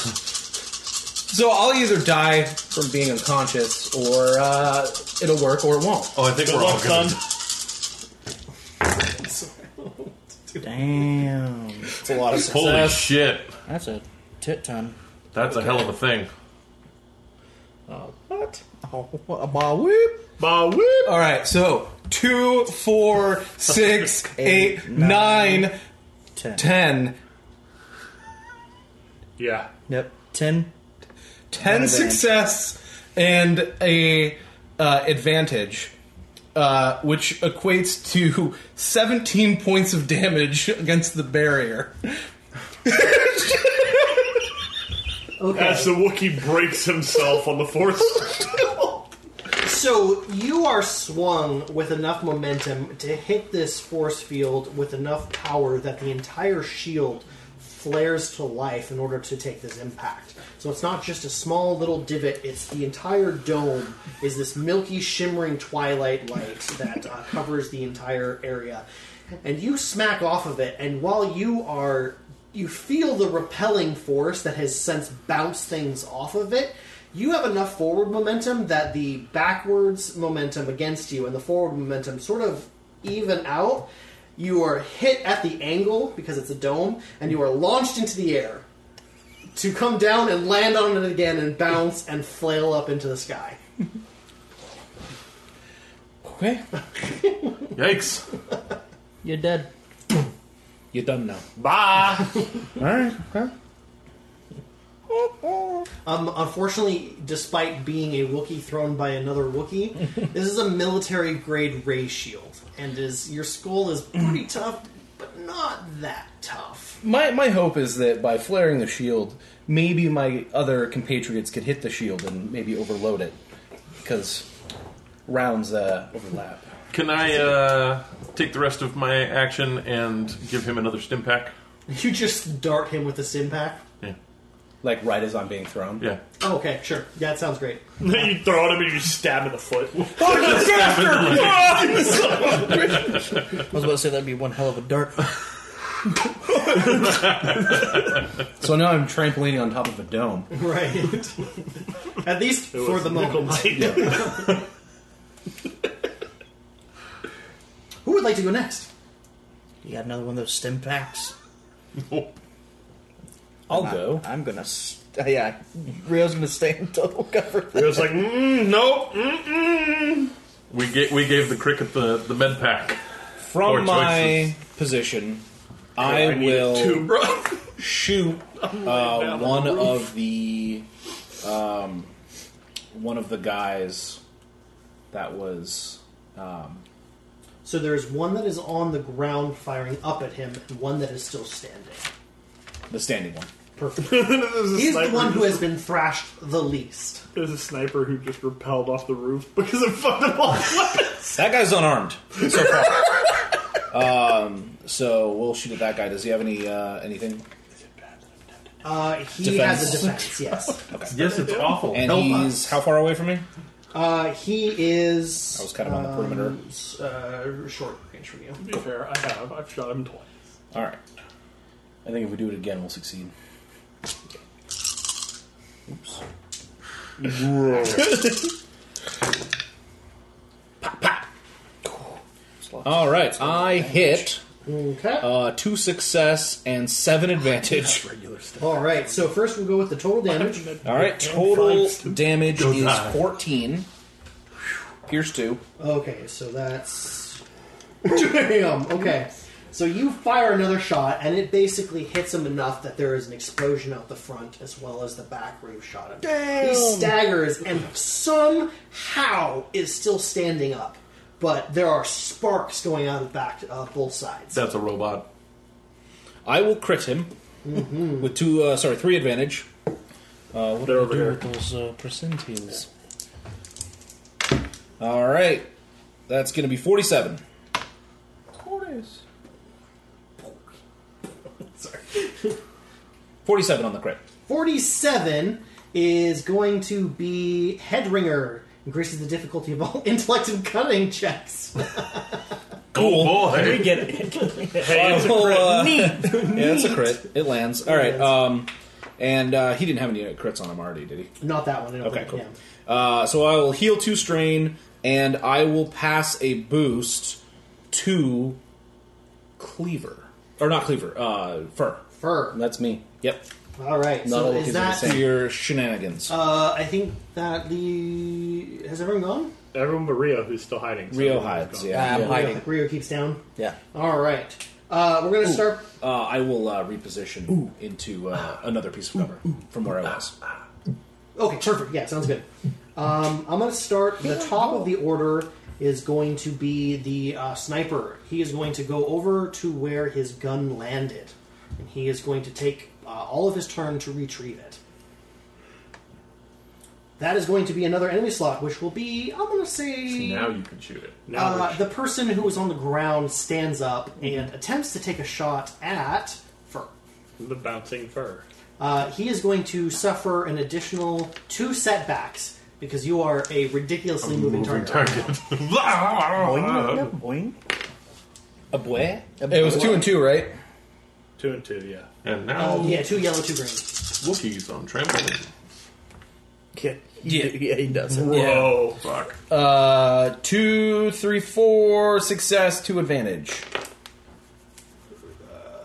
F: So I'll either die from being unconscious, or uh, it'll work, or it won't.
D: Oh, I think we're all good.
E: Damn.
H: It's a lot of
D: Holy
H: success.
D: shit.
E: That's a tit ton.
D: That's a hell of a thing.
E: What? Oh, a ball whip.
G: Bah, whoop.
F: All right, so two, four, six, *laughs* eight, nine, ten.
E: Ten.
G: Yeah.
E: Yep. Ten.
F: Ten
E: Not advantage.
F: success and a uh, advantage, uh, which equates to seventeen points of damage against the barrier.
G: As the Wookiee breaks himself on the force. *laughs*
B: So you are swung with enough momentum to hit this force field with enough power that the entire shield flares to life in order to take this impact. So it's not just a small little divot, it's the entire dome is this milky shimmering twilight light that uh, covers the entire area. And you smack off of it and while you are you feel the repelling force that has since bounced things off of it. You have enough forward momentum that the backwards momentum against you and the forward momentum sort of even out. You are hit at the angle because it's a dome, and you are launched into the air to come down and land on it again and bounce and flail up into the sky.
H: Okay.
D: Yikes.
E: You're dead.
H: You're done now.
G: Bah.
E: All right. Huh?
B: Um, unfortunately, despite being a Wookiee thrown by another
E: *laughs*
B: Wookiee, this is a military grade ray shield, and is your skull
E: *clears throat*
B: is pretty tough, but not that tough.
F: My my hope is that by flaring the shield, maybe my other compatriots could hit the shield and maybe overload it because rounds uh, overlap.
D: Can I uh, take the rest of my action and give him another stim pack?
B: You just dart him with this impact.
D: Yeah.
F: Like right as I'm being thrown.
D: Yeah.
B: Oh, okay, sure. Yeah, it sounds great. *laughs*
G: you throw at him and you stab him in the foot. *laughs*
E: I was about to say that'd be one hell of a
B: *laughs*
E: dart.
F: So now I'm trampolining on top of a dome.
B: Right. At least for the
D: *laughs*
G: Nickel
B: moment.
G: Mike.
B: Who would like to go next?
E: You got another one of those stim packs.
H: I'll go.
E: I'm gonna. St- uh, yeah, Rio's gonna stay in total cover.
G: It was like, mm, nope. Mm.
D: We, ga- we gave the cricket the, the med pack. Four
H: From my
D: choices.
H: position, I,
G: need
H: will
G: two, bro. *laughs*
H: shoot uh,
G: down
H: one
G: on the
H: of the um, one of the guys that was
B: So there's one that is on the ground firing up at him, and one that is still standing.
H: the standing one.
B: Perfect.
G: There's a
B: He's the
G: sniper
B: one who
G: just-
B: has been thrashed the least.
G: There's a sniper who just repelled off the roof because it fucked up all the weapons.
H: That guy's unarmed so far. Um, So we'll shoot at that guy. Does he have any uh, anything?
B: Uh, he
H: Defense.
B: has a defense, yes.
D: Yes, it's awful.
H: And
D: Help
H: he's
D: us.
H: how far away from me?
B: Uh, he is.
H: I was kind of on the perimeter.
B: perimeter. Uh, short range from you.
G: To be fair, I have. I've shot him twice.
H: All right.
F: I think if we do it again, we'll succeed.
H: *laughs* All right. I hit
B: Okay.
H: uh, two success and seven advantage.
B: All right. So first, we'll go with the total damage.
H: All right. Total damage is fourteen. Pierce two.
B: Okay, so that's damn. Okay, so you fire another shot, and it basically hits him enough that there is an explosion out the front as well as the back where you shot him. He staggers and somehow is still standing up, but there are sparks going out of the back uh, both sides.
D: That's a robot.
H: I will crit him with two. Uh, sorry, three advantage. Uh, what do I
G: over
H: do
G: here.
H: with those uh, percentiles? All right, that's going to be forty-seven.
G: *laughs*
B: Sorry.
H: Forty-seven on the crit.
B: Forty-seven is going to be Headringer. Increases the difficulty of all *laughs* intellect and cunning checks.
H: Cool.
D: Boy,
I: Get it.
G: Hey, it's a
H: Well,
G: crit. *laughs*
H: uh, yeah, it's a crit. It lands. All right.
B: lands.
H: Um, and uh, he didn't have any crits on him already, did he?
B: Not that one. I don't
H: Okay,
B: think,
H: cool.
B: yeah.
H: Uh, so I will heal two strain, and I will pass a boost to Cleaver, or not Cleaver, uh, Fur.
B: Fur.
F: That's me.
H: Yep.
B: All right.
F: Not
B: so
F: all
B: is
F: kids are the
B: that?
H: To your shenanigans.
B: Uh, I think that the has everyone gone?
G: Everyone but Rio, who's still hiding. so
H: Rio
G: everyone's
H: hides.
G: gone.
H: Yeah.
E: Uh, I'm
B: Rio-
E: hiding.
B: Rio keeps down.
E: Yeah.
B: All right. Uh, we're gonna start.
H: Uh, I will uh, reposition into uh, another piece of cover from where I was.
B: Ah, Okay, perfect. Yeah, sounds good. Um, I'm gonna start. The top of the order is going to be the uh, sniper. He is going to go over to where his gun landed, and he is going to take uh, all of his turn to retrieve it. That is going to be another enemy slot, which will be I'm gonna say
D: now you can shoot it.
G: Now
B: Uh,
G: we're-
B: the person who was on the ground stands up and attempts to take a shot at Fur.
G: the bouncing fur.
B: Uh, he is going to suffer an additional two setbacks because you are a ridiculously moving,
D: Moving
B: target.
D: target.
E: Boing.
H: A boy?
F: It was two and two, right?
G: Two and two. Yeah.
D: and
B: Uh,
F: Oh,
D: now
B: yeah, two yellow, two green.
D: Wookiees on trampoline.
E: Yeah. Yeah. he does it.
G: Whoa.
D: Fuck.
F: Uh, two, three, four, success, two advantage.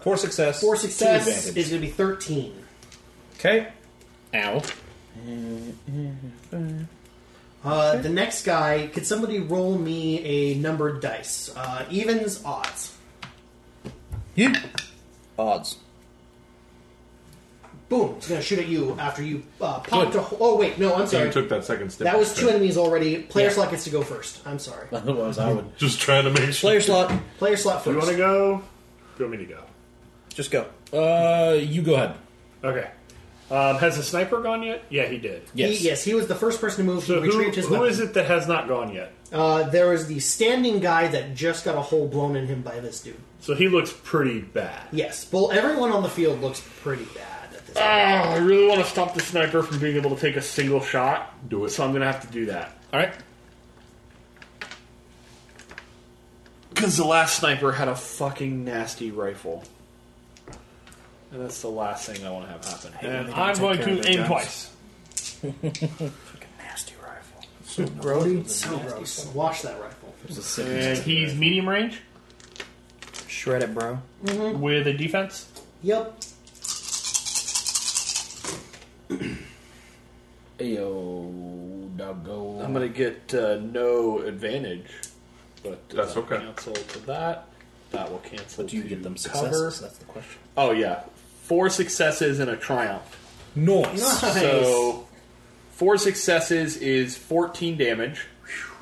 H: Four success.
B: Four
H: two
B: ah. success
H: advantage.
B: is going to be 13.
F: Okay.
H: Ow.
B: Uh, the next guy, could somebody roll me a numbered dice? Uh, evens, odds.
E: Odds.
B: Boom. He's going to shoot at you after you uh, popped a hole. Oh, wait, no, I'm
D: You
B: sorry.
D: took that second step.
B: That was two enemies already. Player slot gets to go first. I'm sorry.
F: Otherwise, I would.
D: Just trying to make sure.
E: Player slot.
B: Player slot
G: Do you
B: first.
G: want to go? Do you want me to go?
E: Just go.
H: Uh, you go ahead.
G: Okay. Um, has the sniper gone yet? Yeah, he did.
H: Yes.
B: He, yes, he was the first person to move.
G: So
B: he
G: who,
B: retrieved his
G: who
B: weapon.
G: is it that has not gone yet?
B: Uh, there was the standing guy that just got a hole blown in him by this dude.
G: So he looks pretty bad.
B: Yes, well, everyone on the field looks pretty bad at this
G: Ah,
B: point.
G: I really want to stop the sniper from being able to take a single shot.
D: Do it.
G: So I'm gonna have to do that.
H: All right.
G: Because the last sniper had a fucking nasty rifle. And that's the last thing I want to have happen. And I'm going to aim twice.
E: Nasty rifle.
B: So gross. Wash that rifle.
G: And he's medium range
E: Shred it, bro.
G: with a defense.
B: Yep.
F: Ayo, doggo.
G: I'm gonna get uh, no advantage, but uh,
D: That's okay.
G: Cancel to that. That will cancel.
H: Do you
G: to
H: get them
G: cover.
H: successes? That's the question.
G: Oh yeah, four successes and a triumph.
H: Noise.
B: Nice.
G: So four successes is 14 damage.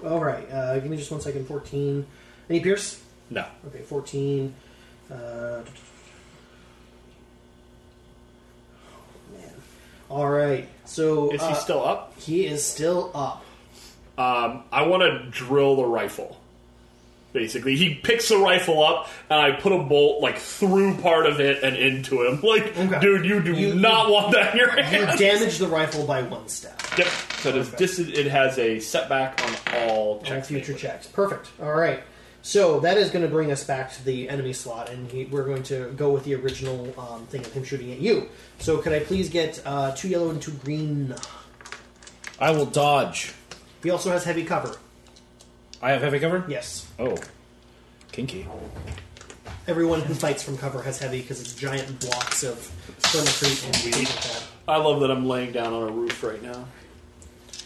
B: All right. Uh, give me just one second. Fourteen. Any Pierce?
G: No,
B: Okay, fourteen. Uh, man. All right. So
G: is
B: uh,
G: he still up?
B: he is still up.
G: Um, I want to drill the rifle. Basically, he picks the rifle up, and I put a bolt like through part of it and into him. *laughs* Like,
B: Okay.
G: dude, you do
B: You-
G: not want that in your
B: You
G: *laughs* hand.
B: damage the rifle by one step.
J: Yep. So it, is dis- it has a setback on all
B: All
J: checks.
B: future checks. Perfect. All right. So that is going to bring us back to the enemy slot, and he, we're going to go with the original um, thing of him shooting at you. So could I please get uh, two yellow and two green?
H: I will dodge.
B: He also has heavy cover.
H: I have heavy cover?
B: Yes.
H: Oh. Kinky.
B: Everyone who fights from cover has heavy because it's giant blocks of furniture and things like that.
G: I love that I'm laying down on a roof right now.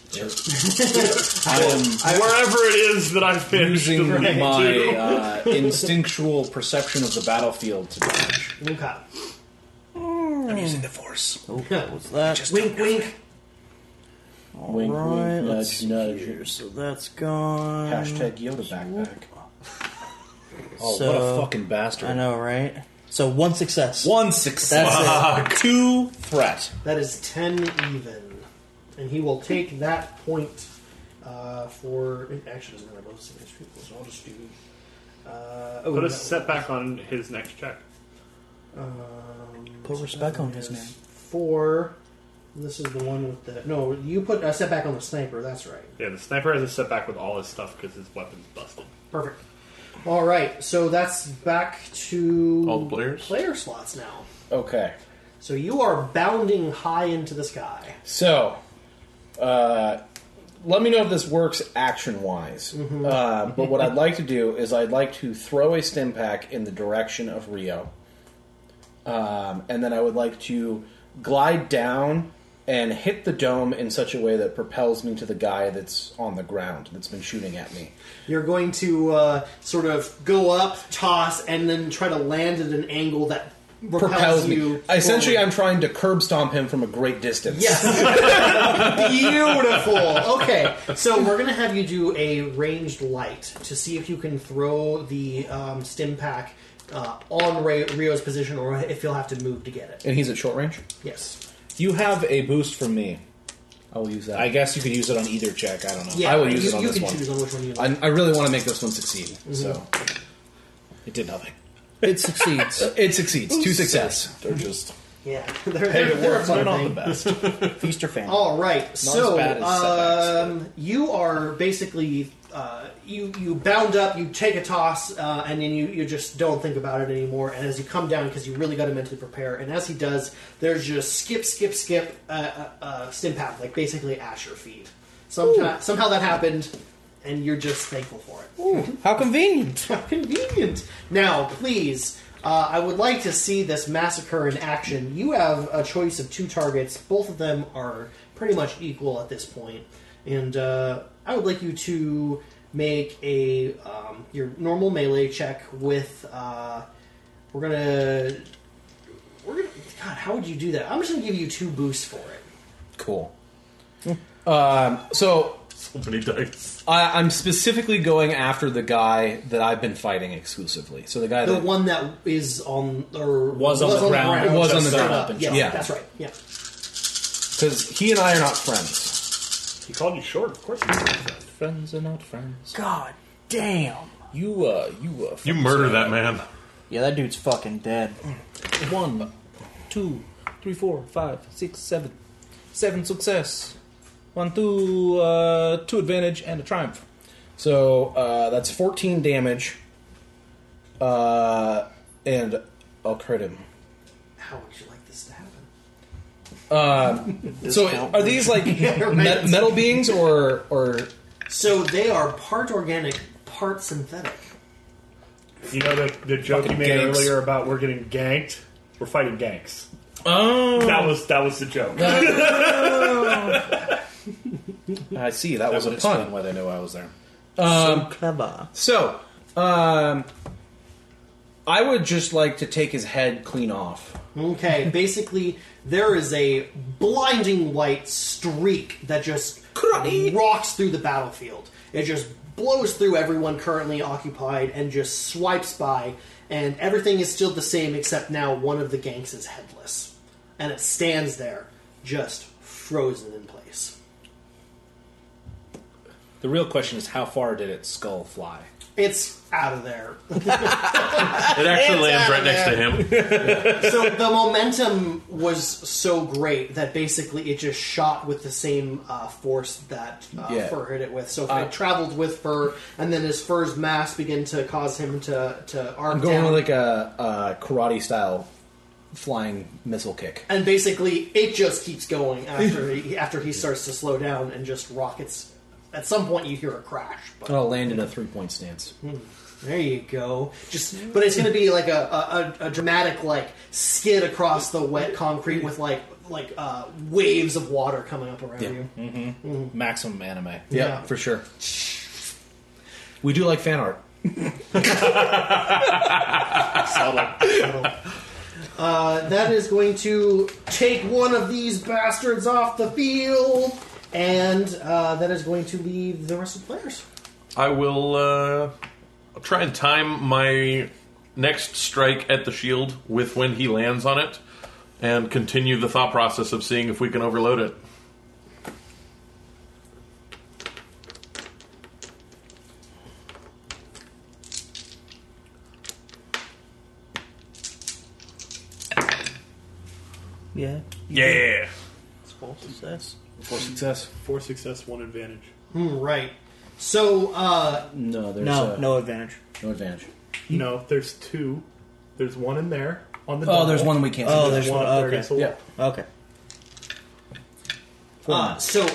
B: *laughs*
H: I am
G: Wherever it is that I've been, *laughs*
H: using
G: to bring
H: my
G: to.
H: uh, instinctual perception of the battlefield to dodge.
B: Okay.
H: I'm using the force.
E: Oh, what's that?
B: Wink, wink.
H: wink,
E: Alright,
H: wink,
E: let's
H: nudge,
E: see
H: nudge.
E: here. So that's gone.
F: Hashtag Yoda
E: *laughs*
F: backpack.
H: Oh, what
E: So-
H: a fucking bastard.
E: I know, right? So one success.
H: One success.
E: That's
H: Two threat.
B: That is 10 even. And he will take that point uh, for. It actually doesn't matter both signature people, so I'll just do. Uh, oh,
G: Put a
B: that-
G: setback on his next check.
B: Um,
E: Put
B: so
E: respect
B: that
E: on his
B: is
E: name.
B: Four. This is the one with the. No, you put a setback on the sniper, that's right.
G: Yeah, the sniper has a setback with all his stuff because his weapon's busted.
B: Perfect. Alright, so that's back to.
D: All the players.
B: Player slots now.
F: Okay.
B: So you are bounding high into the sky.
F: So, uh, let me know if this works action wise. Uh, but what I'd like to do is I'd like to throw a stim pack in the direction of Rio. Um, and then I would like to glide down and hit the dome in such a way that propels me to the guy that's on the ground that's been shooting at me.
B: You're going to uh, sort of go up, toss, and then try to land at an angle that repels,
F: Propels
B: you.
F: me. Essentially,
B: forward.
F: I'm trying to curb stomp him from a great distance.
B: Yes. Beautiful. Okay, so we're gonna have you do a ranged light to see if you can throw the um, stim pack uh, on Ray- Rio's position, or if you'll have to move to get it.
F: And he's at short range.
B: Yes.
H: You have a boost from me.
F: I will use that.
H: I guess you could use it on either check. I don't know.
B: Yeah.
F: I will
B: you,
F: use it on
B: you
F: this
B: can
F: one.
B: choose on which one you like.
F: I, I really want to make this one succeed. So
H: It did nothing.
E: Mm-hmm. It succeeds.
F: it succeeds. Two success.
H: They're just
B: yeah. *laughs* They're, they're, they're a fun
H: not
B: thing.
H: the best.
E: Feast or famine.
B: All right. so
H: as bad as setbacks,
B: um, you are basically uh, you you bound up. You take a toss, uh, and then you, you just don't think about it anymore. And as you come down, because you really got to mentally prepare. And as he does, there's just skip, skip, skip, uh, uh, uh, stim path, like basically at your feet. Somehow, somehow that happened, and you're just thankful for it.
E: How convenient.
B: How convenient. Now, please, uh, I would like to see this massacre in action. You have a choice of two targets. Both of them are pretty much equal at this point, and uh, I would like you to make a um, your normal melee check with. Uh, we're gonna. We're gonna. God, how would you do that? I'm just gonna give you two boosts for it.
F: Cool. Um, so
D: So many dice.
F: I, I'm specifically going after the guy that I've been fighting exclusively. So the guy
B: The
F: that
B: one that is on or
H: Was on the ground. It
F: was on the
B: stood
F: ground.
B: up. Yes,
F: Yeah.
B: that's right. Yeah.
F: because he and I are not friends.
G: He called you short. Of course he did.
H: friends are not friends.
E: God damn.
H: You uh, you uh,
D: You murder that man.
E: Yeah, that dude's fucking dead.
H: One, two, three, four, five, six, seven, seven success. One, two, uh, two advantage and a triumph.
F: So uh, that's 14 damage. Uh, and I'll crit him.
B: How would you like this to happen?
F: So are these
H: *laughs*
F: like me- metal beings or or
B: So they are part organic, part synthetic.
G: You know the, the joke you
F: Fucking
G: made
F: ganks.
G: earlier about we're getting ganked? We're fighting ganks. Oh, that was that was the joke.
F: I see that, was
H: would
F: a
H: explain
F: pun.
H: why they knew I was there.
E: Clever.
F: So, um, I would just like to take his head clean off.
B: Okay, basically, there is a blinding white streak that just rocks through the battlefield. It just blows through everyone currently occupied and just swipes by, and everything is still the same except now one of the ganks is headless. And it stands there, just frozen in place.
H: The real question is how far did its skull fly?
B: It's out of there.
D: It actually lands right next to him.
B: so the momentum was so great that basically it just shot with the same uh, force that uh,
F: Yeah.
B: Fur hit it with. So it traveled with Fur, and then as Fur's mass began to cause him to to arc
F: I'm going
B: down,
F: with like a, a karate style flying missile kick.
B: and basically it just keeps going after he *laughs* after he starts to slow down and just rockets. At some point, you hear a crash. But
F: I'll land in a three point stance.
B: There you go. Just, but it's going to be like a, a, a- a dramatic like skid across the wet concrete with like like uh, waves of water coming up around
F: Yeah.
B: you.
H: Maximum anime.
B: Yeah.
F: yeah, for sure. We do like fan art.
B: Uh, that is going to take one of these bastards off the field, and uh, that is going to leave the rest of the players.
D: I will uh, I'll try and time my next strike at the shield with when he lands on it and continue the thought process of seeing if we can overload it.
A: Yeah.
D: Yeah.
A: Success.
F: For success.
G: Four success, one advantage.
B: Hmm, right. So uh,
F: No, there's
E: No,
F: uh,
E: Oh, no advantage.
F: no advantage.
G: No, there's two. There's one in there on the.
F: Oh,
G: double.
F: there's one we can't.
E: Oh, there's
G: one.
E: one.
G: there
E: Okay.
G: is a-
F: yeah.
E: Okay.
B: Uh, so,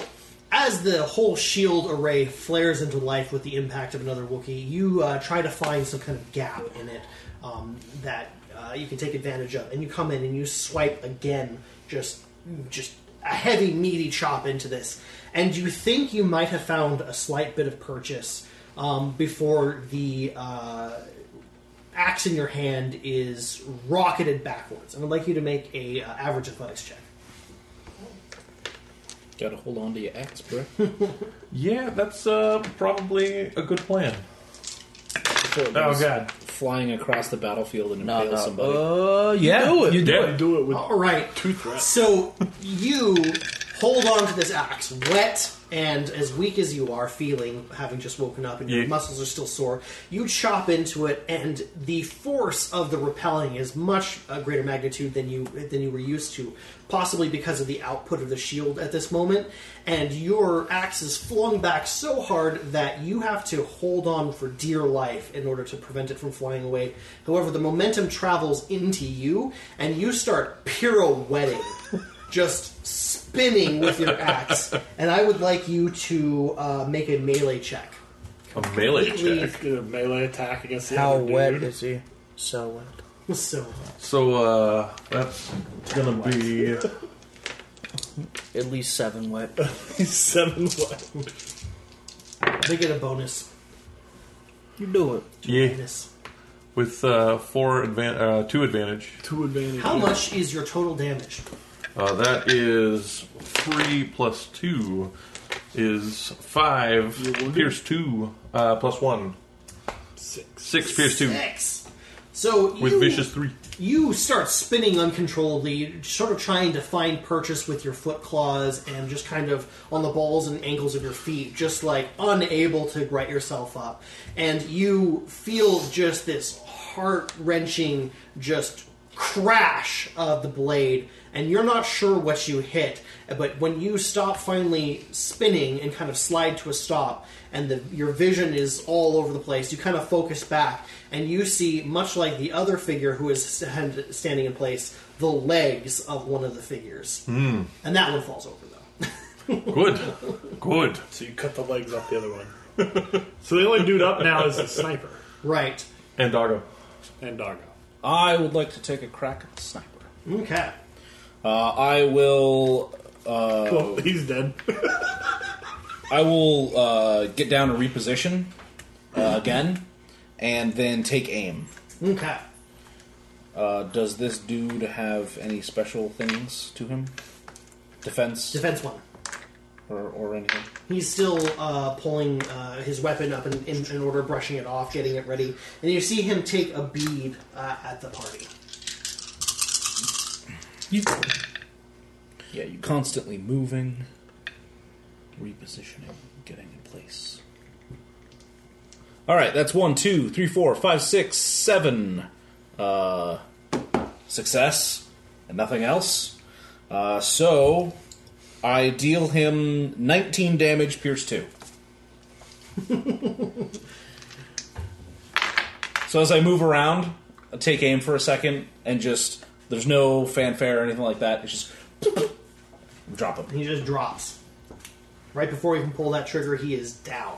B: as the whole shield array flares into life with the impact of another Wookiee, you uh, try to find some kind of gap in it um, that uh, you can take advantage of, and you come in and you swipe again, just just a heavy meaty chop into this, and you think you might have found a slight bit of purchase um, before the. Uh, Axe in your hand is rocketed backwards. I would like you to make a uh, average athletics check.
H: Gotta hold on to your axe, bro.
D: Yeah, that's uh, probably a good plan.
H: Before it
D: Oh
H: goes
D: god.
H: Flying across the battlefield and
E: No, no.
H: impale somebody.
F: Uh, yeah. You do it.
D: Yeah.
G: Do it with
B: All right.
G: two threats.
B: So you hold on to this axe, wet and as weak as you are, feeling having just woken up and your
D: Yeah.
B: muscles are still sore. You chop into it, and the force of the repelling is much a greater magnitude than you than you were used to, possibly because of the output of the shield at this moment. And your axe is flung back so hard that you have to hold on for dear life in order to prevent it from flying away. However, the momentum travels into you, and you start pirouetting. just spinning with your axe, and I would like you to uh, make a melee check.
D: A melee
B: Please.
D: check.
G: Get a melee attack against the
A: How
G: other dude.
A: wet is he? So wet.
B: So
D: So uh, that's gonna be
A: At least seven wet.
G: *laughs* Seven left.
B: they get a bonus.
A: You do it.
D: yeah
B: Bonus.
D: with uh, four advan- uh, two advantage.
G: Two advantage.
B: How much is your total damage?
D: Uh, that is three plus two is five. Pierce two uh, plus one.
G: Six.
D: Six pierce two
B: Six. So you,
D: with vicious three.
B: you start spinning uncontrollably, sort of trying to find purchase with your foot claws and just kind of on the balls and ankles of your feet, just like unable to right yourself up. And you feel just this heart wrenching, just crash of the blade, and you're not sure what you hit. But when you stop finally spinning and kind of slide to a stop, and the, your vision is all over the place, you kind of focus back, and you see, much like the other figure who is stand- standing in place, the legs of one of the figures. And that one falls over, though.
D: Good, good.
G: So you cut the legs off the other one. *laughs* so the only dude up now is the sniper
B: Right.
D: And doggo.
G: and Dargo.
H: I would like to take a crack at the sniper.
B: Okay.
H: Uh, I will.
G: Well, he's dead.
H: I will uh, get down and reposition uh, again, and then take aim.
B: Okay.
H: Uh, does this dude have any special things to him? Defense
B: Defense one.
H: or, or anything?
B: He's still uh, pulling uh, his weapon up in, in, in order, brushing it off, getting it ready, and you see him take a bead uh, at the party.
H: Yeah, you constantly moving, repositioning, getting in place. All right, that's one, two, three, four, five, six, seven. Uh, success and nothing else. Uh, so I deal him 19 damage, pierce two. *laughs* so as I move around, I take aim for a second, and just there's no fanfare or anything like that. It's just *laughs* drop him.
B: He just drops. Right before he can pull that trigger, he is down.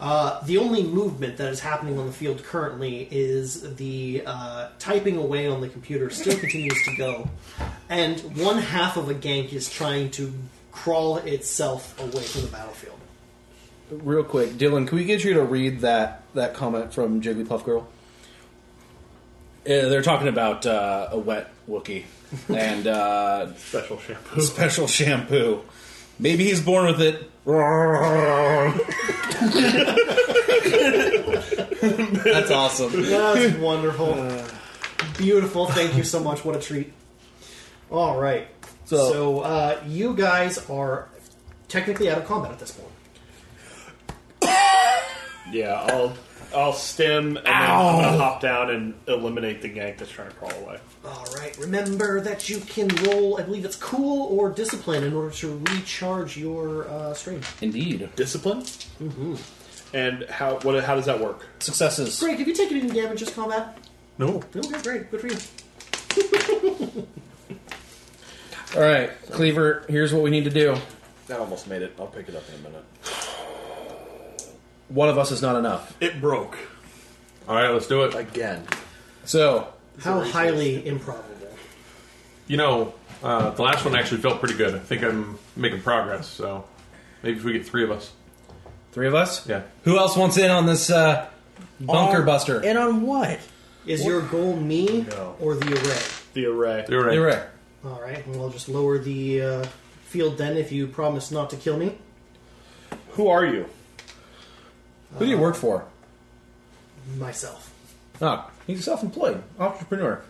B: Uh, the only movement that is happening on the field currently is the uh, typing away on the computer still continues to go, and one half of a gank is trying to crawl itself away from the battlefield.
F: Real quick, Dylan, can we get you to read that that comment from Jigglypuff Girl?
H: Uh, they're talking about uh, a wet Wookie and
J: *laughs*
H: uh,
G: Special shampoo.
H: special shampoo. Maybe he's born with it.
E: That's awesome.
B: That's wonderful. Beautiful. Thank you so much. What a treat. All right. So,
F: So-
B: uh, you guys are technically out of combat at this point.
G: Yeah, I'll I'll stem and then I'm gonna hop down and eliminate the gank that's trying to crawl away.
B: All right. Remember that you can roll. I believe it's cool or discipline in order to recharge your uh, stream.
H: Indeed,
G: Discipline. Mm-hmm. And how what how does that work?
H: successes.
B: Greg, have you taken any damage this combat?
D: No.
B: Okay, great. Good for you.
F: All right, Cleaver. Here's what we need to do.
J: That almost made it. I'll pick it up in a minute.
F: One of us is not enough.
G: It broke.
D: All right, let's do it.
J: Again.
F: So
B: How highly improbable.
D: You know, uh, the last one actually felt pretty good. I think I'm making progress. So maybe if we get three of us,
F: three of us.
D: yeah.
F: Who else wants in on this uh,
B: Oh,
F: bunker buster?
E: And on what?
B: Is your goal me or the array?
G: The array.
D: You're right.
F: You're right.
B: All right. Well, I'll just lower the uh, field then if you promise not to kill me.
J: Who are you?
F: Who do you work for?
B: Myself.
F: Ah, he's self-employed, entrepreneur.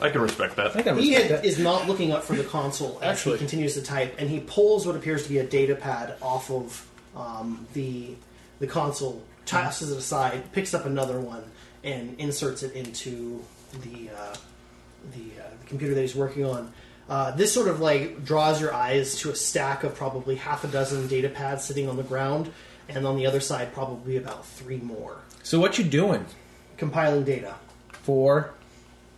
D: I can respect
F: I
D: that.
F: think I
B: He
F: respect
B: had,
F: that.
B: is not looking up from the console as
G: Actually-
B: he continues to type, and he pulls what appears to be a data pad off of um, the the console, tosses it aside, picks up another one, and inserts it into the uh, the, uh, the computer that he's working on. Uh, this sort of like draws your eyes to a stack of probably half a dozen data pads sitting on the ground, and on the other side probably about three more
F: So what you doing
B: compiling data.
F: for?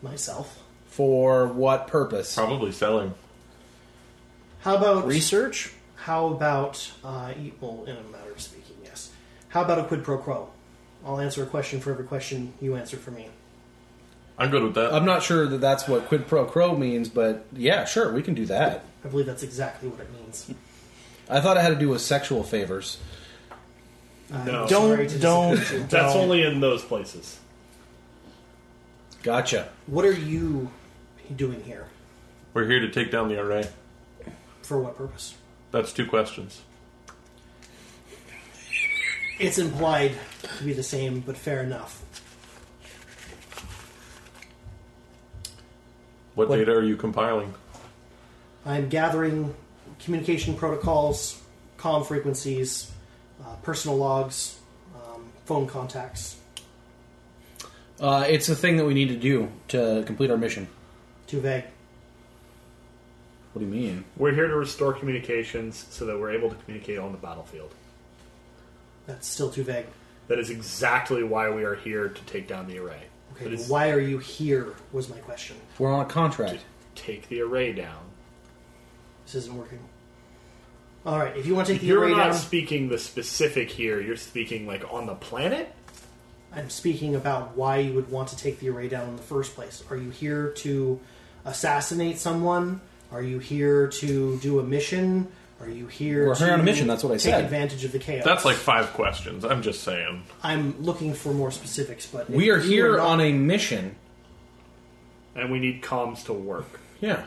B: Myself.
F: For what purpose?
D: Probably selling.
B: How about
E: Research?
B: How about, uh, e- well, in a matter of speaking, yes. How about a quid pro quo? I'll answer a question for every question you answer for me.
D: I'm good with that.
F: I'm not sure that that's what quid pro quo means, but yeah, sure, we can do that.
B: I believe that's exactly what it means.
F: I thought it had to do with sexual favors.
B: I'm
G: No.
B: sorry
E: Don't-
B: to
E: don't-
B: disappoint you.
G: That's only in those places.
F: Gotcha.
B: What are you doing here?
D: We're here to take down the array.
B: For what purpose?
D: That's two questions.
B: It's implied to be the same, but fair enough.
D: What, data are you compiling?
B: I'm gathering communication protocols, comm frequencies, uh, personal logs, um, phone contacts
F: Uh, it's a thing that we need to do to complete our mission.
B: Too vague.
F: What do you mean?
G: We're here to restore communications so that we're able to communicate on the battlefield.
B: That's still too vague.
G: That is exactly why we are here to take down the array.
B: Okay,
G: That
B: but
G: is
B: why are you here? Was my question.
F: We're on a contract.
G: take the array down.
B: This isn't working. All right, if you want to take the
G: You're
B: array
G: not
B: down,
G: speaking the specific here. You're speaking like on the planet.
B: I'm speaking about why you would want to take the array down in the first place. Are you here to assassinate someone? Are you here to do a mission? Are you here?
F: We're
B: to
F: here on a mission, that's what I
B: take
F: said.
B: advantage of the chaos.
D: That's like five questions. I'm just saying.
B: I'm looking for more specifics, but if
F: We are
B: you
F: here
B: not-
F: on a mission.
G: and we need comms to work.
F: Yeah.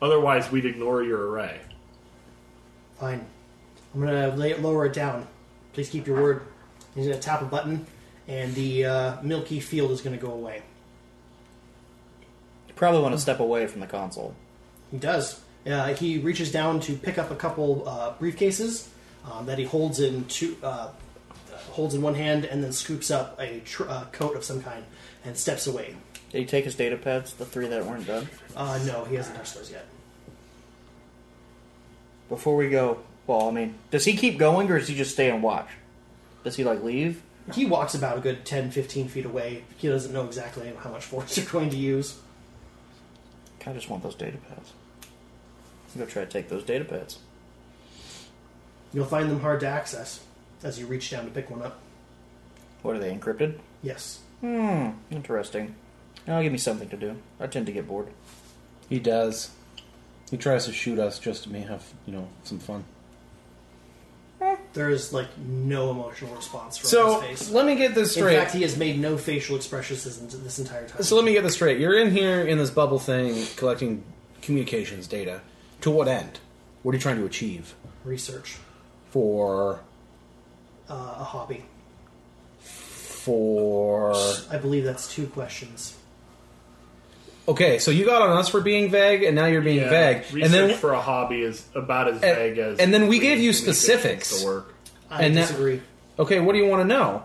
G: Otherwise, we'd ignore your array.
B: Fine. I'm gonna lay it, lower it down. Please keep your word. He's gonna tap a button, and the uh, milky field is gonna go away.
E: You probably want to step away from the console.
B: He does. Uh, he reaches down to pick up a couple uh, briefcases um, that he holds in two, uh, holds in one hand, and then scoops up a tr- uh, coat of some kind and steps away.
E: Did he take his data pads, the three that weren't done?
B: Uh, no, he hasn't touched those yet.
E: Before we go, well, I mean, does he keep going or does he just stay and watch? Does he like leave?
B: He walks about a good 10, 15 feet away. He doesn't know exactly how much force *laughs* you're going to use.
E: I just want those data pads. I'm gonna try to take those data pads.
B: You'll find them hard to access as you reach down to pick one up.
E: What are they encrypted?
B: Yes.
E: Hmm, interesting. Now give me something to do. I tend to get bored.
F: He does. He tries to shoot us just to may have you know some fun.
B: There is, like, no emotional response from
F: So
B: his face.
F: let me get this
B: In
F: straight.
B: fact, he has made no facial expressions this, this entire time.
F: So let me get this straight. You're in here in this bubble thing, collecting communications data. To what end? What are you trying to achieve?
B: Research.
F: For
B: Uh, a hobby.
F: for
B: I believe that's two questions.
F: okay. So you got on us for being vague, and now you're being
G: Yeah,
F: vague.
G: Research
F: And then
G: for a hobby is about as
F: and-
G: vague as.
F: and then we
G: reading
F: gave you
G: communications
F: specifics.
G: To work.
B: I
F: And that-
B: disagree.
F: okay, what do you want to know?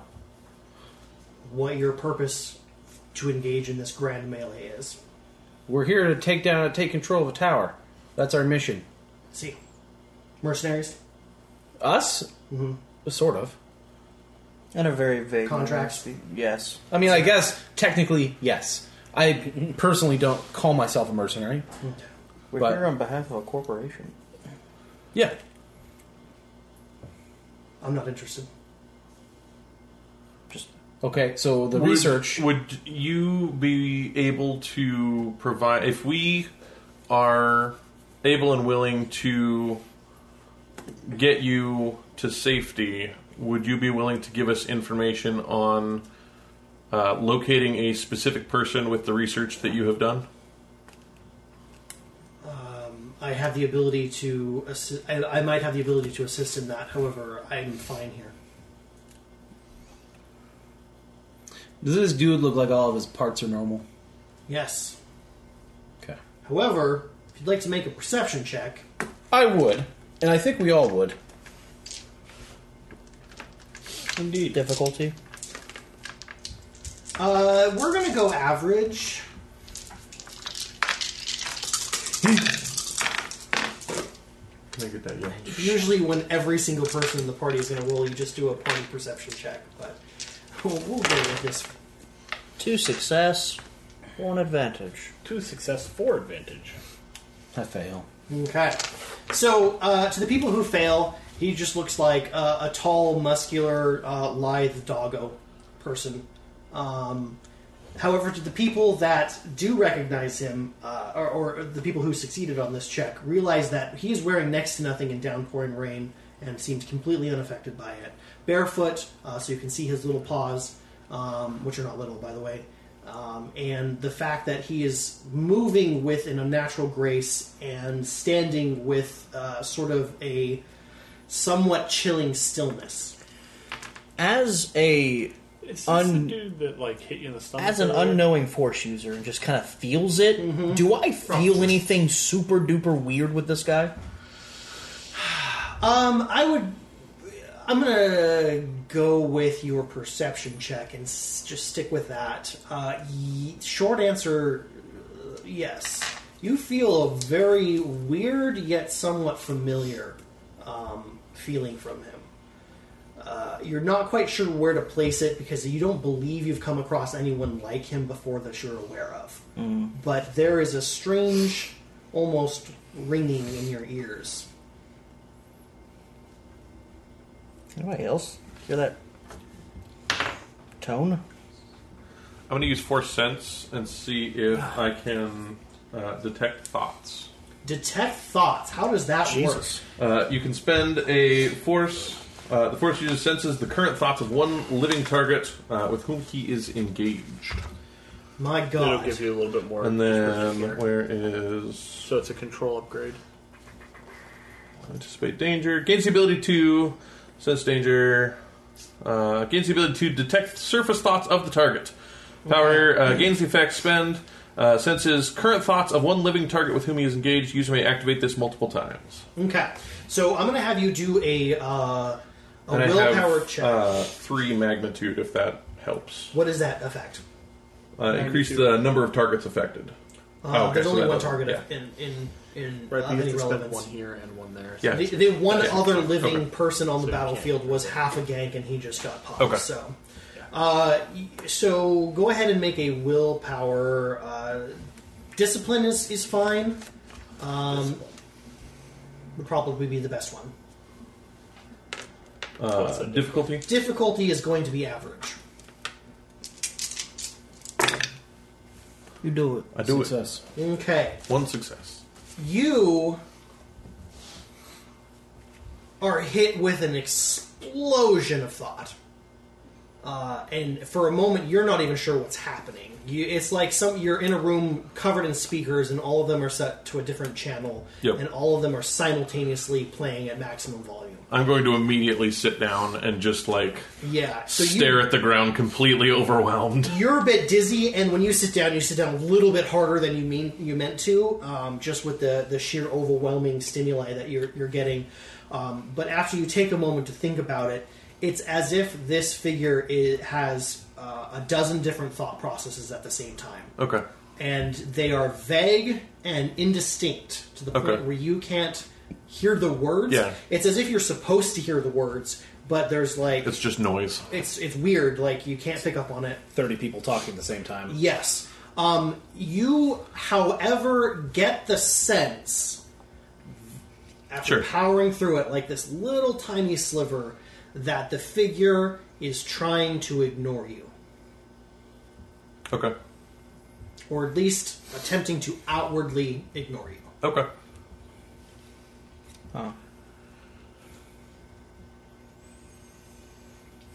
B: What your purpose to engage in this grand melee is.
F: We're here to take down, take control of a tower. That's our mission.
B: See. Mercenaries,
F: Us, sort of.
E: And a very vague
B: Contracts.
E: Yes.
F: I mean, I guess technically, yes. I personally don't call myself a mercenary.
E: We're
F: But-
E: here on behalf of a corporation.
F: Yeah,
B: I'm not interested.
E: Just
F: Okay, so the
D: Would-
F: research.
D: Would you be able to provide if we are able and willing to get you to safety? Would you be willing to give us information on uh, locating a specific person with the research that you have done?
B: I have the ability to assist. I, I might have the ability to assist in that. However, I'm fine here.
F: Does this dude look like all of his parts are normal?
B: Yes.
F: Okay.
B: However, if you'd like to make a perception check,
F: I would, and I think we all would. Indeed.
E: difficulty.
B: uh, we're going to go average.
D: Can I get that? Yeah.
B: Usually, when every single person in the party is going to roll, you just do a party perception check. But we'll, we'll go with this.
E: Two success, one advantage.
G: Two success, four advantage.
F: I fail.
B: Okay. So, uh, to the people who fail, he just looks like uh, a tall, muscular, uh, lithe doggo person. Um, however, to the people that do recognize him, uh, or, or the people who succeeded on this check, realize that he is wearing next to nothing in downpouring rain and seems completely unaffected by it. Barefoot, uh, so you can see his little paws, um, which are not little, by the way um, and the fact that he is moving with an unnatural grace and standing with uh, sort of a somewhat chilling stillness.
E: As a
G: It's
E: Un-
G: the dude that like hit you in the stomach.
E: as an
G: earlier.
E: unknowing force user and just kind of feels it, do I feel anything super duper weird with this guy?
B: Um, I would. I'm gonna go with your perception check and s- just stick with that. Uh, y- short answer: uh, yes. You feel a very weird yet somewhat familiar um, feeling from him. Uh, you're not quite sure where to place it because you don't believe you've come across anyone like him before that you're aware of. But there is a strange, almost ringing in your ears.
E: Anybody else hear that tone?
D: I'm going to use force sense and see if I can uh, detect thoughts.
B: Detect thoughts. How does that work?
D: Uh, you can spend a force. Uh, the force user senses the current thoughts of one living target uh, with whom he is engaged.
B: My
G: It'll
B: God.
G: give you a little bit more.
D: And
G: perspective
D: then,
G: here.
D: where is
G: so it's a control upgrade.
D: anticipate danger? Gains the ability to sense danger. Uh, gains the ability to detect surface thoughts of the target. Power uh, gains the effect. Spend uh, senses current thoughts of one living target with whom he is engaged. User may activate this multiple times.
B: Okay. So I'm going to have you do a uh, A
D: And I have,
B: willpower check.
D: Uh, three magnitude, if that helps.
B: what is that effect?
D: Uh, increase the number of targets affected.
B: Uh,
D: Oh, okay,
B: there's
D: so
B: only
D: that
B: one
D: doesn't-
B: target
D: yeah.
B: in in in
G: Right,
B: of
G: you have
B: any
G: to spend
B: relevance.
G: one here and one there.
D: Yeah.
B: The, the one
D: Yeah.
B: other living
D: Okay.
B: person on the
G: So you
B: battlefield
G: can't-
B: was half a gank, and he just got popped.
D: Okay.
B: So, uh, y- so go ahead and make a willpower. Uh, discipline is is fine. Um, would probably be the best one.
D: Uh, difficulty?
B: Difficulty is going to be average.
E: You do it.
D: I do
F: Success.
B: Okay,
D: it. One success.
B: you are hit with an explosion of thought. Uh, and for a moment, you're not even sure what's happening. You, it's like some you're in a room covered in speakers, and all of them are set to a different channel,
D: Yep.
B: and all of them are simultaneously playing at maximum volume.
D: I'm going to immediately sit down and just like
B: Yeah, so
D: stare
B: you,
D: at the ground,
B: *laughs*
D: completely overwhelmed.
B: you're a bit dizzy, and when you sit down, you sit down a little bit harder than you mean you meant to, um, just with the the sheer overwhelming stimuli that you're you're getting. Um, but after you take a moment to think about it, it's as if this figure i has uh, a dozen different thought processes at the same time,
D: Okay.
B: and they are vague and indistinct to the point
D: Okay.
B: where you can't hear the words.
D: Yeah.
B: It's as if you're supposed to hear the words, but there's like
D: It's just noise.
B: it's it's weird. Like you can't pick up on it.
H: 30 people talking at the same time.
B: Yes. Um, you, however, get the sense after
D: Sure.
B: powering through it like this little tiny sliver that the figure is trying to ignore you,
D: Okay.
B: or at least attempting to outwardly ignore you.
D: Okay.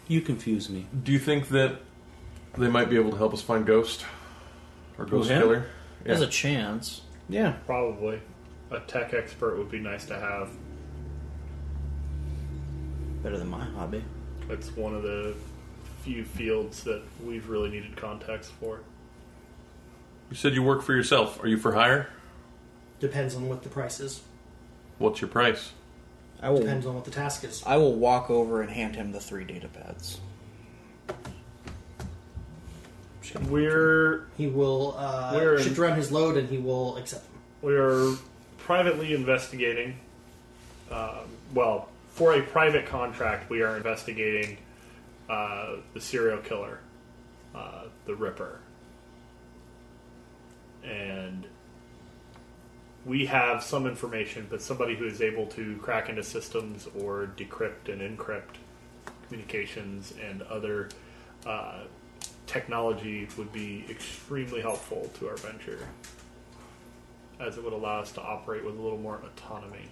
E: You confuse me.
D: Do you think that they might be able to help us find Ghost or Ghost
E: him?
D: Killer? Yeah.
E: There's a chance.
F: Yeah.
G: Probably. A tech expert would be nice to have.
E: Better than my hobby.
G: It's one of the few fields that we've really needed context for.
D: You said you work for yourself. Are you for hire?
B: Depends on what the price is.
D: What's your price?
E: I will.
B: Depends on what the task is.
E: I will walk over and hand him the three data pads.
G: We're
B: He will uh,
G: We're in-
B: should run his load, and he will accept them.
G: we are privately investigating. Um, well, for a private contract, we are investigating uh, the serial killer, uh, the Ripper, and we have some information, but somebody who is able to crack into systems or decrypt and encrypt communications and other. Uh, Technology would be extremely helpful to our venture as it would allow us to operate with a little more autonomy.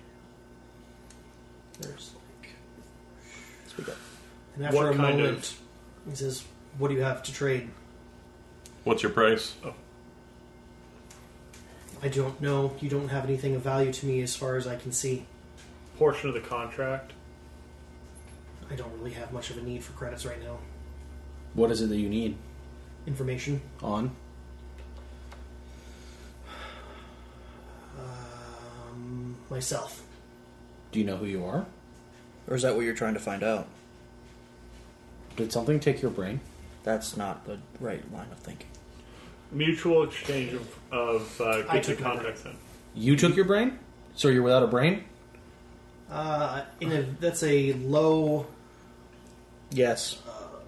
B: There's like
E: Speak up.
B: and after
G: What
B: a
G: kind of-
B: moment, he says, "What do you have to trade?"
D: What's your price?
B: I don't know. You don't have anything of value to me as far as I can see.
G: Portion of the contract,
B: I don't really have much of a need for credits right now.
F: What is it that you need
B: Information.
F: on?
B: Um, myself.
F: Do you know who you are?
E: Or is that what you're trying to find out?
F: Did something take your brain?
E: That's not the right line of thinking.
G: mutual exchange of, of uh,
B: I
G: goods and
B: took my
G: contracts. In.
F: You took your brain? So you're without a brain?
B: Uh, in a, that's a low.
E: Yes.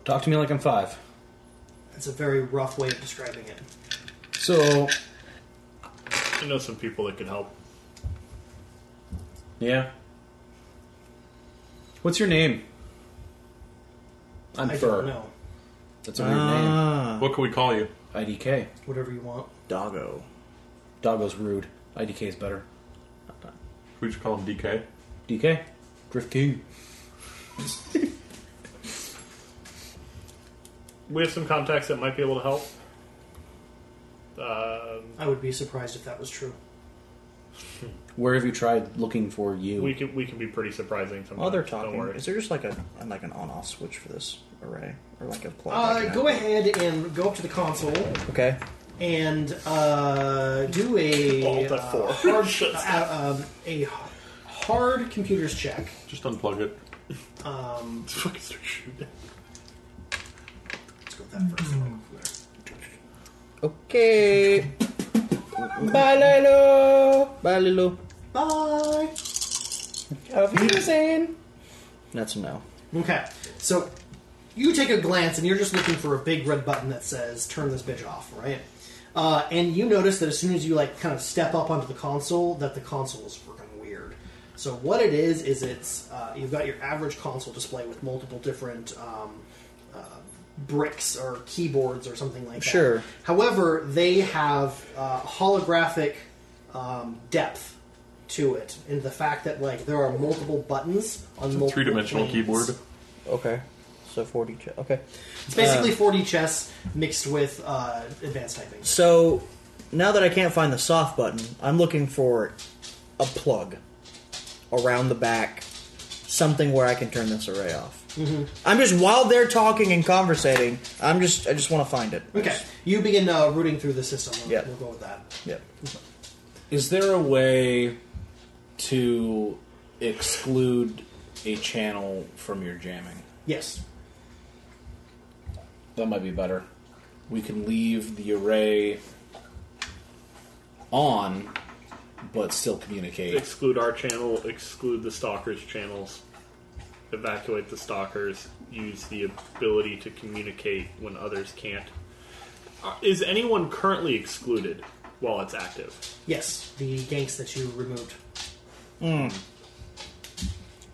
F: Talk to me like I'm five.
B: That's a very rough way of describing it.
F: So,
G: I know some people that could help.
F: yeah. What's your name? I'm
B: I
F: Fur.
B: don't know.
F: That's a weird
H: Uh,
F: name.
D: What can we call you?
F: IDK.
B: Whatever you want.
E: Doggo.
F: Doggo's rude. IDK is better.
D: We just call him DK.
F: DK. Drift King.
G: We have some contacts that might be able to help. Um,
B: I would be surprised if that was true.
F: Where have you tried looking for you?
G: we can we can be pretty surprising sometimes.
E: While they're
G: Don't
E: talking,
G: worry.
E: is there just like a like an on-off switch for this array or like a plug? I
B: Uh,
E: can
B: go
E: have?
B: ahead and go up to the console
E: Okay.
B: and uh, do a
G: Alt
B: uh,
G: F4.
B: *laughs* hard uh, um, a hard computers check.
D: Just unplug it.
B: Um,
G: Fucking start shooting.
B: let's go with that first. one.
E: Okay. Bye, Lilo. Bye, Lilo.
B: Bye.
E: Auf Wiedersehen. That's a no.
B: Okay, so you take a glance and you're just looking for a big red button that says "Turn this bitch off," right? Uh, and you notice that as soon as you like kind of step up onto the console, that the console is freaking weird. So what it is is it's uh, you've got your average console display with multiple different um, uh, bricks or keyboards or something like that.
E: Sure.
B: However, they have uh, holographic um, depth to it, and the fact that like there are multiple buttons on multiple
D: Three-dimensional
B: planes.
D: keyboard.
E: Okay. So 40. Ch- okay.
B: It's
E: Uh,
B: basically 40 chess mixed with uh, advanced typing.
E: So now that I can't find the soft button, I'm looking for a plug around the back, something where I can turn this array off. Mm-hmm. I'm just while they're talking and conversating, I'm just I just want to find it.
B: Okay, you begin uh, rooting through the system. We'll,
E: Yep.
B: we'll go with that.
E: Yep.
H: Is there a way to exclude a channel from your jamming?
B: Yes.
H: That might be better. We can leave the array on, but still communicate.
G: *laughs* Exclude our channel. Exclude the stalkers' channels. Evacuate the stalkers. Use the ability to communicate when others can't. Uh, Is anyone currently excluded while it's active?
B: Yes, the ganks that you removed.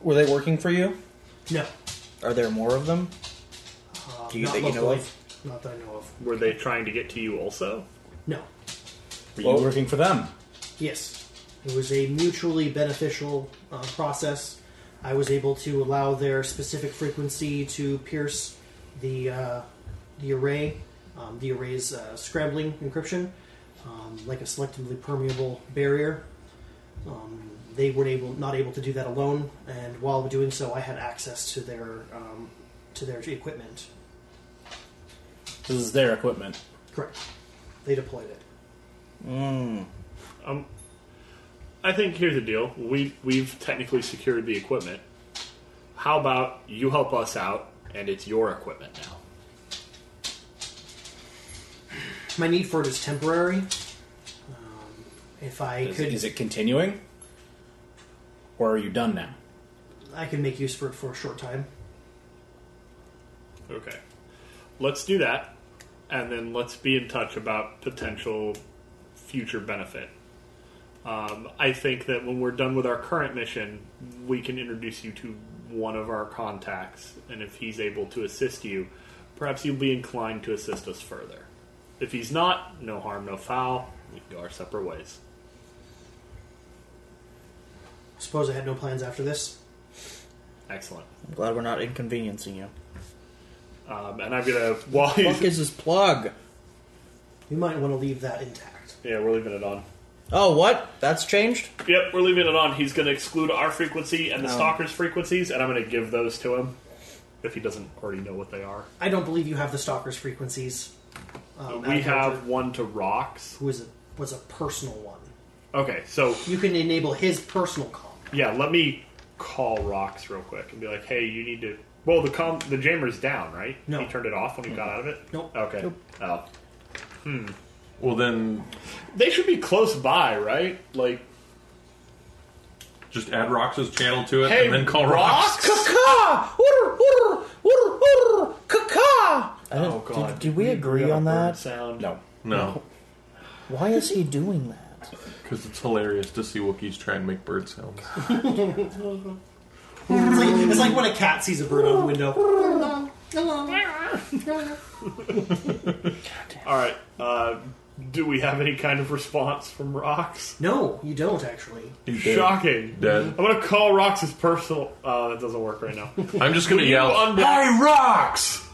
E: Were they working for you?
B: No.
E: Are there more of them?
B: Uh,
E: Do you
B: not
E: think you know
B: locally.
E: of?
B: Not that I know of.
G: Were they trying to get to you also?
B: No.
H: Were you working for them?
B: Yes. It was a mutually beneficial uh, process. I was able to allow their specific frequency to pierce the uh, the array, um, the array's uh, scrambling encryption, um, like a selectively permeable barrier. Um, they were able, not able to do that alone, and while doing so, I had access to their um, to their equipment.
H: This is their equipment.
B: Correct. They deployed it.
G: Um, I think here's the deal. We we've technically secured the equipment. How about you help us out, and it's your equipment now?
B: My need for it is temporary. Um, if I
H: Is,
B: could,
H: is it continuing? Or are you done now?
B: I can make use for it for a short time.
G: Okay. Let's do that, and then let's be in touch about potential future benefit. Um, I think that when we're done with our current mission, we can introduce you to one of our contacts, and if he's able to assist you, perhaps you'll be inclined to assist us further. If he's not, no harm, no foul. We can go our separate ways.
B: Suppose I had no plans after this.
G: Excellent.
E: I'm glad we're not inconveniencing you.
G: Um, and I'm gonna *laughs* while
E: Fuck
G: he's,
E: is this plug?
B: You might want to leave that intact.
G: yeah, we're leaving it on.
E: Oh, what? That's changed.
G: Yep, we're leaving it on. He's going to exclude our frequency and the stalker's frequencies, and I'm going to give those to him if he doesn't already know what they are.
B: I don't believe you have the stalker's frequencies. Um,
G: we
B: Adalbert,
G: have one to rocks.
B: who is a, was a personal one.
G: Okay, so
B: You can enable his personal com.
G: yeah, let me call rocks real quick and be like, "Hey, you need to." Well, the com- the jammer's down, right?
B: No.
G: he turned it off when he got out of it.
B: Nope.
G: Okay. Oh,
D: Well, then
G: they should be close by, right? Like,
D: just add Rox's channel to it,
G: hey,
D: and then call Rox.
G: rocks.
E: I don't,
G: Oh god!
E: Did, did we
G: You
E: agree
G: got a
E: on
G: bird
E: that?
G: Sound.
H: No.
D: No,
E: Why is he doing that?
D: because it's hilarious to see Wookiees try and make bird sounds.
B: It's like, it's like when a cat sees a bird out the window.
G: All right. Uh, do we have any kind of response from rocks?
B: No, you don't actually.
D: He's dead.
G: Shocking.
D: Dead.
G: I'm gonna call Rox's personal. Uh, that doesn't work right now. *laughs*
D: I'm just gonna yell.
G: unblock-
D: Hi, Rox.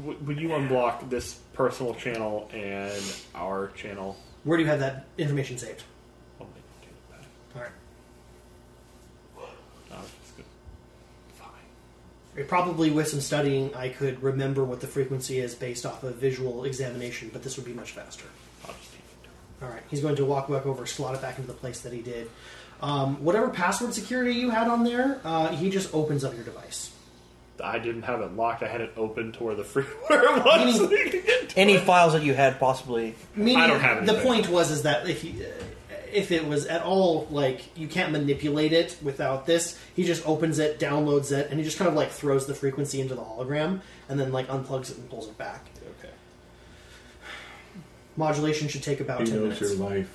G: W- Would you unblock this personal channel and our channel?
B: Where do you have that information saved?
G: Oh, my God.
B: All right.
G: No, it's good. Fine.
B: Probably with some studying, I could remember what the frequency is based off of visual examination, but this would be much faster.
G: I'll just take it.
B: All right, he's going to walk back over, slot it back into the place that he did. Um, whatever password security you had on there, uh, he just opens up your device.
G: I didn't have it locked. I had it open to where the *laughs* freeware was. so you *laughs* could get to
E: Any
G: it.
E: files that you had possibly.
B: Meaning,
G: I don't have
B: The
G: anything.
B: point was is that if you, if it was at all like you can't manipulate it without this, he just opens it, downloads it, and he just kind of like throws the frequency into the hologram and then like unplugs it and pulls it back.
J: Okay.
B: Modulation should take about ten minutes.
D: life.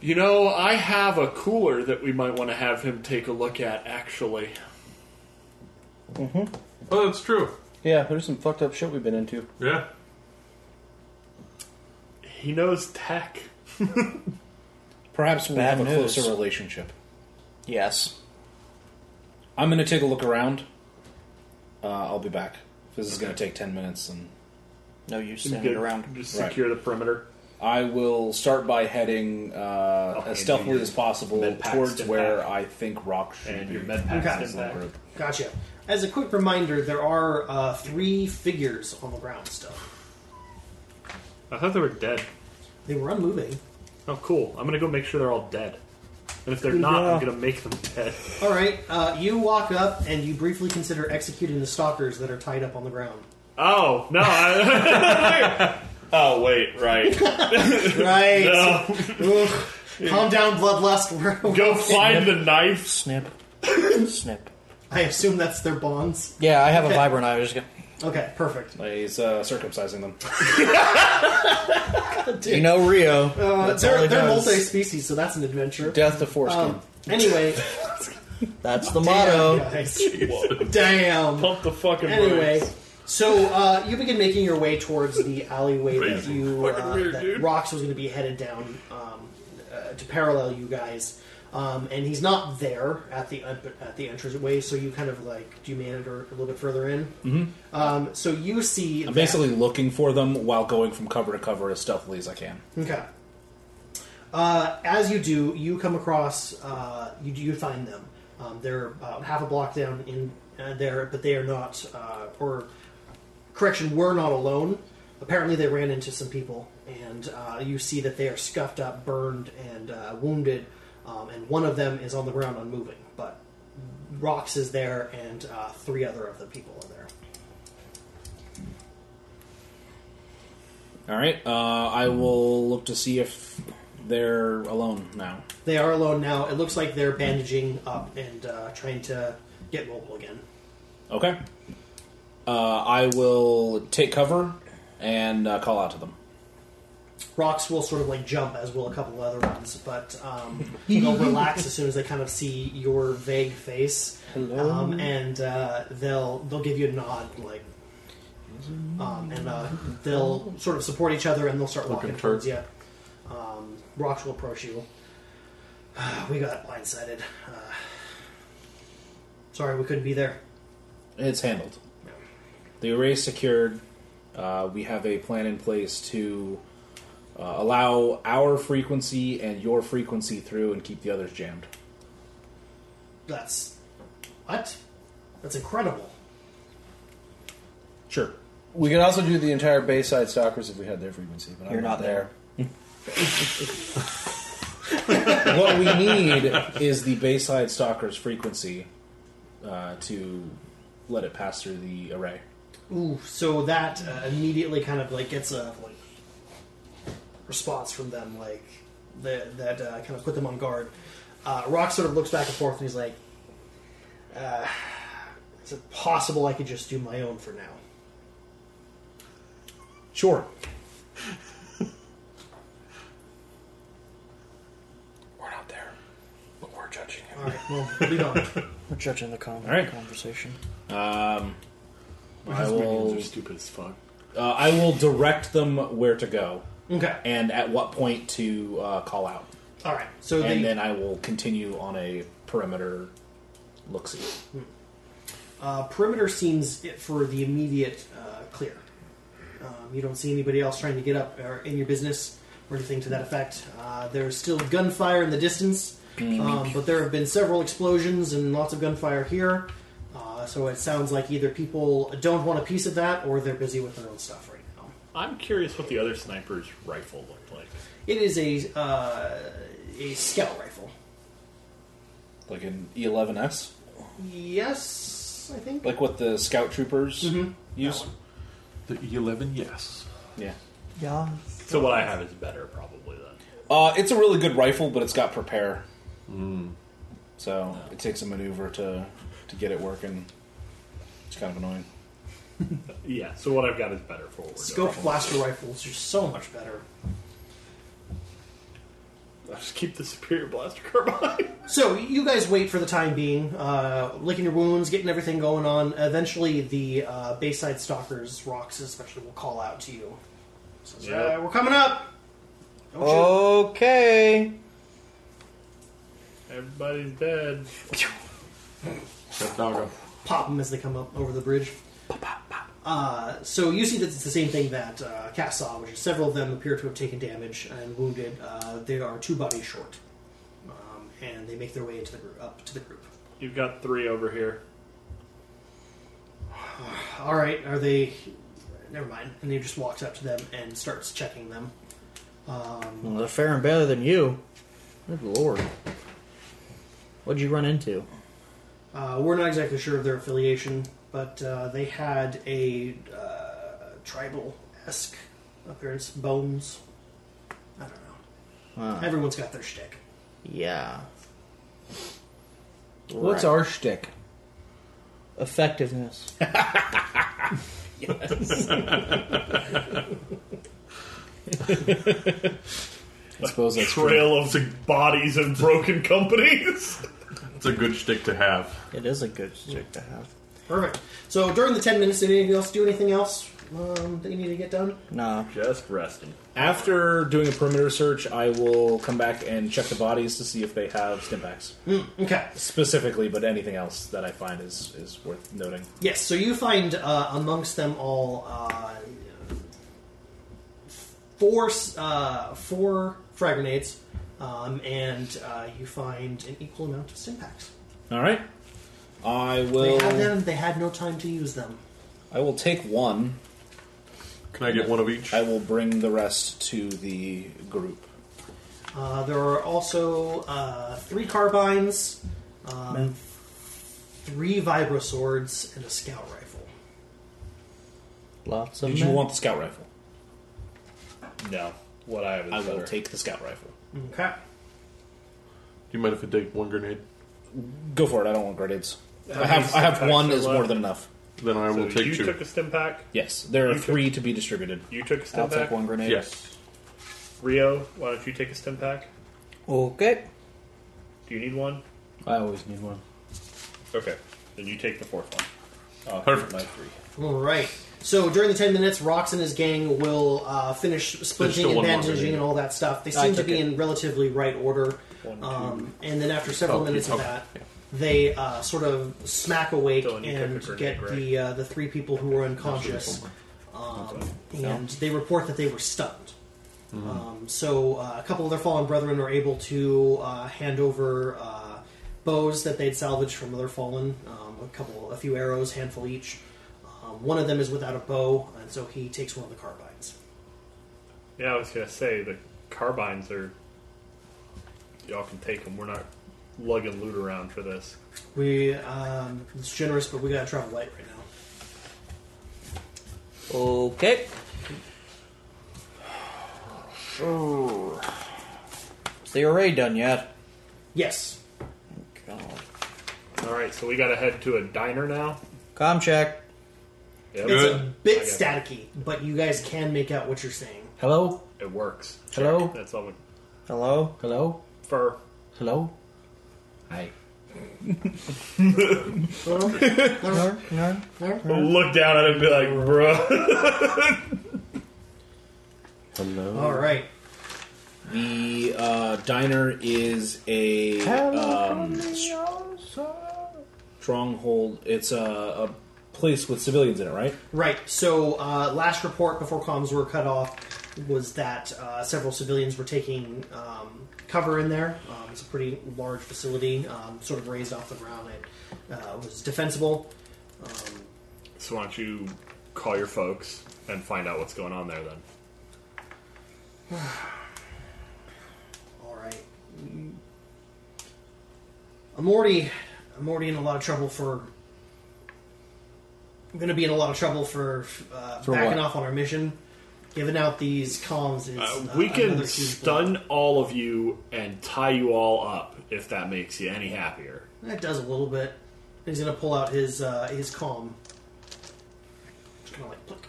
J: You know, I have a cooler that we might want to have him take a look at. Actually,
D: Oh, that's true.
F: Yeah, there's some fucked up shit we've been into.
D: Yeah.
J: he knows tech.
H: Perhaps we'll
E: Bad
H: have a
E: news.
H: closer relationship.
E: Yes.
H: I'm going to take a look around. Uh, I'll be back. This is going to take 10 minutes, and
E: No use
J: You
E: sending it
J: could
E: around.
J: Just
H: Right.
J: secure the perimeter.
H: I will start by heading uh,
G: Okay,
H: as stealthily
G: your
H: as possible
G: med packs
H: towards
G: and
H: where
G: pack.
H: I think Rock should
G: And
H: be.
G: your med packs
B: Okay.
G: and
H: As a
G: pack.
H: group.
B: Gotcha. As a quick reminder, there are uh, three figures on the ground still.
G: I thought they were dead.
B: They were unmoving.
G: Oh, cool. I'm gonna go make sure they're all dead. And if they're not, I'm gonna make them dead.
B: All right, uh, you walk up and you briefly consider executing the stalkers that are tied up on the ground.
G: Oh no! I,
J: *laughs* Oh wait, right.
B: Right.
G: no.
B: *laughs* Oof. Calm down, bloodlust. *laughs* We're-
J: Go find the knife.
E: Snip. Snip.
B: I assume that's their bonds.
E: Yeah, I have a vibrant eye. I was just gonna.
B: Okay, perfect.
H: He's uh, circumcising
G: *laughs*
H: them.
E: You know, Rio.
B: Uh,
E: that's all
B: they're
E: he
B: they're
E: does.
B: multi-species, so that's an adventure.
E: Death to foreskin.
B: Um, anyway,
E: *laughs* that's the
B: damn,
E: motto.
J: *laughs*
B: guys. damn.
J: Pump the fucking
B: Anyway,
J: brakes.
B: so uh, you begin making your way towards the alleyway that you uh,
D: Fucking weird,
B: that
D: dude.
B: Rox was going to be headed down um, uh, to parallel you guys, um, and he's not there at the un- at the entranceway. So you kind of like do you monitor a little bit further in? Mm-hmm. Um, so you see that-
H: I'm basically looking for them while going from cover to cover as stealthily as I can.
B: Okay. Uh, as you do, you come across uh, you you find them. Um, they're about half a block down in uh, there, but they are not. Uh, or correction, were not alone. Apparently, they ran into some people, and uh, you see that they are scuffed up, burned, and uh, wounded. Um, and one of them is on the ground, unmoving. But Rox is there, and uh, three other of the people are there.
H: All right. Uh, I will look to see if they're alone now.
B: They are alone now. It looks like they're bandaging up and uh, trying to get mobile again.
H: Okay. Uh, I will take cover and uh, call out to them.
B: Rocks will sort of like jump, as will a couple of other ones, but um, they'll relax as soon as they kind of see your vague face, Hello. Um, and uh, they'll they'll give you a nod, like, um, and uh, they'll sort of support each other, and they'll start walking
D: Looking for-
B: towards you. Um, Rocks will approach you. *sighs* we got blindsided. Uh, sorry, we couldn't be there.
H: It's handled. The array is secured. Uh, we have a plan in place to uh, allow our frequency and your frequency through and keep the others jammed.
B: That's what? That's incredible.
H: Sure.
F: We could also do the entire Bayside Stalkers if we had their frequency, but
E: You're
F: I'm
E: not there.
H: what we need is the Bayside Stalker's frequency uh, to let it pass through the array.
B: Ooh, so that uh, immediately kind of like gets a like response from them, like that that uh, kind of put them on guard. Uh, Rock sort of looks back and forth, and he's like, uh, "Is it possible I could just do my own for now?"
H: Sure.
F: *laughs* We're not there, but we're judging him.
B: All right, well, lead on.
E: *laughs* We're judging the con-
H: right.
E: conversation.
H: I
G: Minions
H: will,
G: are stupid as fuck.
H: uh, I will direct them where to go
B: Okay,
H: and at what point to uh, call out.
B: all right. So
H: And
B: they,
H: then I will continue on a perimeter look see.
B: uh, perimeter seems it for the immediate uh, clear. Um, you don't see anybody else trying to get up or in your business or anything to that effect. Uh, there's still gunfire in the distance, um, but there have been several explosions and lots of gunfire here. Uh, so it sounds like either people don't want a piece of that or they're busy with their own stuff right now.
G: I'm curious what the other sniper's rifle looked like.
B: It is a uh, a scout rifle.
H: Like an E11S?
B: Yes, I think.
H: Like what the scout troopers
E: Mm-hmm.
H: use?
D: The E11, yes.
H: Yeah.
A: Yeah.
G: So what I have is better, probably then.
H: Uh, it's a really good rifle, but it's got prepare. Hmm. So it takes a maneuver to, to get it working. It's kind of annoying.
G: Yeah. So what I've got is better for what we're doing.
B: Scoped blaster rifles are so much better.
G: I'll just keep the superior blaster carbine. *laughs*
B: So you guys wait for the time being, uh, licking your wounds, getting everything going on. Eventually, the uh, Bayside Stalkers, rocks especially, will call out to you. Says,
G: Yeah.
B: "Uh, we're coming up. Don't shoot.
E: Okay.
G: Everybody's dead.
D: Chef Doggo.
B: Pop them as they come up over the bridge. Uh, so you see that it's the same thing that uh, Cass saw, which is several of them appear to have taken damage and wounded. Uh, they are two bodies short, um, and they make their way into the group, up to the group.
G: You've got three over here.
B: All right, are they? Never mind. And he just walks up to them and starts checking them.
E: Well, they're faring better than you. Good lord. What'd you run into?
B: Uh, we're not exactly sure of their affiliation, but uh, they had a uh, tribal esque appearance. Bones. I don't know. Everyone's got their shtick.
E: Yeah.
F: What's
E: Right.
F: our shtick?
E: effectiveness?
H: I suppose that's true.
G: Trail of the bodies and broken companies.
D: It's a good shtick to have.
E: It is a good stick to have.
B: Perfect. So during the 10 minutes, did anybody else do anything else um, that you need to get done?
E: Nah.
J: Just resting.
H: After doing a perimeter search, I will come back and check the bodies to see if they have stimpacks.
B: Okay.
H: Specifically, but anything else that I find is, is worth noting.
B: Yes, so you find uh, amongst them all uh, four uh, four frag grenades, um, and uh, you find an equal amount of stimpaks.
H: All right.
B: They
H: I
B: had
H: will.
B: them; they had no time to use them.
H: I will take one.
D: Can I get one of each?
H: I will bring the rest to the group.
B: Uh, there are also uh, three carbines, um, three vibro swords, and a scout rifle.
E: Lots of
H: Did you
E: men.
H: want the scout rifle?
G: No, what I have is
H: I will
G: better.
H: take the scout rifle.
B: Okay.
D: Do you mind if I take one grenade?
H: Go for it. I don't want grenades. I have I have one is more than enough.
D: Then I
G: So
D: will take
G: you
D: two.
G: took a stim pack.
H: Yes, there are
G: took-
H: three to be distributed.
G: You took a stim
E: I'll
G: pack.
E: take one grenade.
D: yes.
G: Rio, why don't you take a stim pack?
E: Okay.
G: Do you need one?
F: I always need one.
G: Okay. Then you take the fourth one.
D: Perfect.
B: All right. So during the ten minutes, Rox and his gang will uh, finish splinting
D: still
B: and
D: one more
B: bandaging
D: grenade.
B: and all that stuff. They
E: I
B: seem to
E: took
B: be
E: it.
B: in relatively right order. Um, and then after several
D: Oh,
B: minutes of
D: okay.
B: that, they uh, sort of smack awake
G: Dylan, you took
B: and
G: a grenade,
B: get
G: right?
B: the uh, the three people who were unconscious. Um, and they report that they were stunned. Um, so uh, a couple of their fallen brethren are able to uh, hand over uh, bows that they'd salvaged from other fallen, um, a couple, a few arrows, handful each. Um, one of them is without a bow, and so he takes one of the carbines.
G: Yeah, I was gonna say the carbines are. Y'all can take them. We're not lugging loot around for this.
B: We um, it's generous, but we gotta travel light right now.
E: Okay. Is the array done yet?
B: Yes.
E: God.
G: All right, so we gotta head to a diner now.
E: Com check.
G: Yep.
B: It's
D: Good.
B: a bit
G: I got
B: staticky, but you guys can make out what you're saying.
F: Hello?
G: It works.
F: Hello?
G: That's all. We,
E: Hello?
F: Hello?
G: fur.
F: Hello? Hi.
E: No, no.
G: Look down at it and be like, bruh.
F: Hello?
B: All right.
H: The uh, diner is a um, stronghold. It's a, a place with civilians in it, right?
B: Right. So, uh, last report before comms were cut off was that uh, several civilians were taking um, cover in there. Um, it's a pretty large facility, um, sort of raised off the ground. It uh, was defensible.
G: So why don't you call your folks and find out what's going on there then?
B: All right. I'm already, I'm already in a lot of trouble for. I'm going to be in a lot of trouble for, uh, backing
F: what?
B: off on our mission. Giving out these comms is
J: Uh,
B: uh,
J: we can
B: another huge blow.
J: stun all of you and tie you all up if that makes you any happier.
B: That does a little bit. He's gonna pull out his uh, his calm. Just kind of like pluck.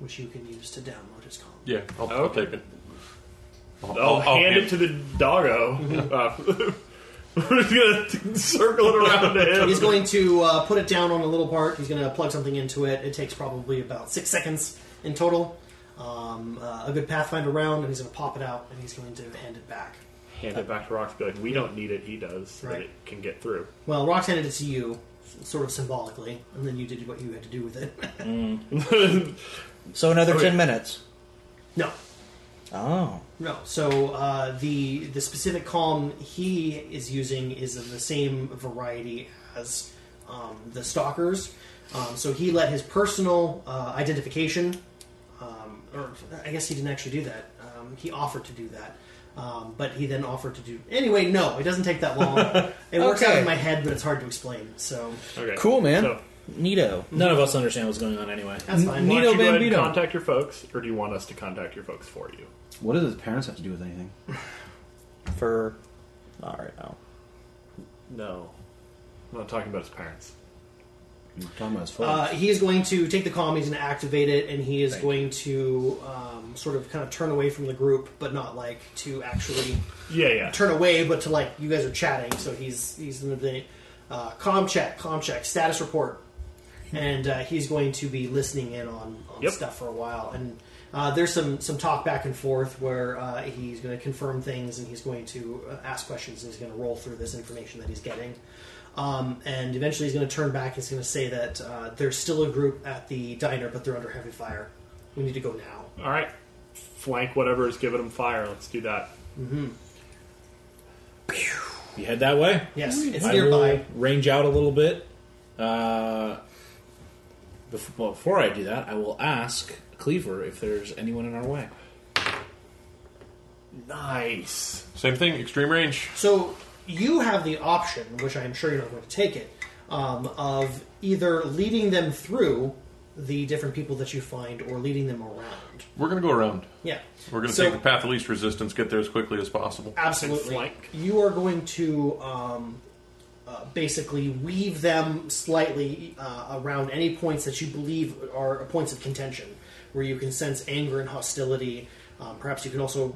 B: Which you can use to download his calm.
D: Yeah, I'll, I'll
J: Okay.
D: take it.
J: I'll
G: Oh,
J: hand it to the doggo. Uh, *laughs* we're just gonna circle it around to
B: Mm-hmm. He's
J: him.
B: going to uh, put it down on a little part. He's going to plug something into it. It takes probably about six seconds in total. Um, uh, a good Pathfinder round, and he's going to pop it out, and he's going to hand it back.
J: Hand it back to Rox. Be like, we don't need it. He does, so that
B: Right.
J: it can get
G: *laughs*
J: through.
B: Well, Rox handed it to you, s- sort of symbolically, and then you did what you had to do with it.
E: So another ten minutes.
B: no,
E: Oh,
B: No. So uh, the the specific calm he is using is of the same variety as um, the stalkers. Um, so he let his personal uh, identification, um, or I guess he didn't actually do that. Um, he offered to do that. Um, but he then offered to do anyway. No, it doesn't take that
E: *laughs*
B: long. It works out
E: Okay.
B: in my head, but it's hard to explain. So
J: Okay.
E: cool, man.
J: So,
E: Neato.
H: None of us understand what's going on anyway.
B: that's fine.
J: why don't you
E: Nito
J: go ahead and
E: Bambino.
J: contact your folks, or do you want us to contact your folks for you?
F: What does his parents have to do with anything?
E: For all right oh. now.
J: No, I'm not talking about his parents.
F: You're talking about his phone.
B: Uh, he is going to take the comm, he's going to activate it, and he is going to um, sort of kind of turn away from the group, but not like to actually
J: Yeah, yeah.
B: turn away, but to like you guys are chatting. So he's he's in the uh, comm check, comm check, status report, and uh, he's going to be listening in on, on
J: Yep.
B: stuff for a while. And uh, there's some some talk back and forth where uh, he's going to confirm things and he's going to uh, ask questions and he's going to roll through this information that he's getting. Um, and eventually he's going to turn back. He's going to say that uh, there's still a group at the diner, but they're under heavy fire. We need to go now.
J: All right, flank whatever is giving him fire. Let's do that.
H: You head that way.
B: Yes, it's
H: I
B: nearby.
H: will range out a little bit. Uh, bef- well, before I do that, I will ask Cleaver if there's anyone in our way.
J: Nice.
D: Same thing, extreme range.
B: So you have the option, which I'm sure you're not going to take it, um, of either leading them through the different people that you find or leading them around.
D: We're gonna go around.
B: Yeah.
D: We're gonna
B: So-
D: take the path of least resistance, get there as quickly as possible.
B: Absolutely.
J: flank.
B: You are going to um, uh, basically weave them slightly uh, around any points that you believe are points of contention, where you can sense anger and hostility. Um, perhaps you can also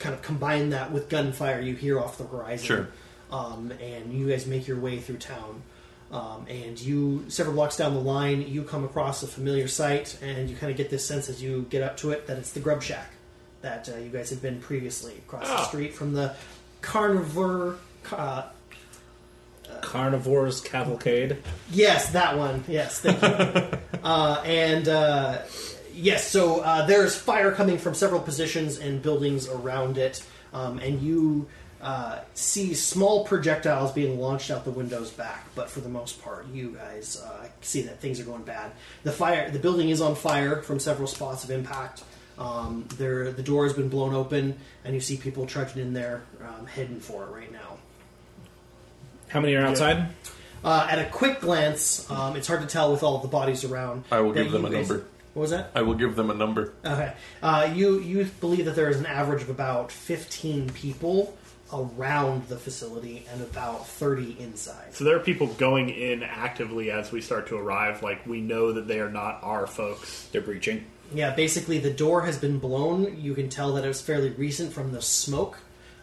B: kind of combine that with gunfire you hear off the horizon.
D: Sure.
B: Um, and you guys make your way through town. Um, and you, several blocks down the line, you come across a familiar sight, and you kind of get this sense as you get up to it that it's the grub shack that uh, you guys had been previously across the
J: Ah.
B: street from the carnivore. Uh,
H: Carnivore's Cavalcade.
B: yes, that one. Yes, thank you. uh, and uh, yes, so uh, there's fire coming from several positions and buildings around it, um, and you uh, see small projectiles being launched out the windows back. But for the most part, you guys uh, see that things are going bad. The fire, the building is on fire from several spots of impact. Um, there, the door has been blown open, and you see people trudging in there, um, heading for it right now.
H: How many are outside?
B: Uh, at a quick glance, um, it's hard to tell with all the bodies around.
D: I will
B: that
D: give them
B: you
D: a
B: guys-
D: number.
B: What was
D: *laughs*
B: that?
D: I will give them a number.
B: Okay. Uh, you you believe that there is an average of about fifteen people around the facility and about thirty inside.
J: So there are people going in actively as we start to arrive. Like we know that they are not our folks.
H: They're breaching.
B: Yeah, basically the door has been blown. You can tell that it was fairly recent from the smoke,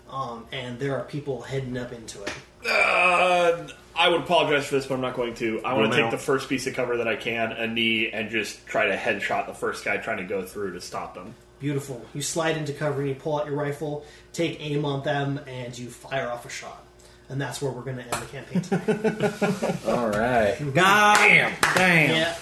B: um, and there are people heading up into it.
J: Uh, I would apologize for this, but I'm not going to. I
D: Go
J: want to
D: now.
J: take the first piece of cover that I can, a knee, and just try to headshot the first guy trying to go through to stop them.
B: Beautiful. You slide into cover and you pull out your rifle, take aim on them, and you fire off a shot. And that's where we're going to end the campaign tonight.
F: All right.
E: Damn. Damn.
B: yeah.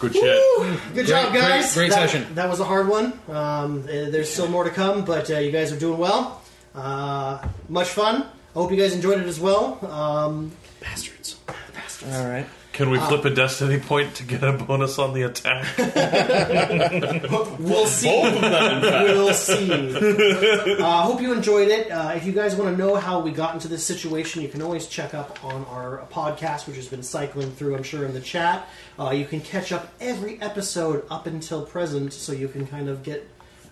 D: Good shit.
B: Good job,
F: great-
B: guys.
F: great
B: that,
F: session.
B: That was a hard one. Um, uh, there's still more to come, but uh, you guys are doing well. Uh, much fun. I hope you guys enjoyed it as well. Um,
H: Bastards.
B: bastards.
E: All right.
D: Can
B: Uh,
D: we flip a destiny point to get a bonus on the attack?
B: *laughs* We'll see. we'll see. I uh, hope you enjoyed it. Uh, if you guys want to know how we got into this situation, you can always check up on our podcast, which has been cycling through, I'm sure, in the chat. Uh, you can catch up every episode up until present, so you can kind of get,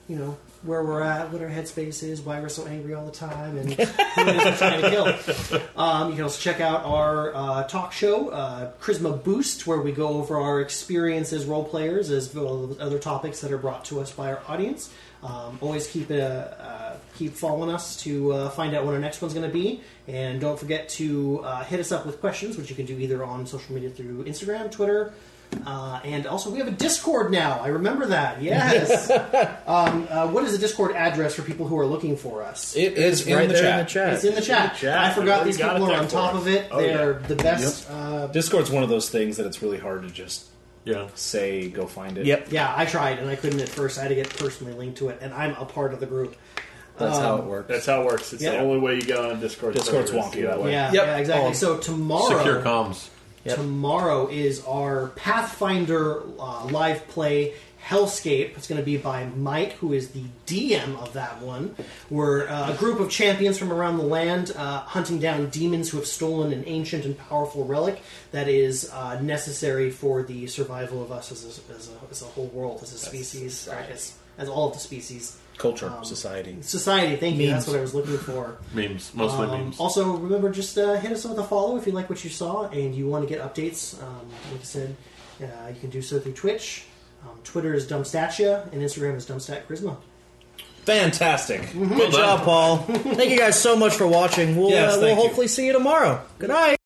B: you know, where we're at, what our headspace is, why we're so angry all the time, and who it is we're trying to kill. Um, you can also check out our uh, talk show, uh, Charisma Boost, where we go over our experience as role players, as well as other topics that are brought to us by our audience. Um, always keep uh, uh, keep following us to uh, find out what our next one's going to be, and don't forget to uh, hit us up with questions, which you can do either on social media through Instagram, Twitter. Uh, and also, we have a Discord now. I remember that. Yes. um, uh, what is the Discord address for people who are looking for us?
H: It is in
E: right
H: the
E: there
H: chat.
E: in the chat.
B: It's in the chat.
J: chat.
B: I forgot
J: We've
B: these
J: got
B: people
J: it
B: are
J: there
B: on
J: for
B: top
J: us.
B: of it.
J: Oh,
B: They're the best. Uh,
H: Discord's one of those things that it's really hard to just
J: Yeah.
H: say go find it.
E: Yep.
B: yeah, I tried and I couldn't at first. I had to get personally linked to it, and I'm a part of the group.
F: That's
B: um,
F: how it works.
J: That's how it works. It's
B: Yeah.
J: the only way you get on Discord.
H: Discord's
J: server is
H: wonky that
J: to-
H: way.
B: Yeah,
F: Yep.
B: yeah exactly.
F: Oh.
B: so tomorrow,
D: Secure comms.
B: tomorrow is our Pathfinder uh, live play Hellscape. It's going to be by Mike, who is the DM of that one. We're uh, a group of champions from around the land uh, hunting down demons who have stolen an ancient and powerful relic that is uh, necessary for the survival of us as a, as a, as a whole world, as a species, or as, as all of the species.
F: Culture,
E: Um,
F: society.
B: Society, thank you. That's what I was looking for.
D: Memes, mostly
B: Um,
D: memes.
B: Also, remember just uh, hit us with a follow if you like what you saw and you want to get updates. Um, like I said, uh, you can do so through Twitch. Um, Twitter is Dumbstatia and Instagram is Dumbstatcharisma.
H: Fantastic.
E: Good job, Paul. Thank you guys so much for watching. We'll,
H: Yes,
E: uh, we'll
H: thank you.
E: hopefully see you tomorrow. Good night.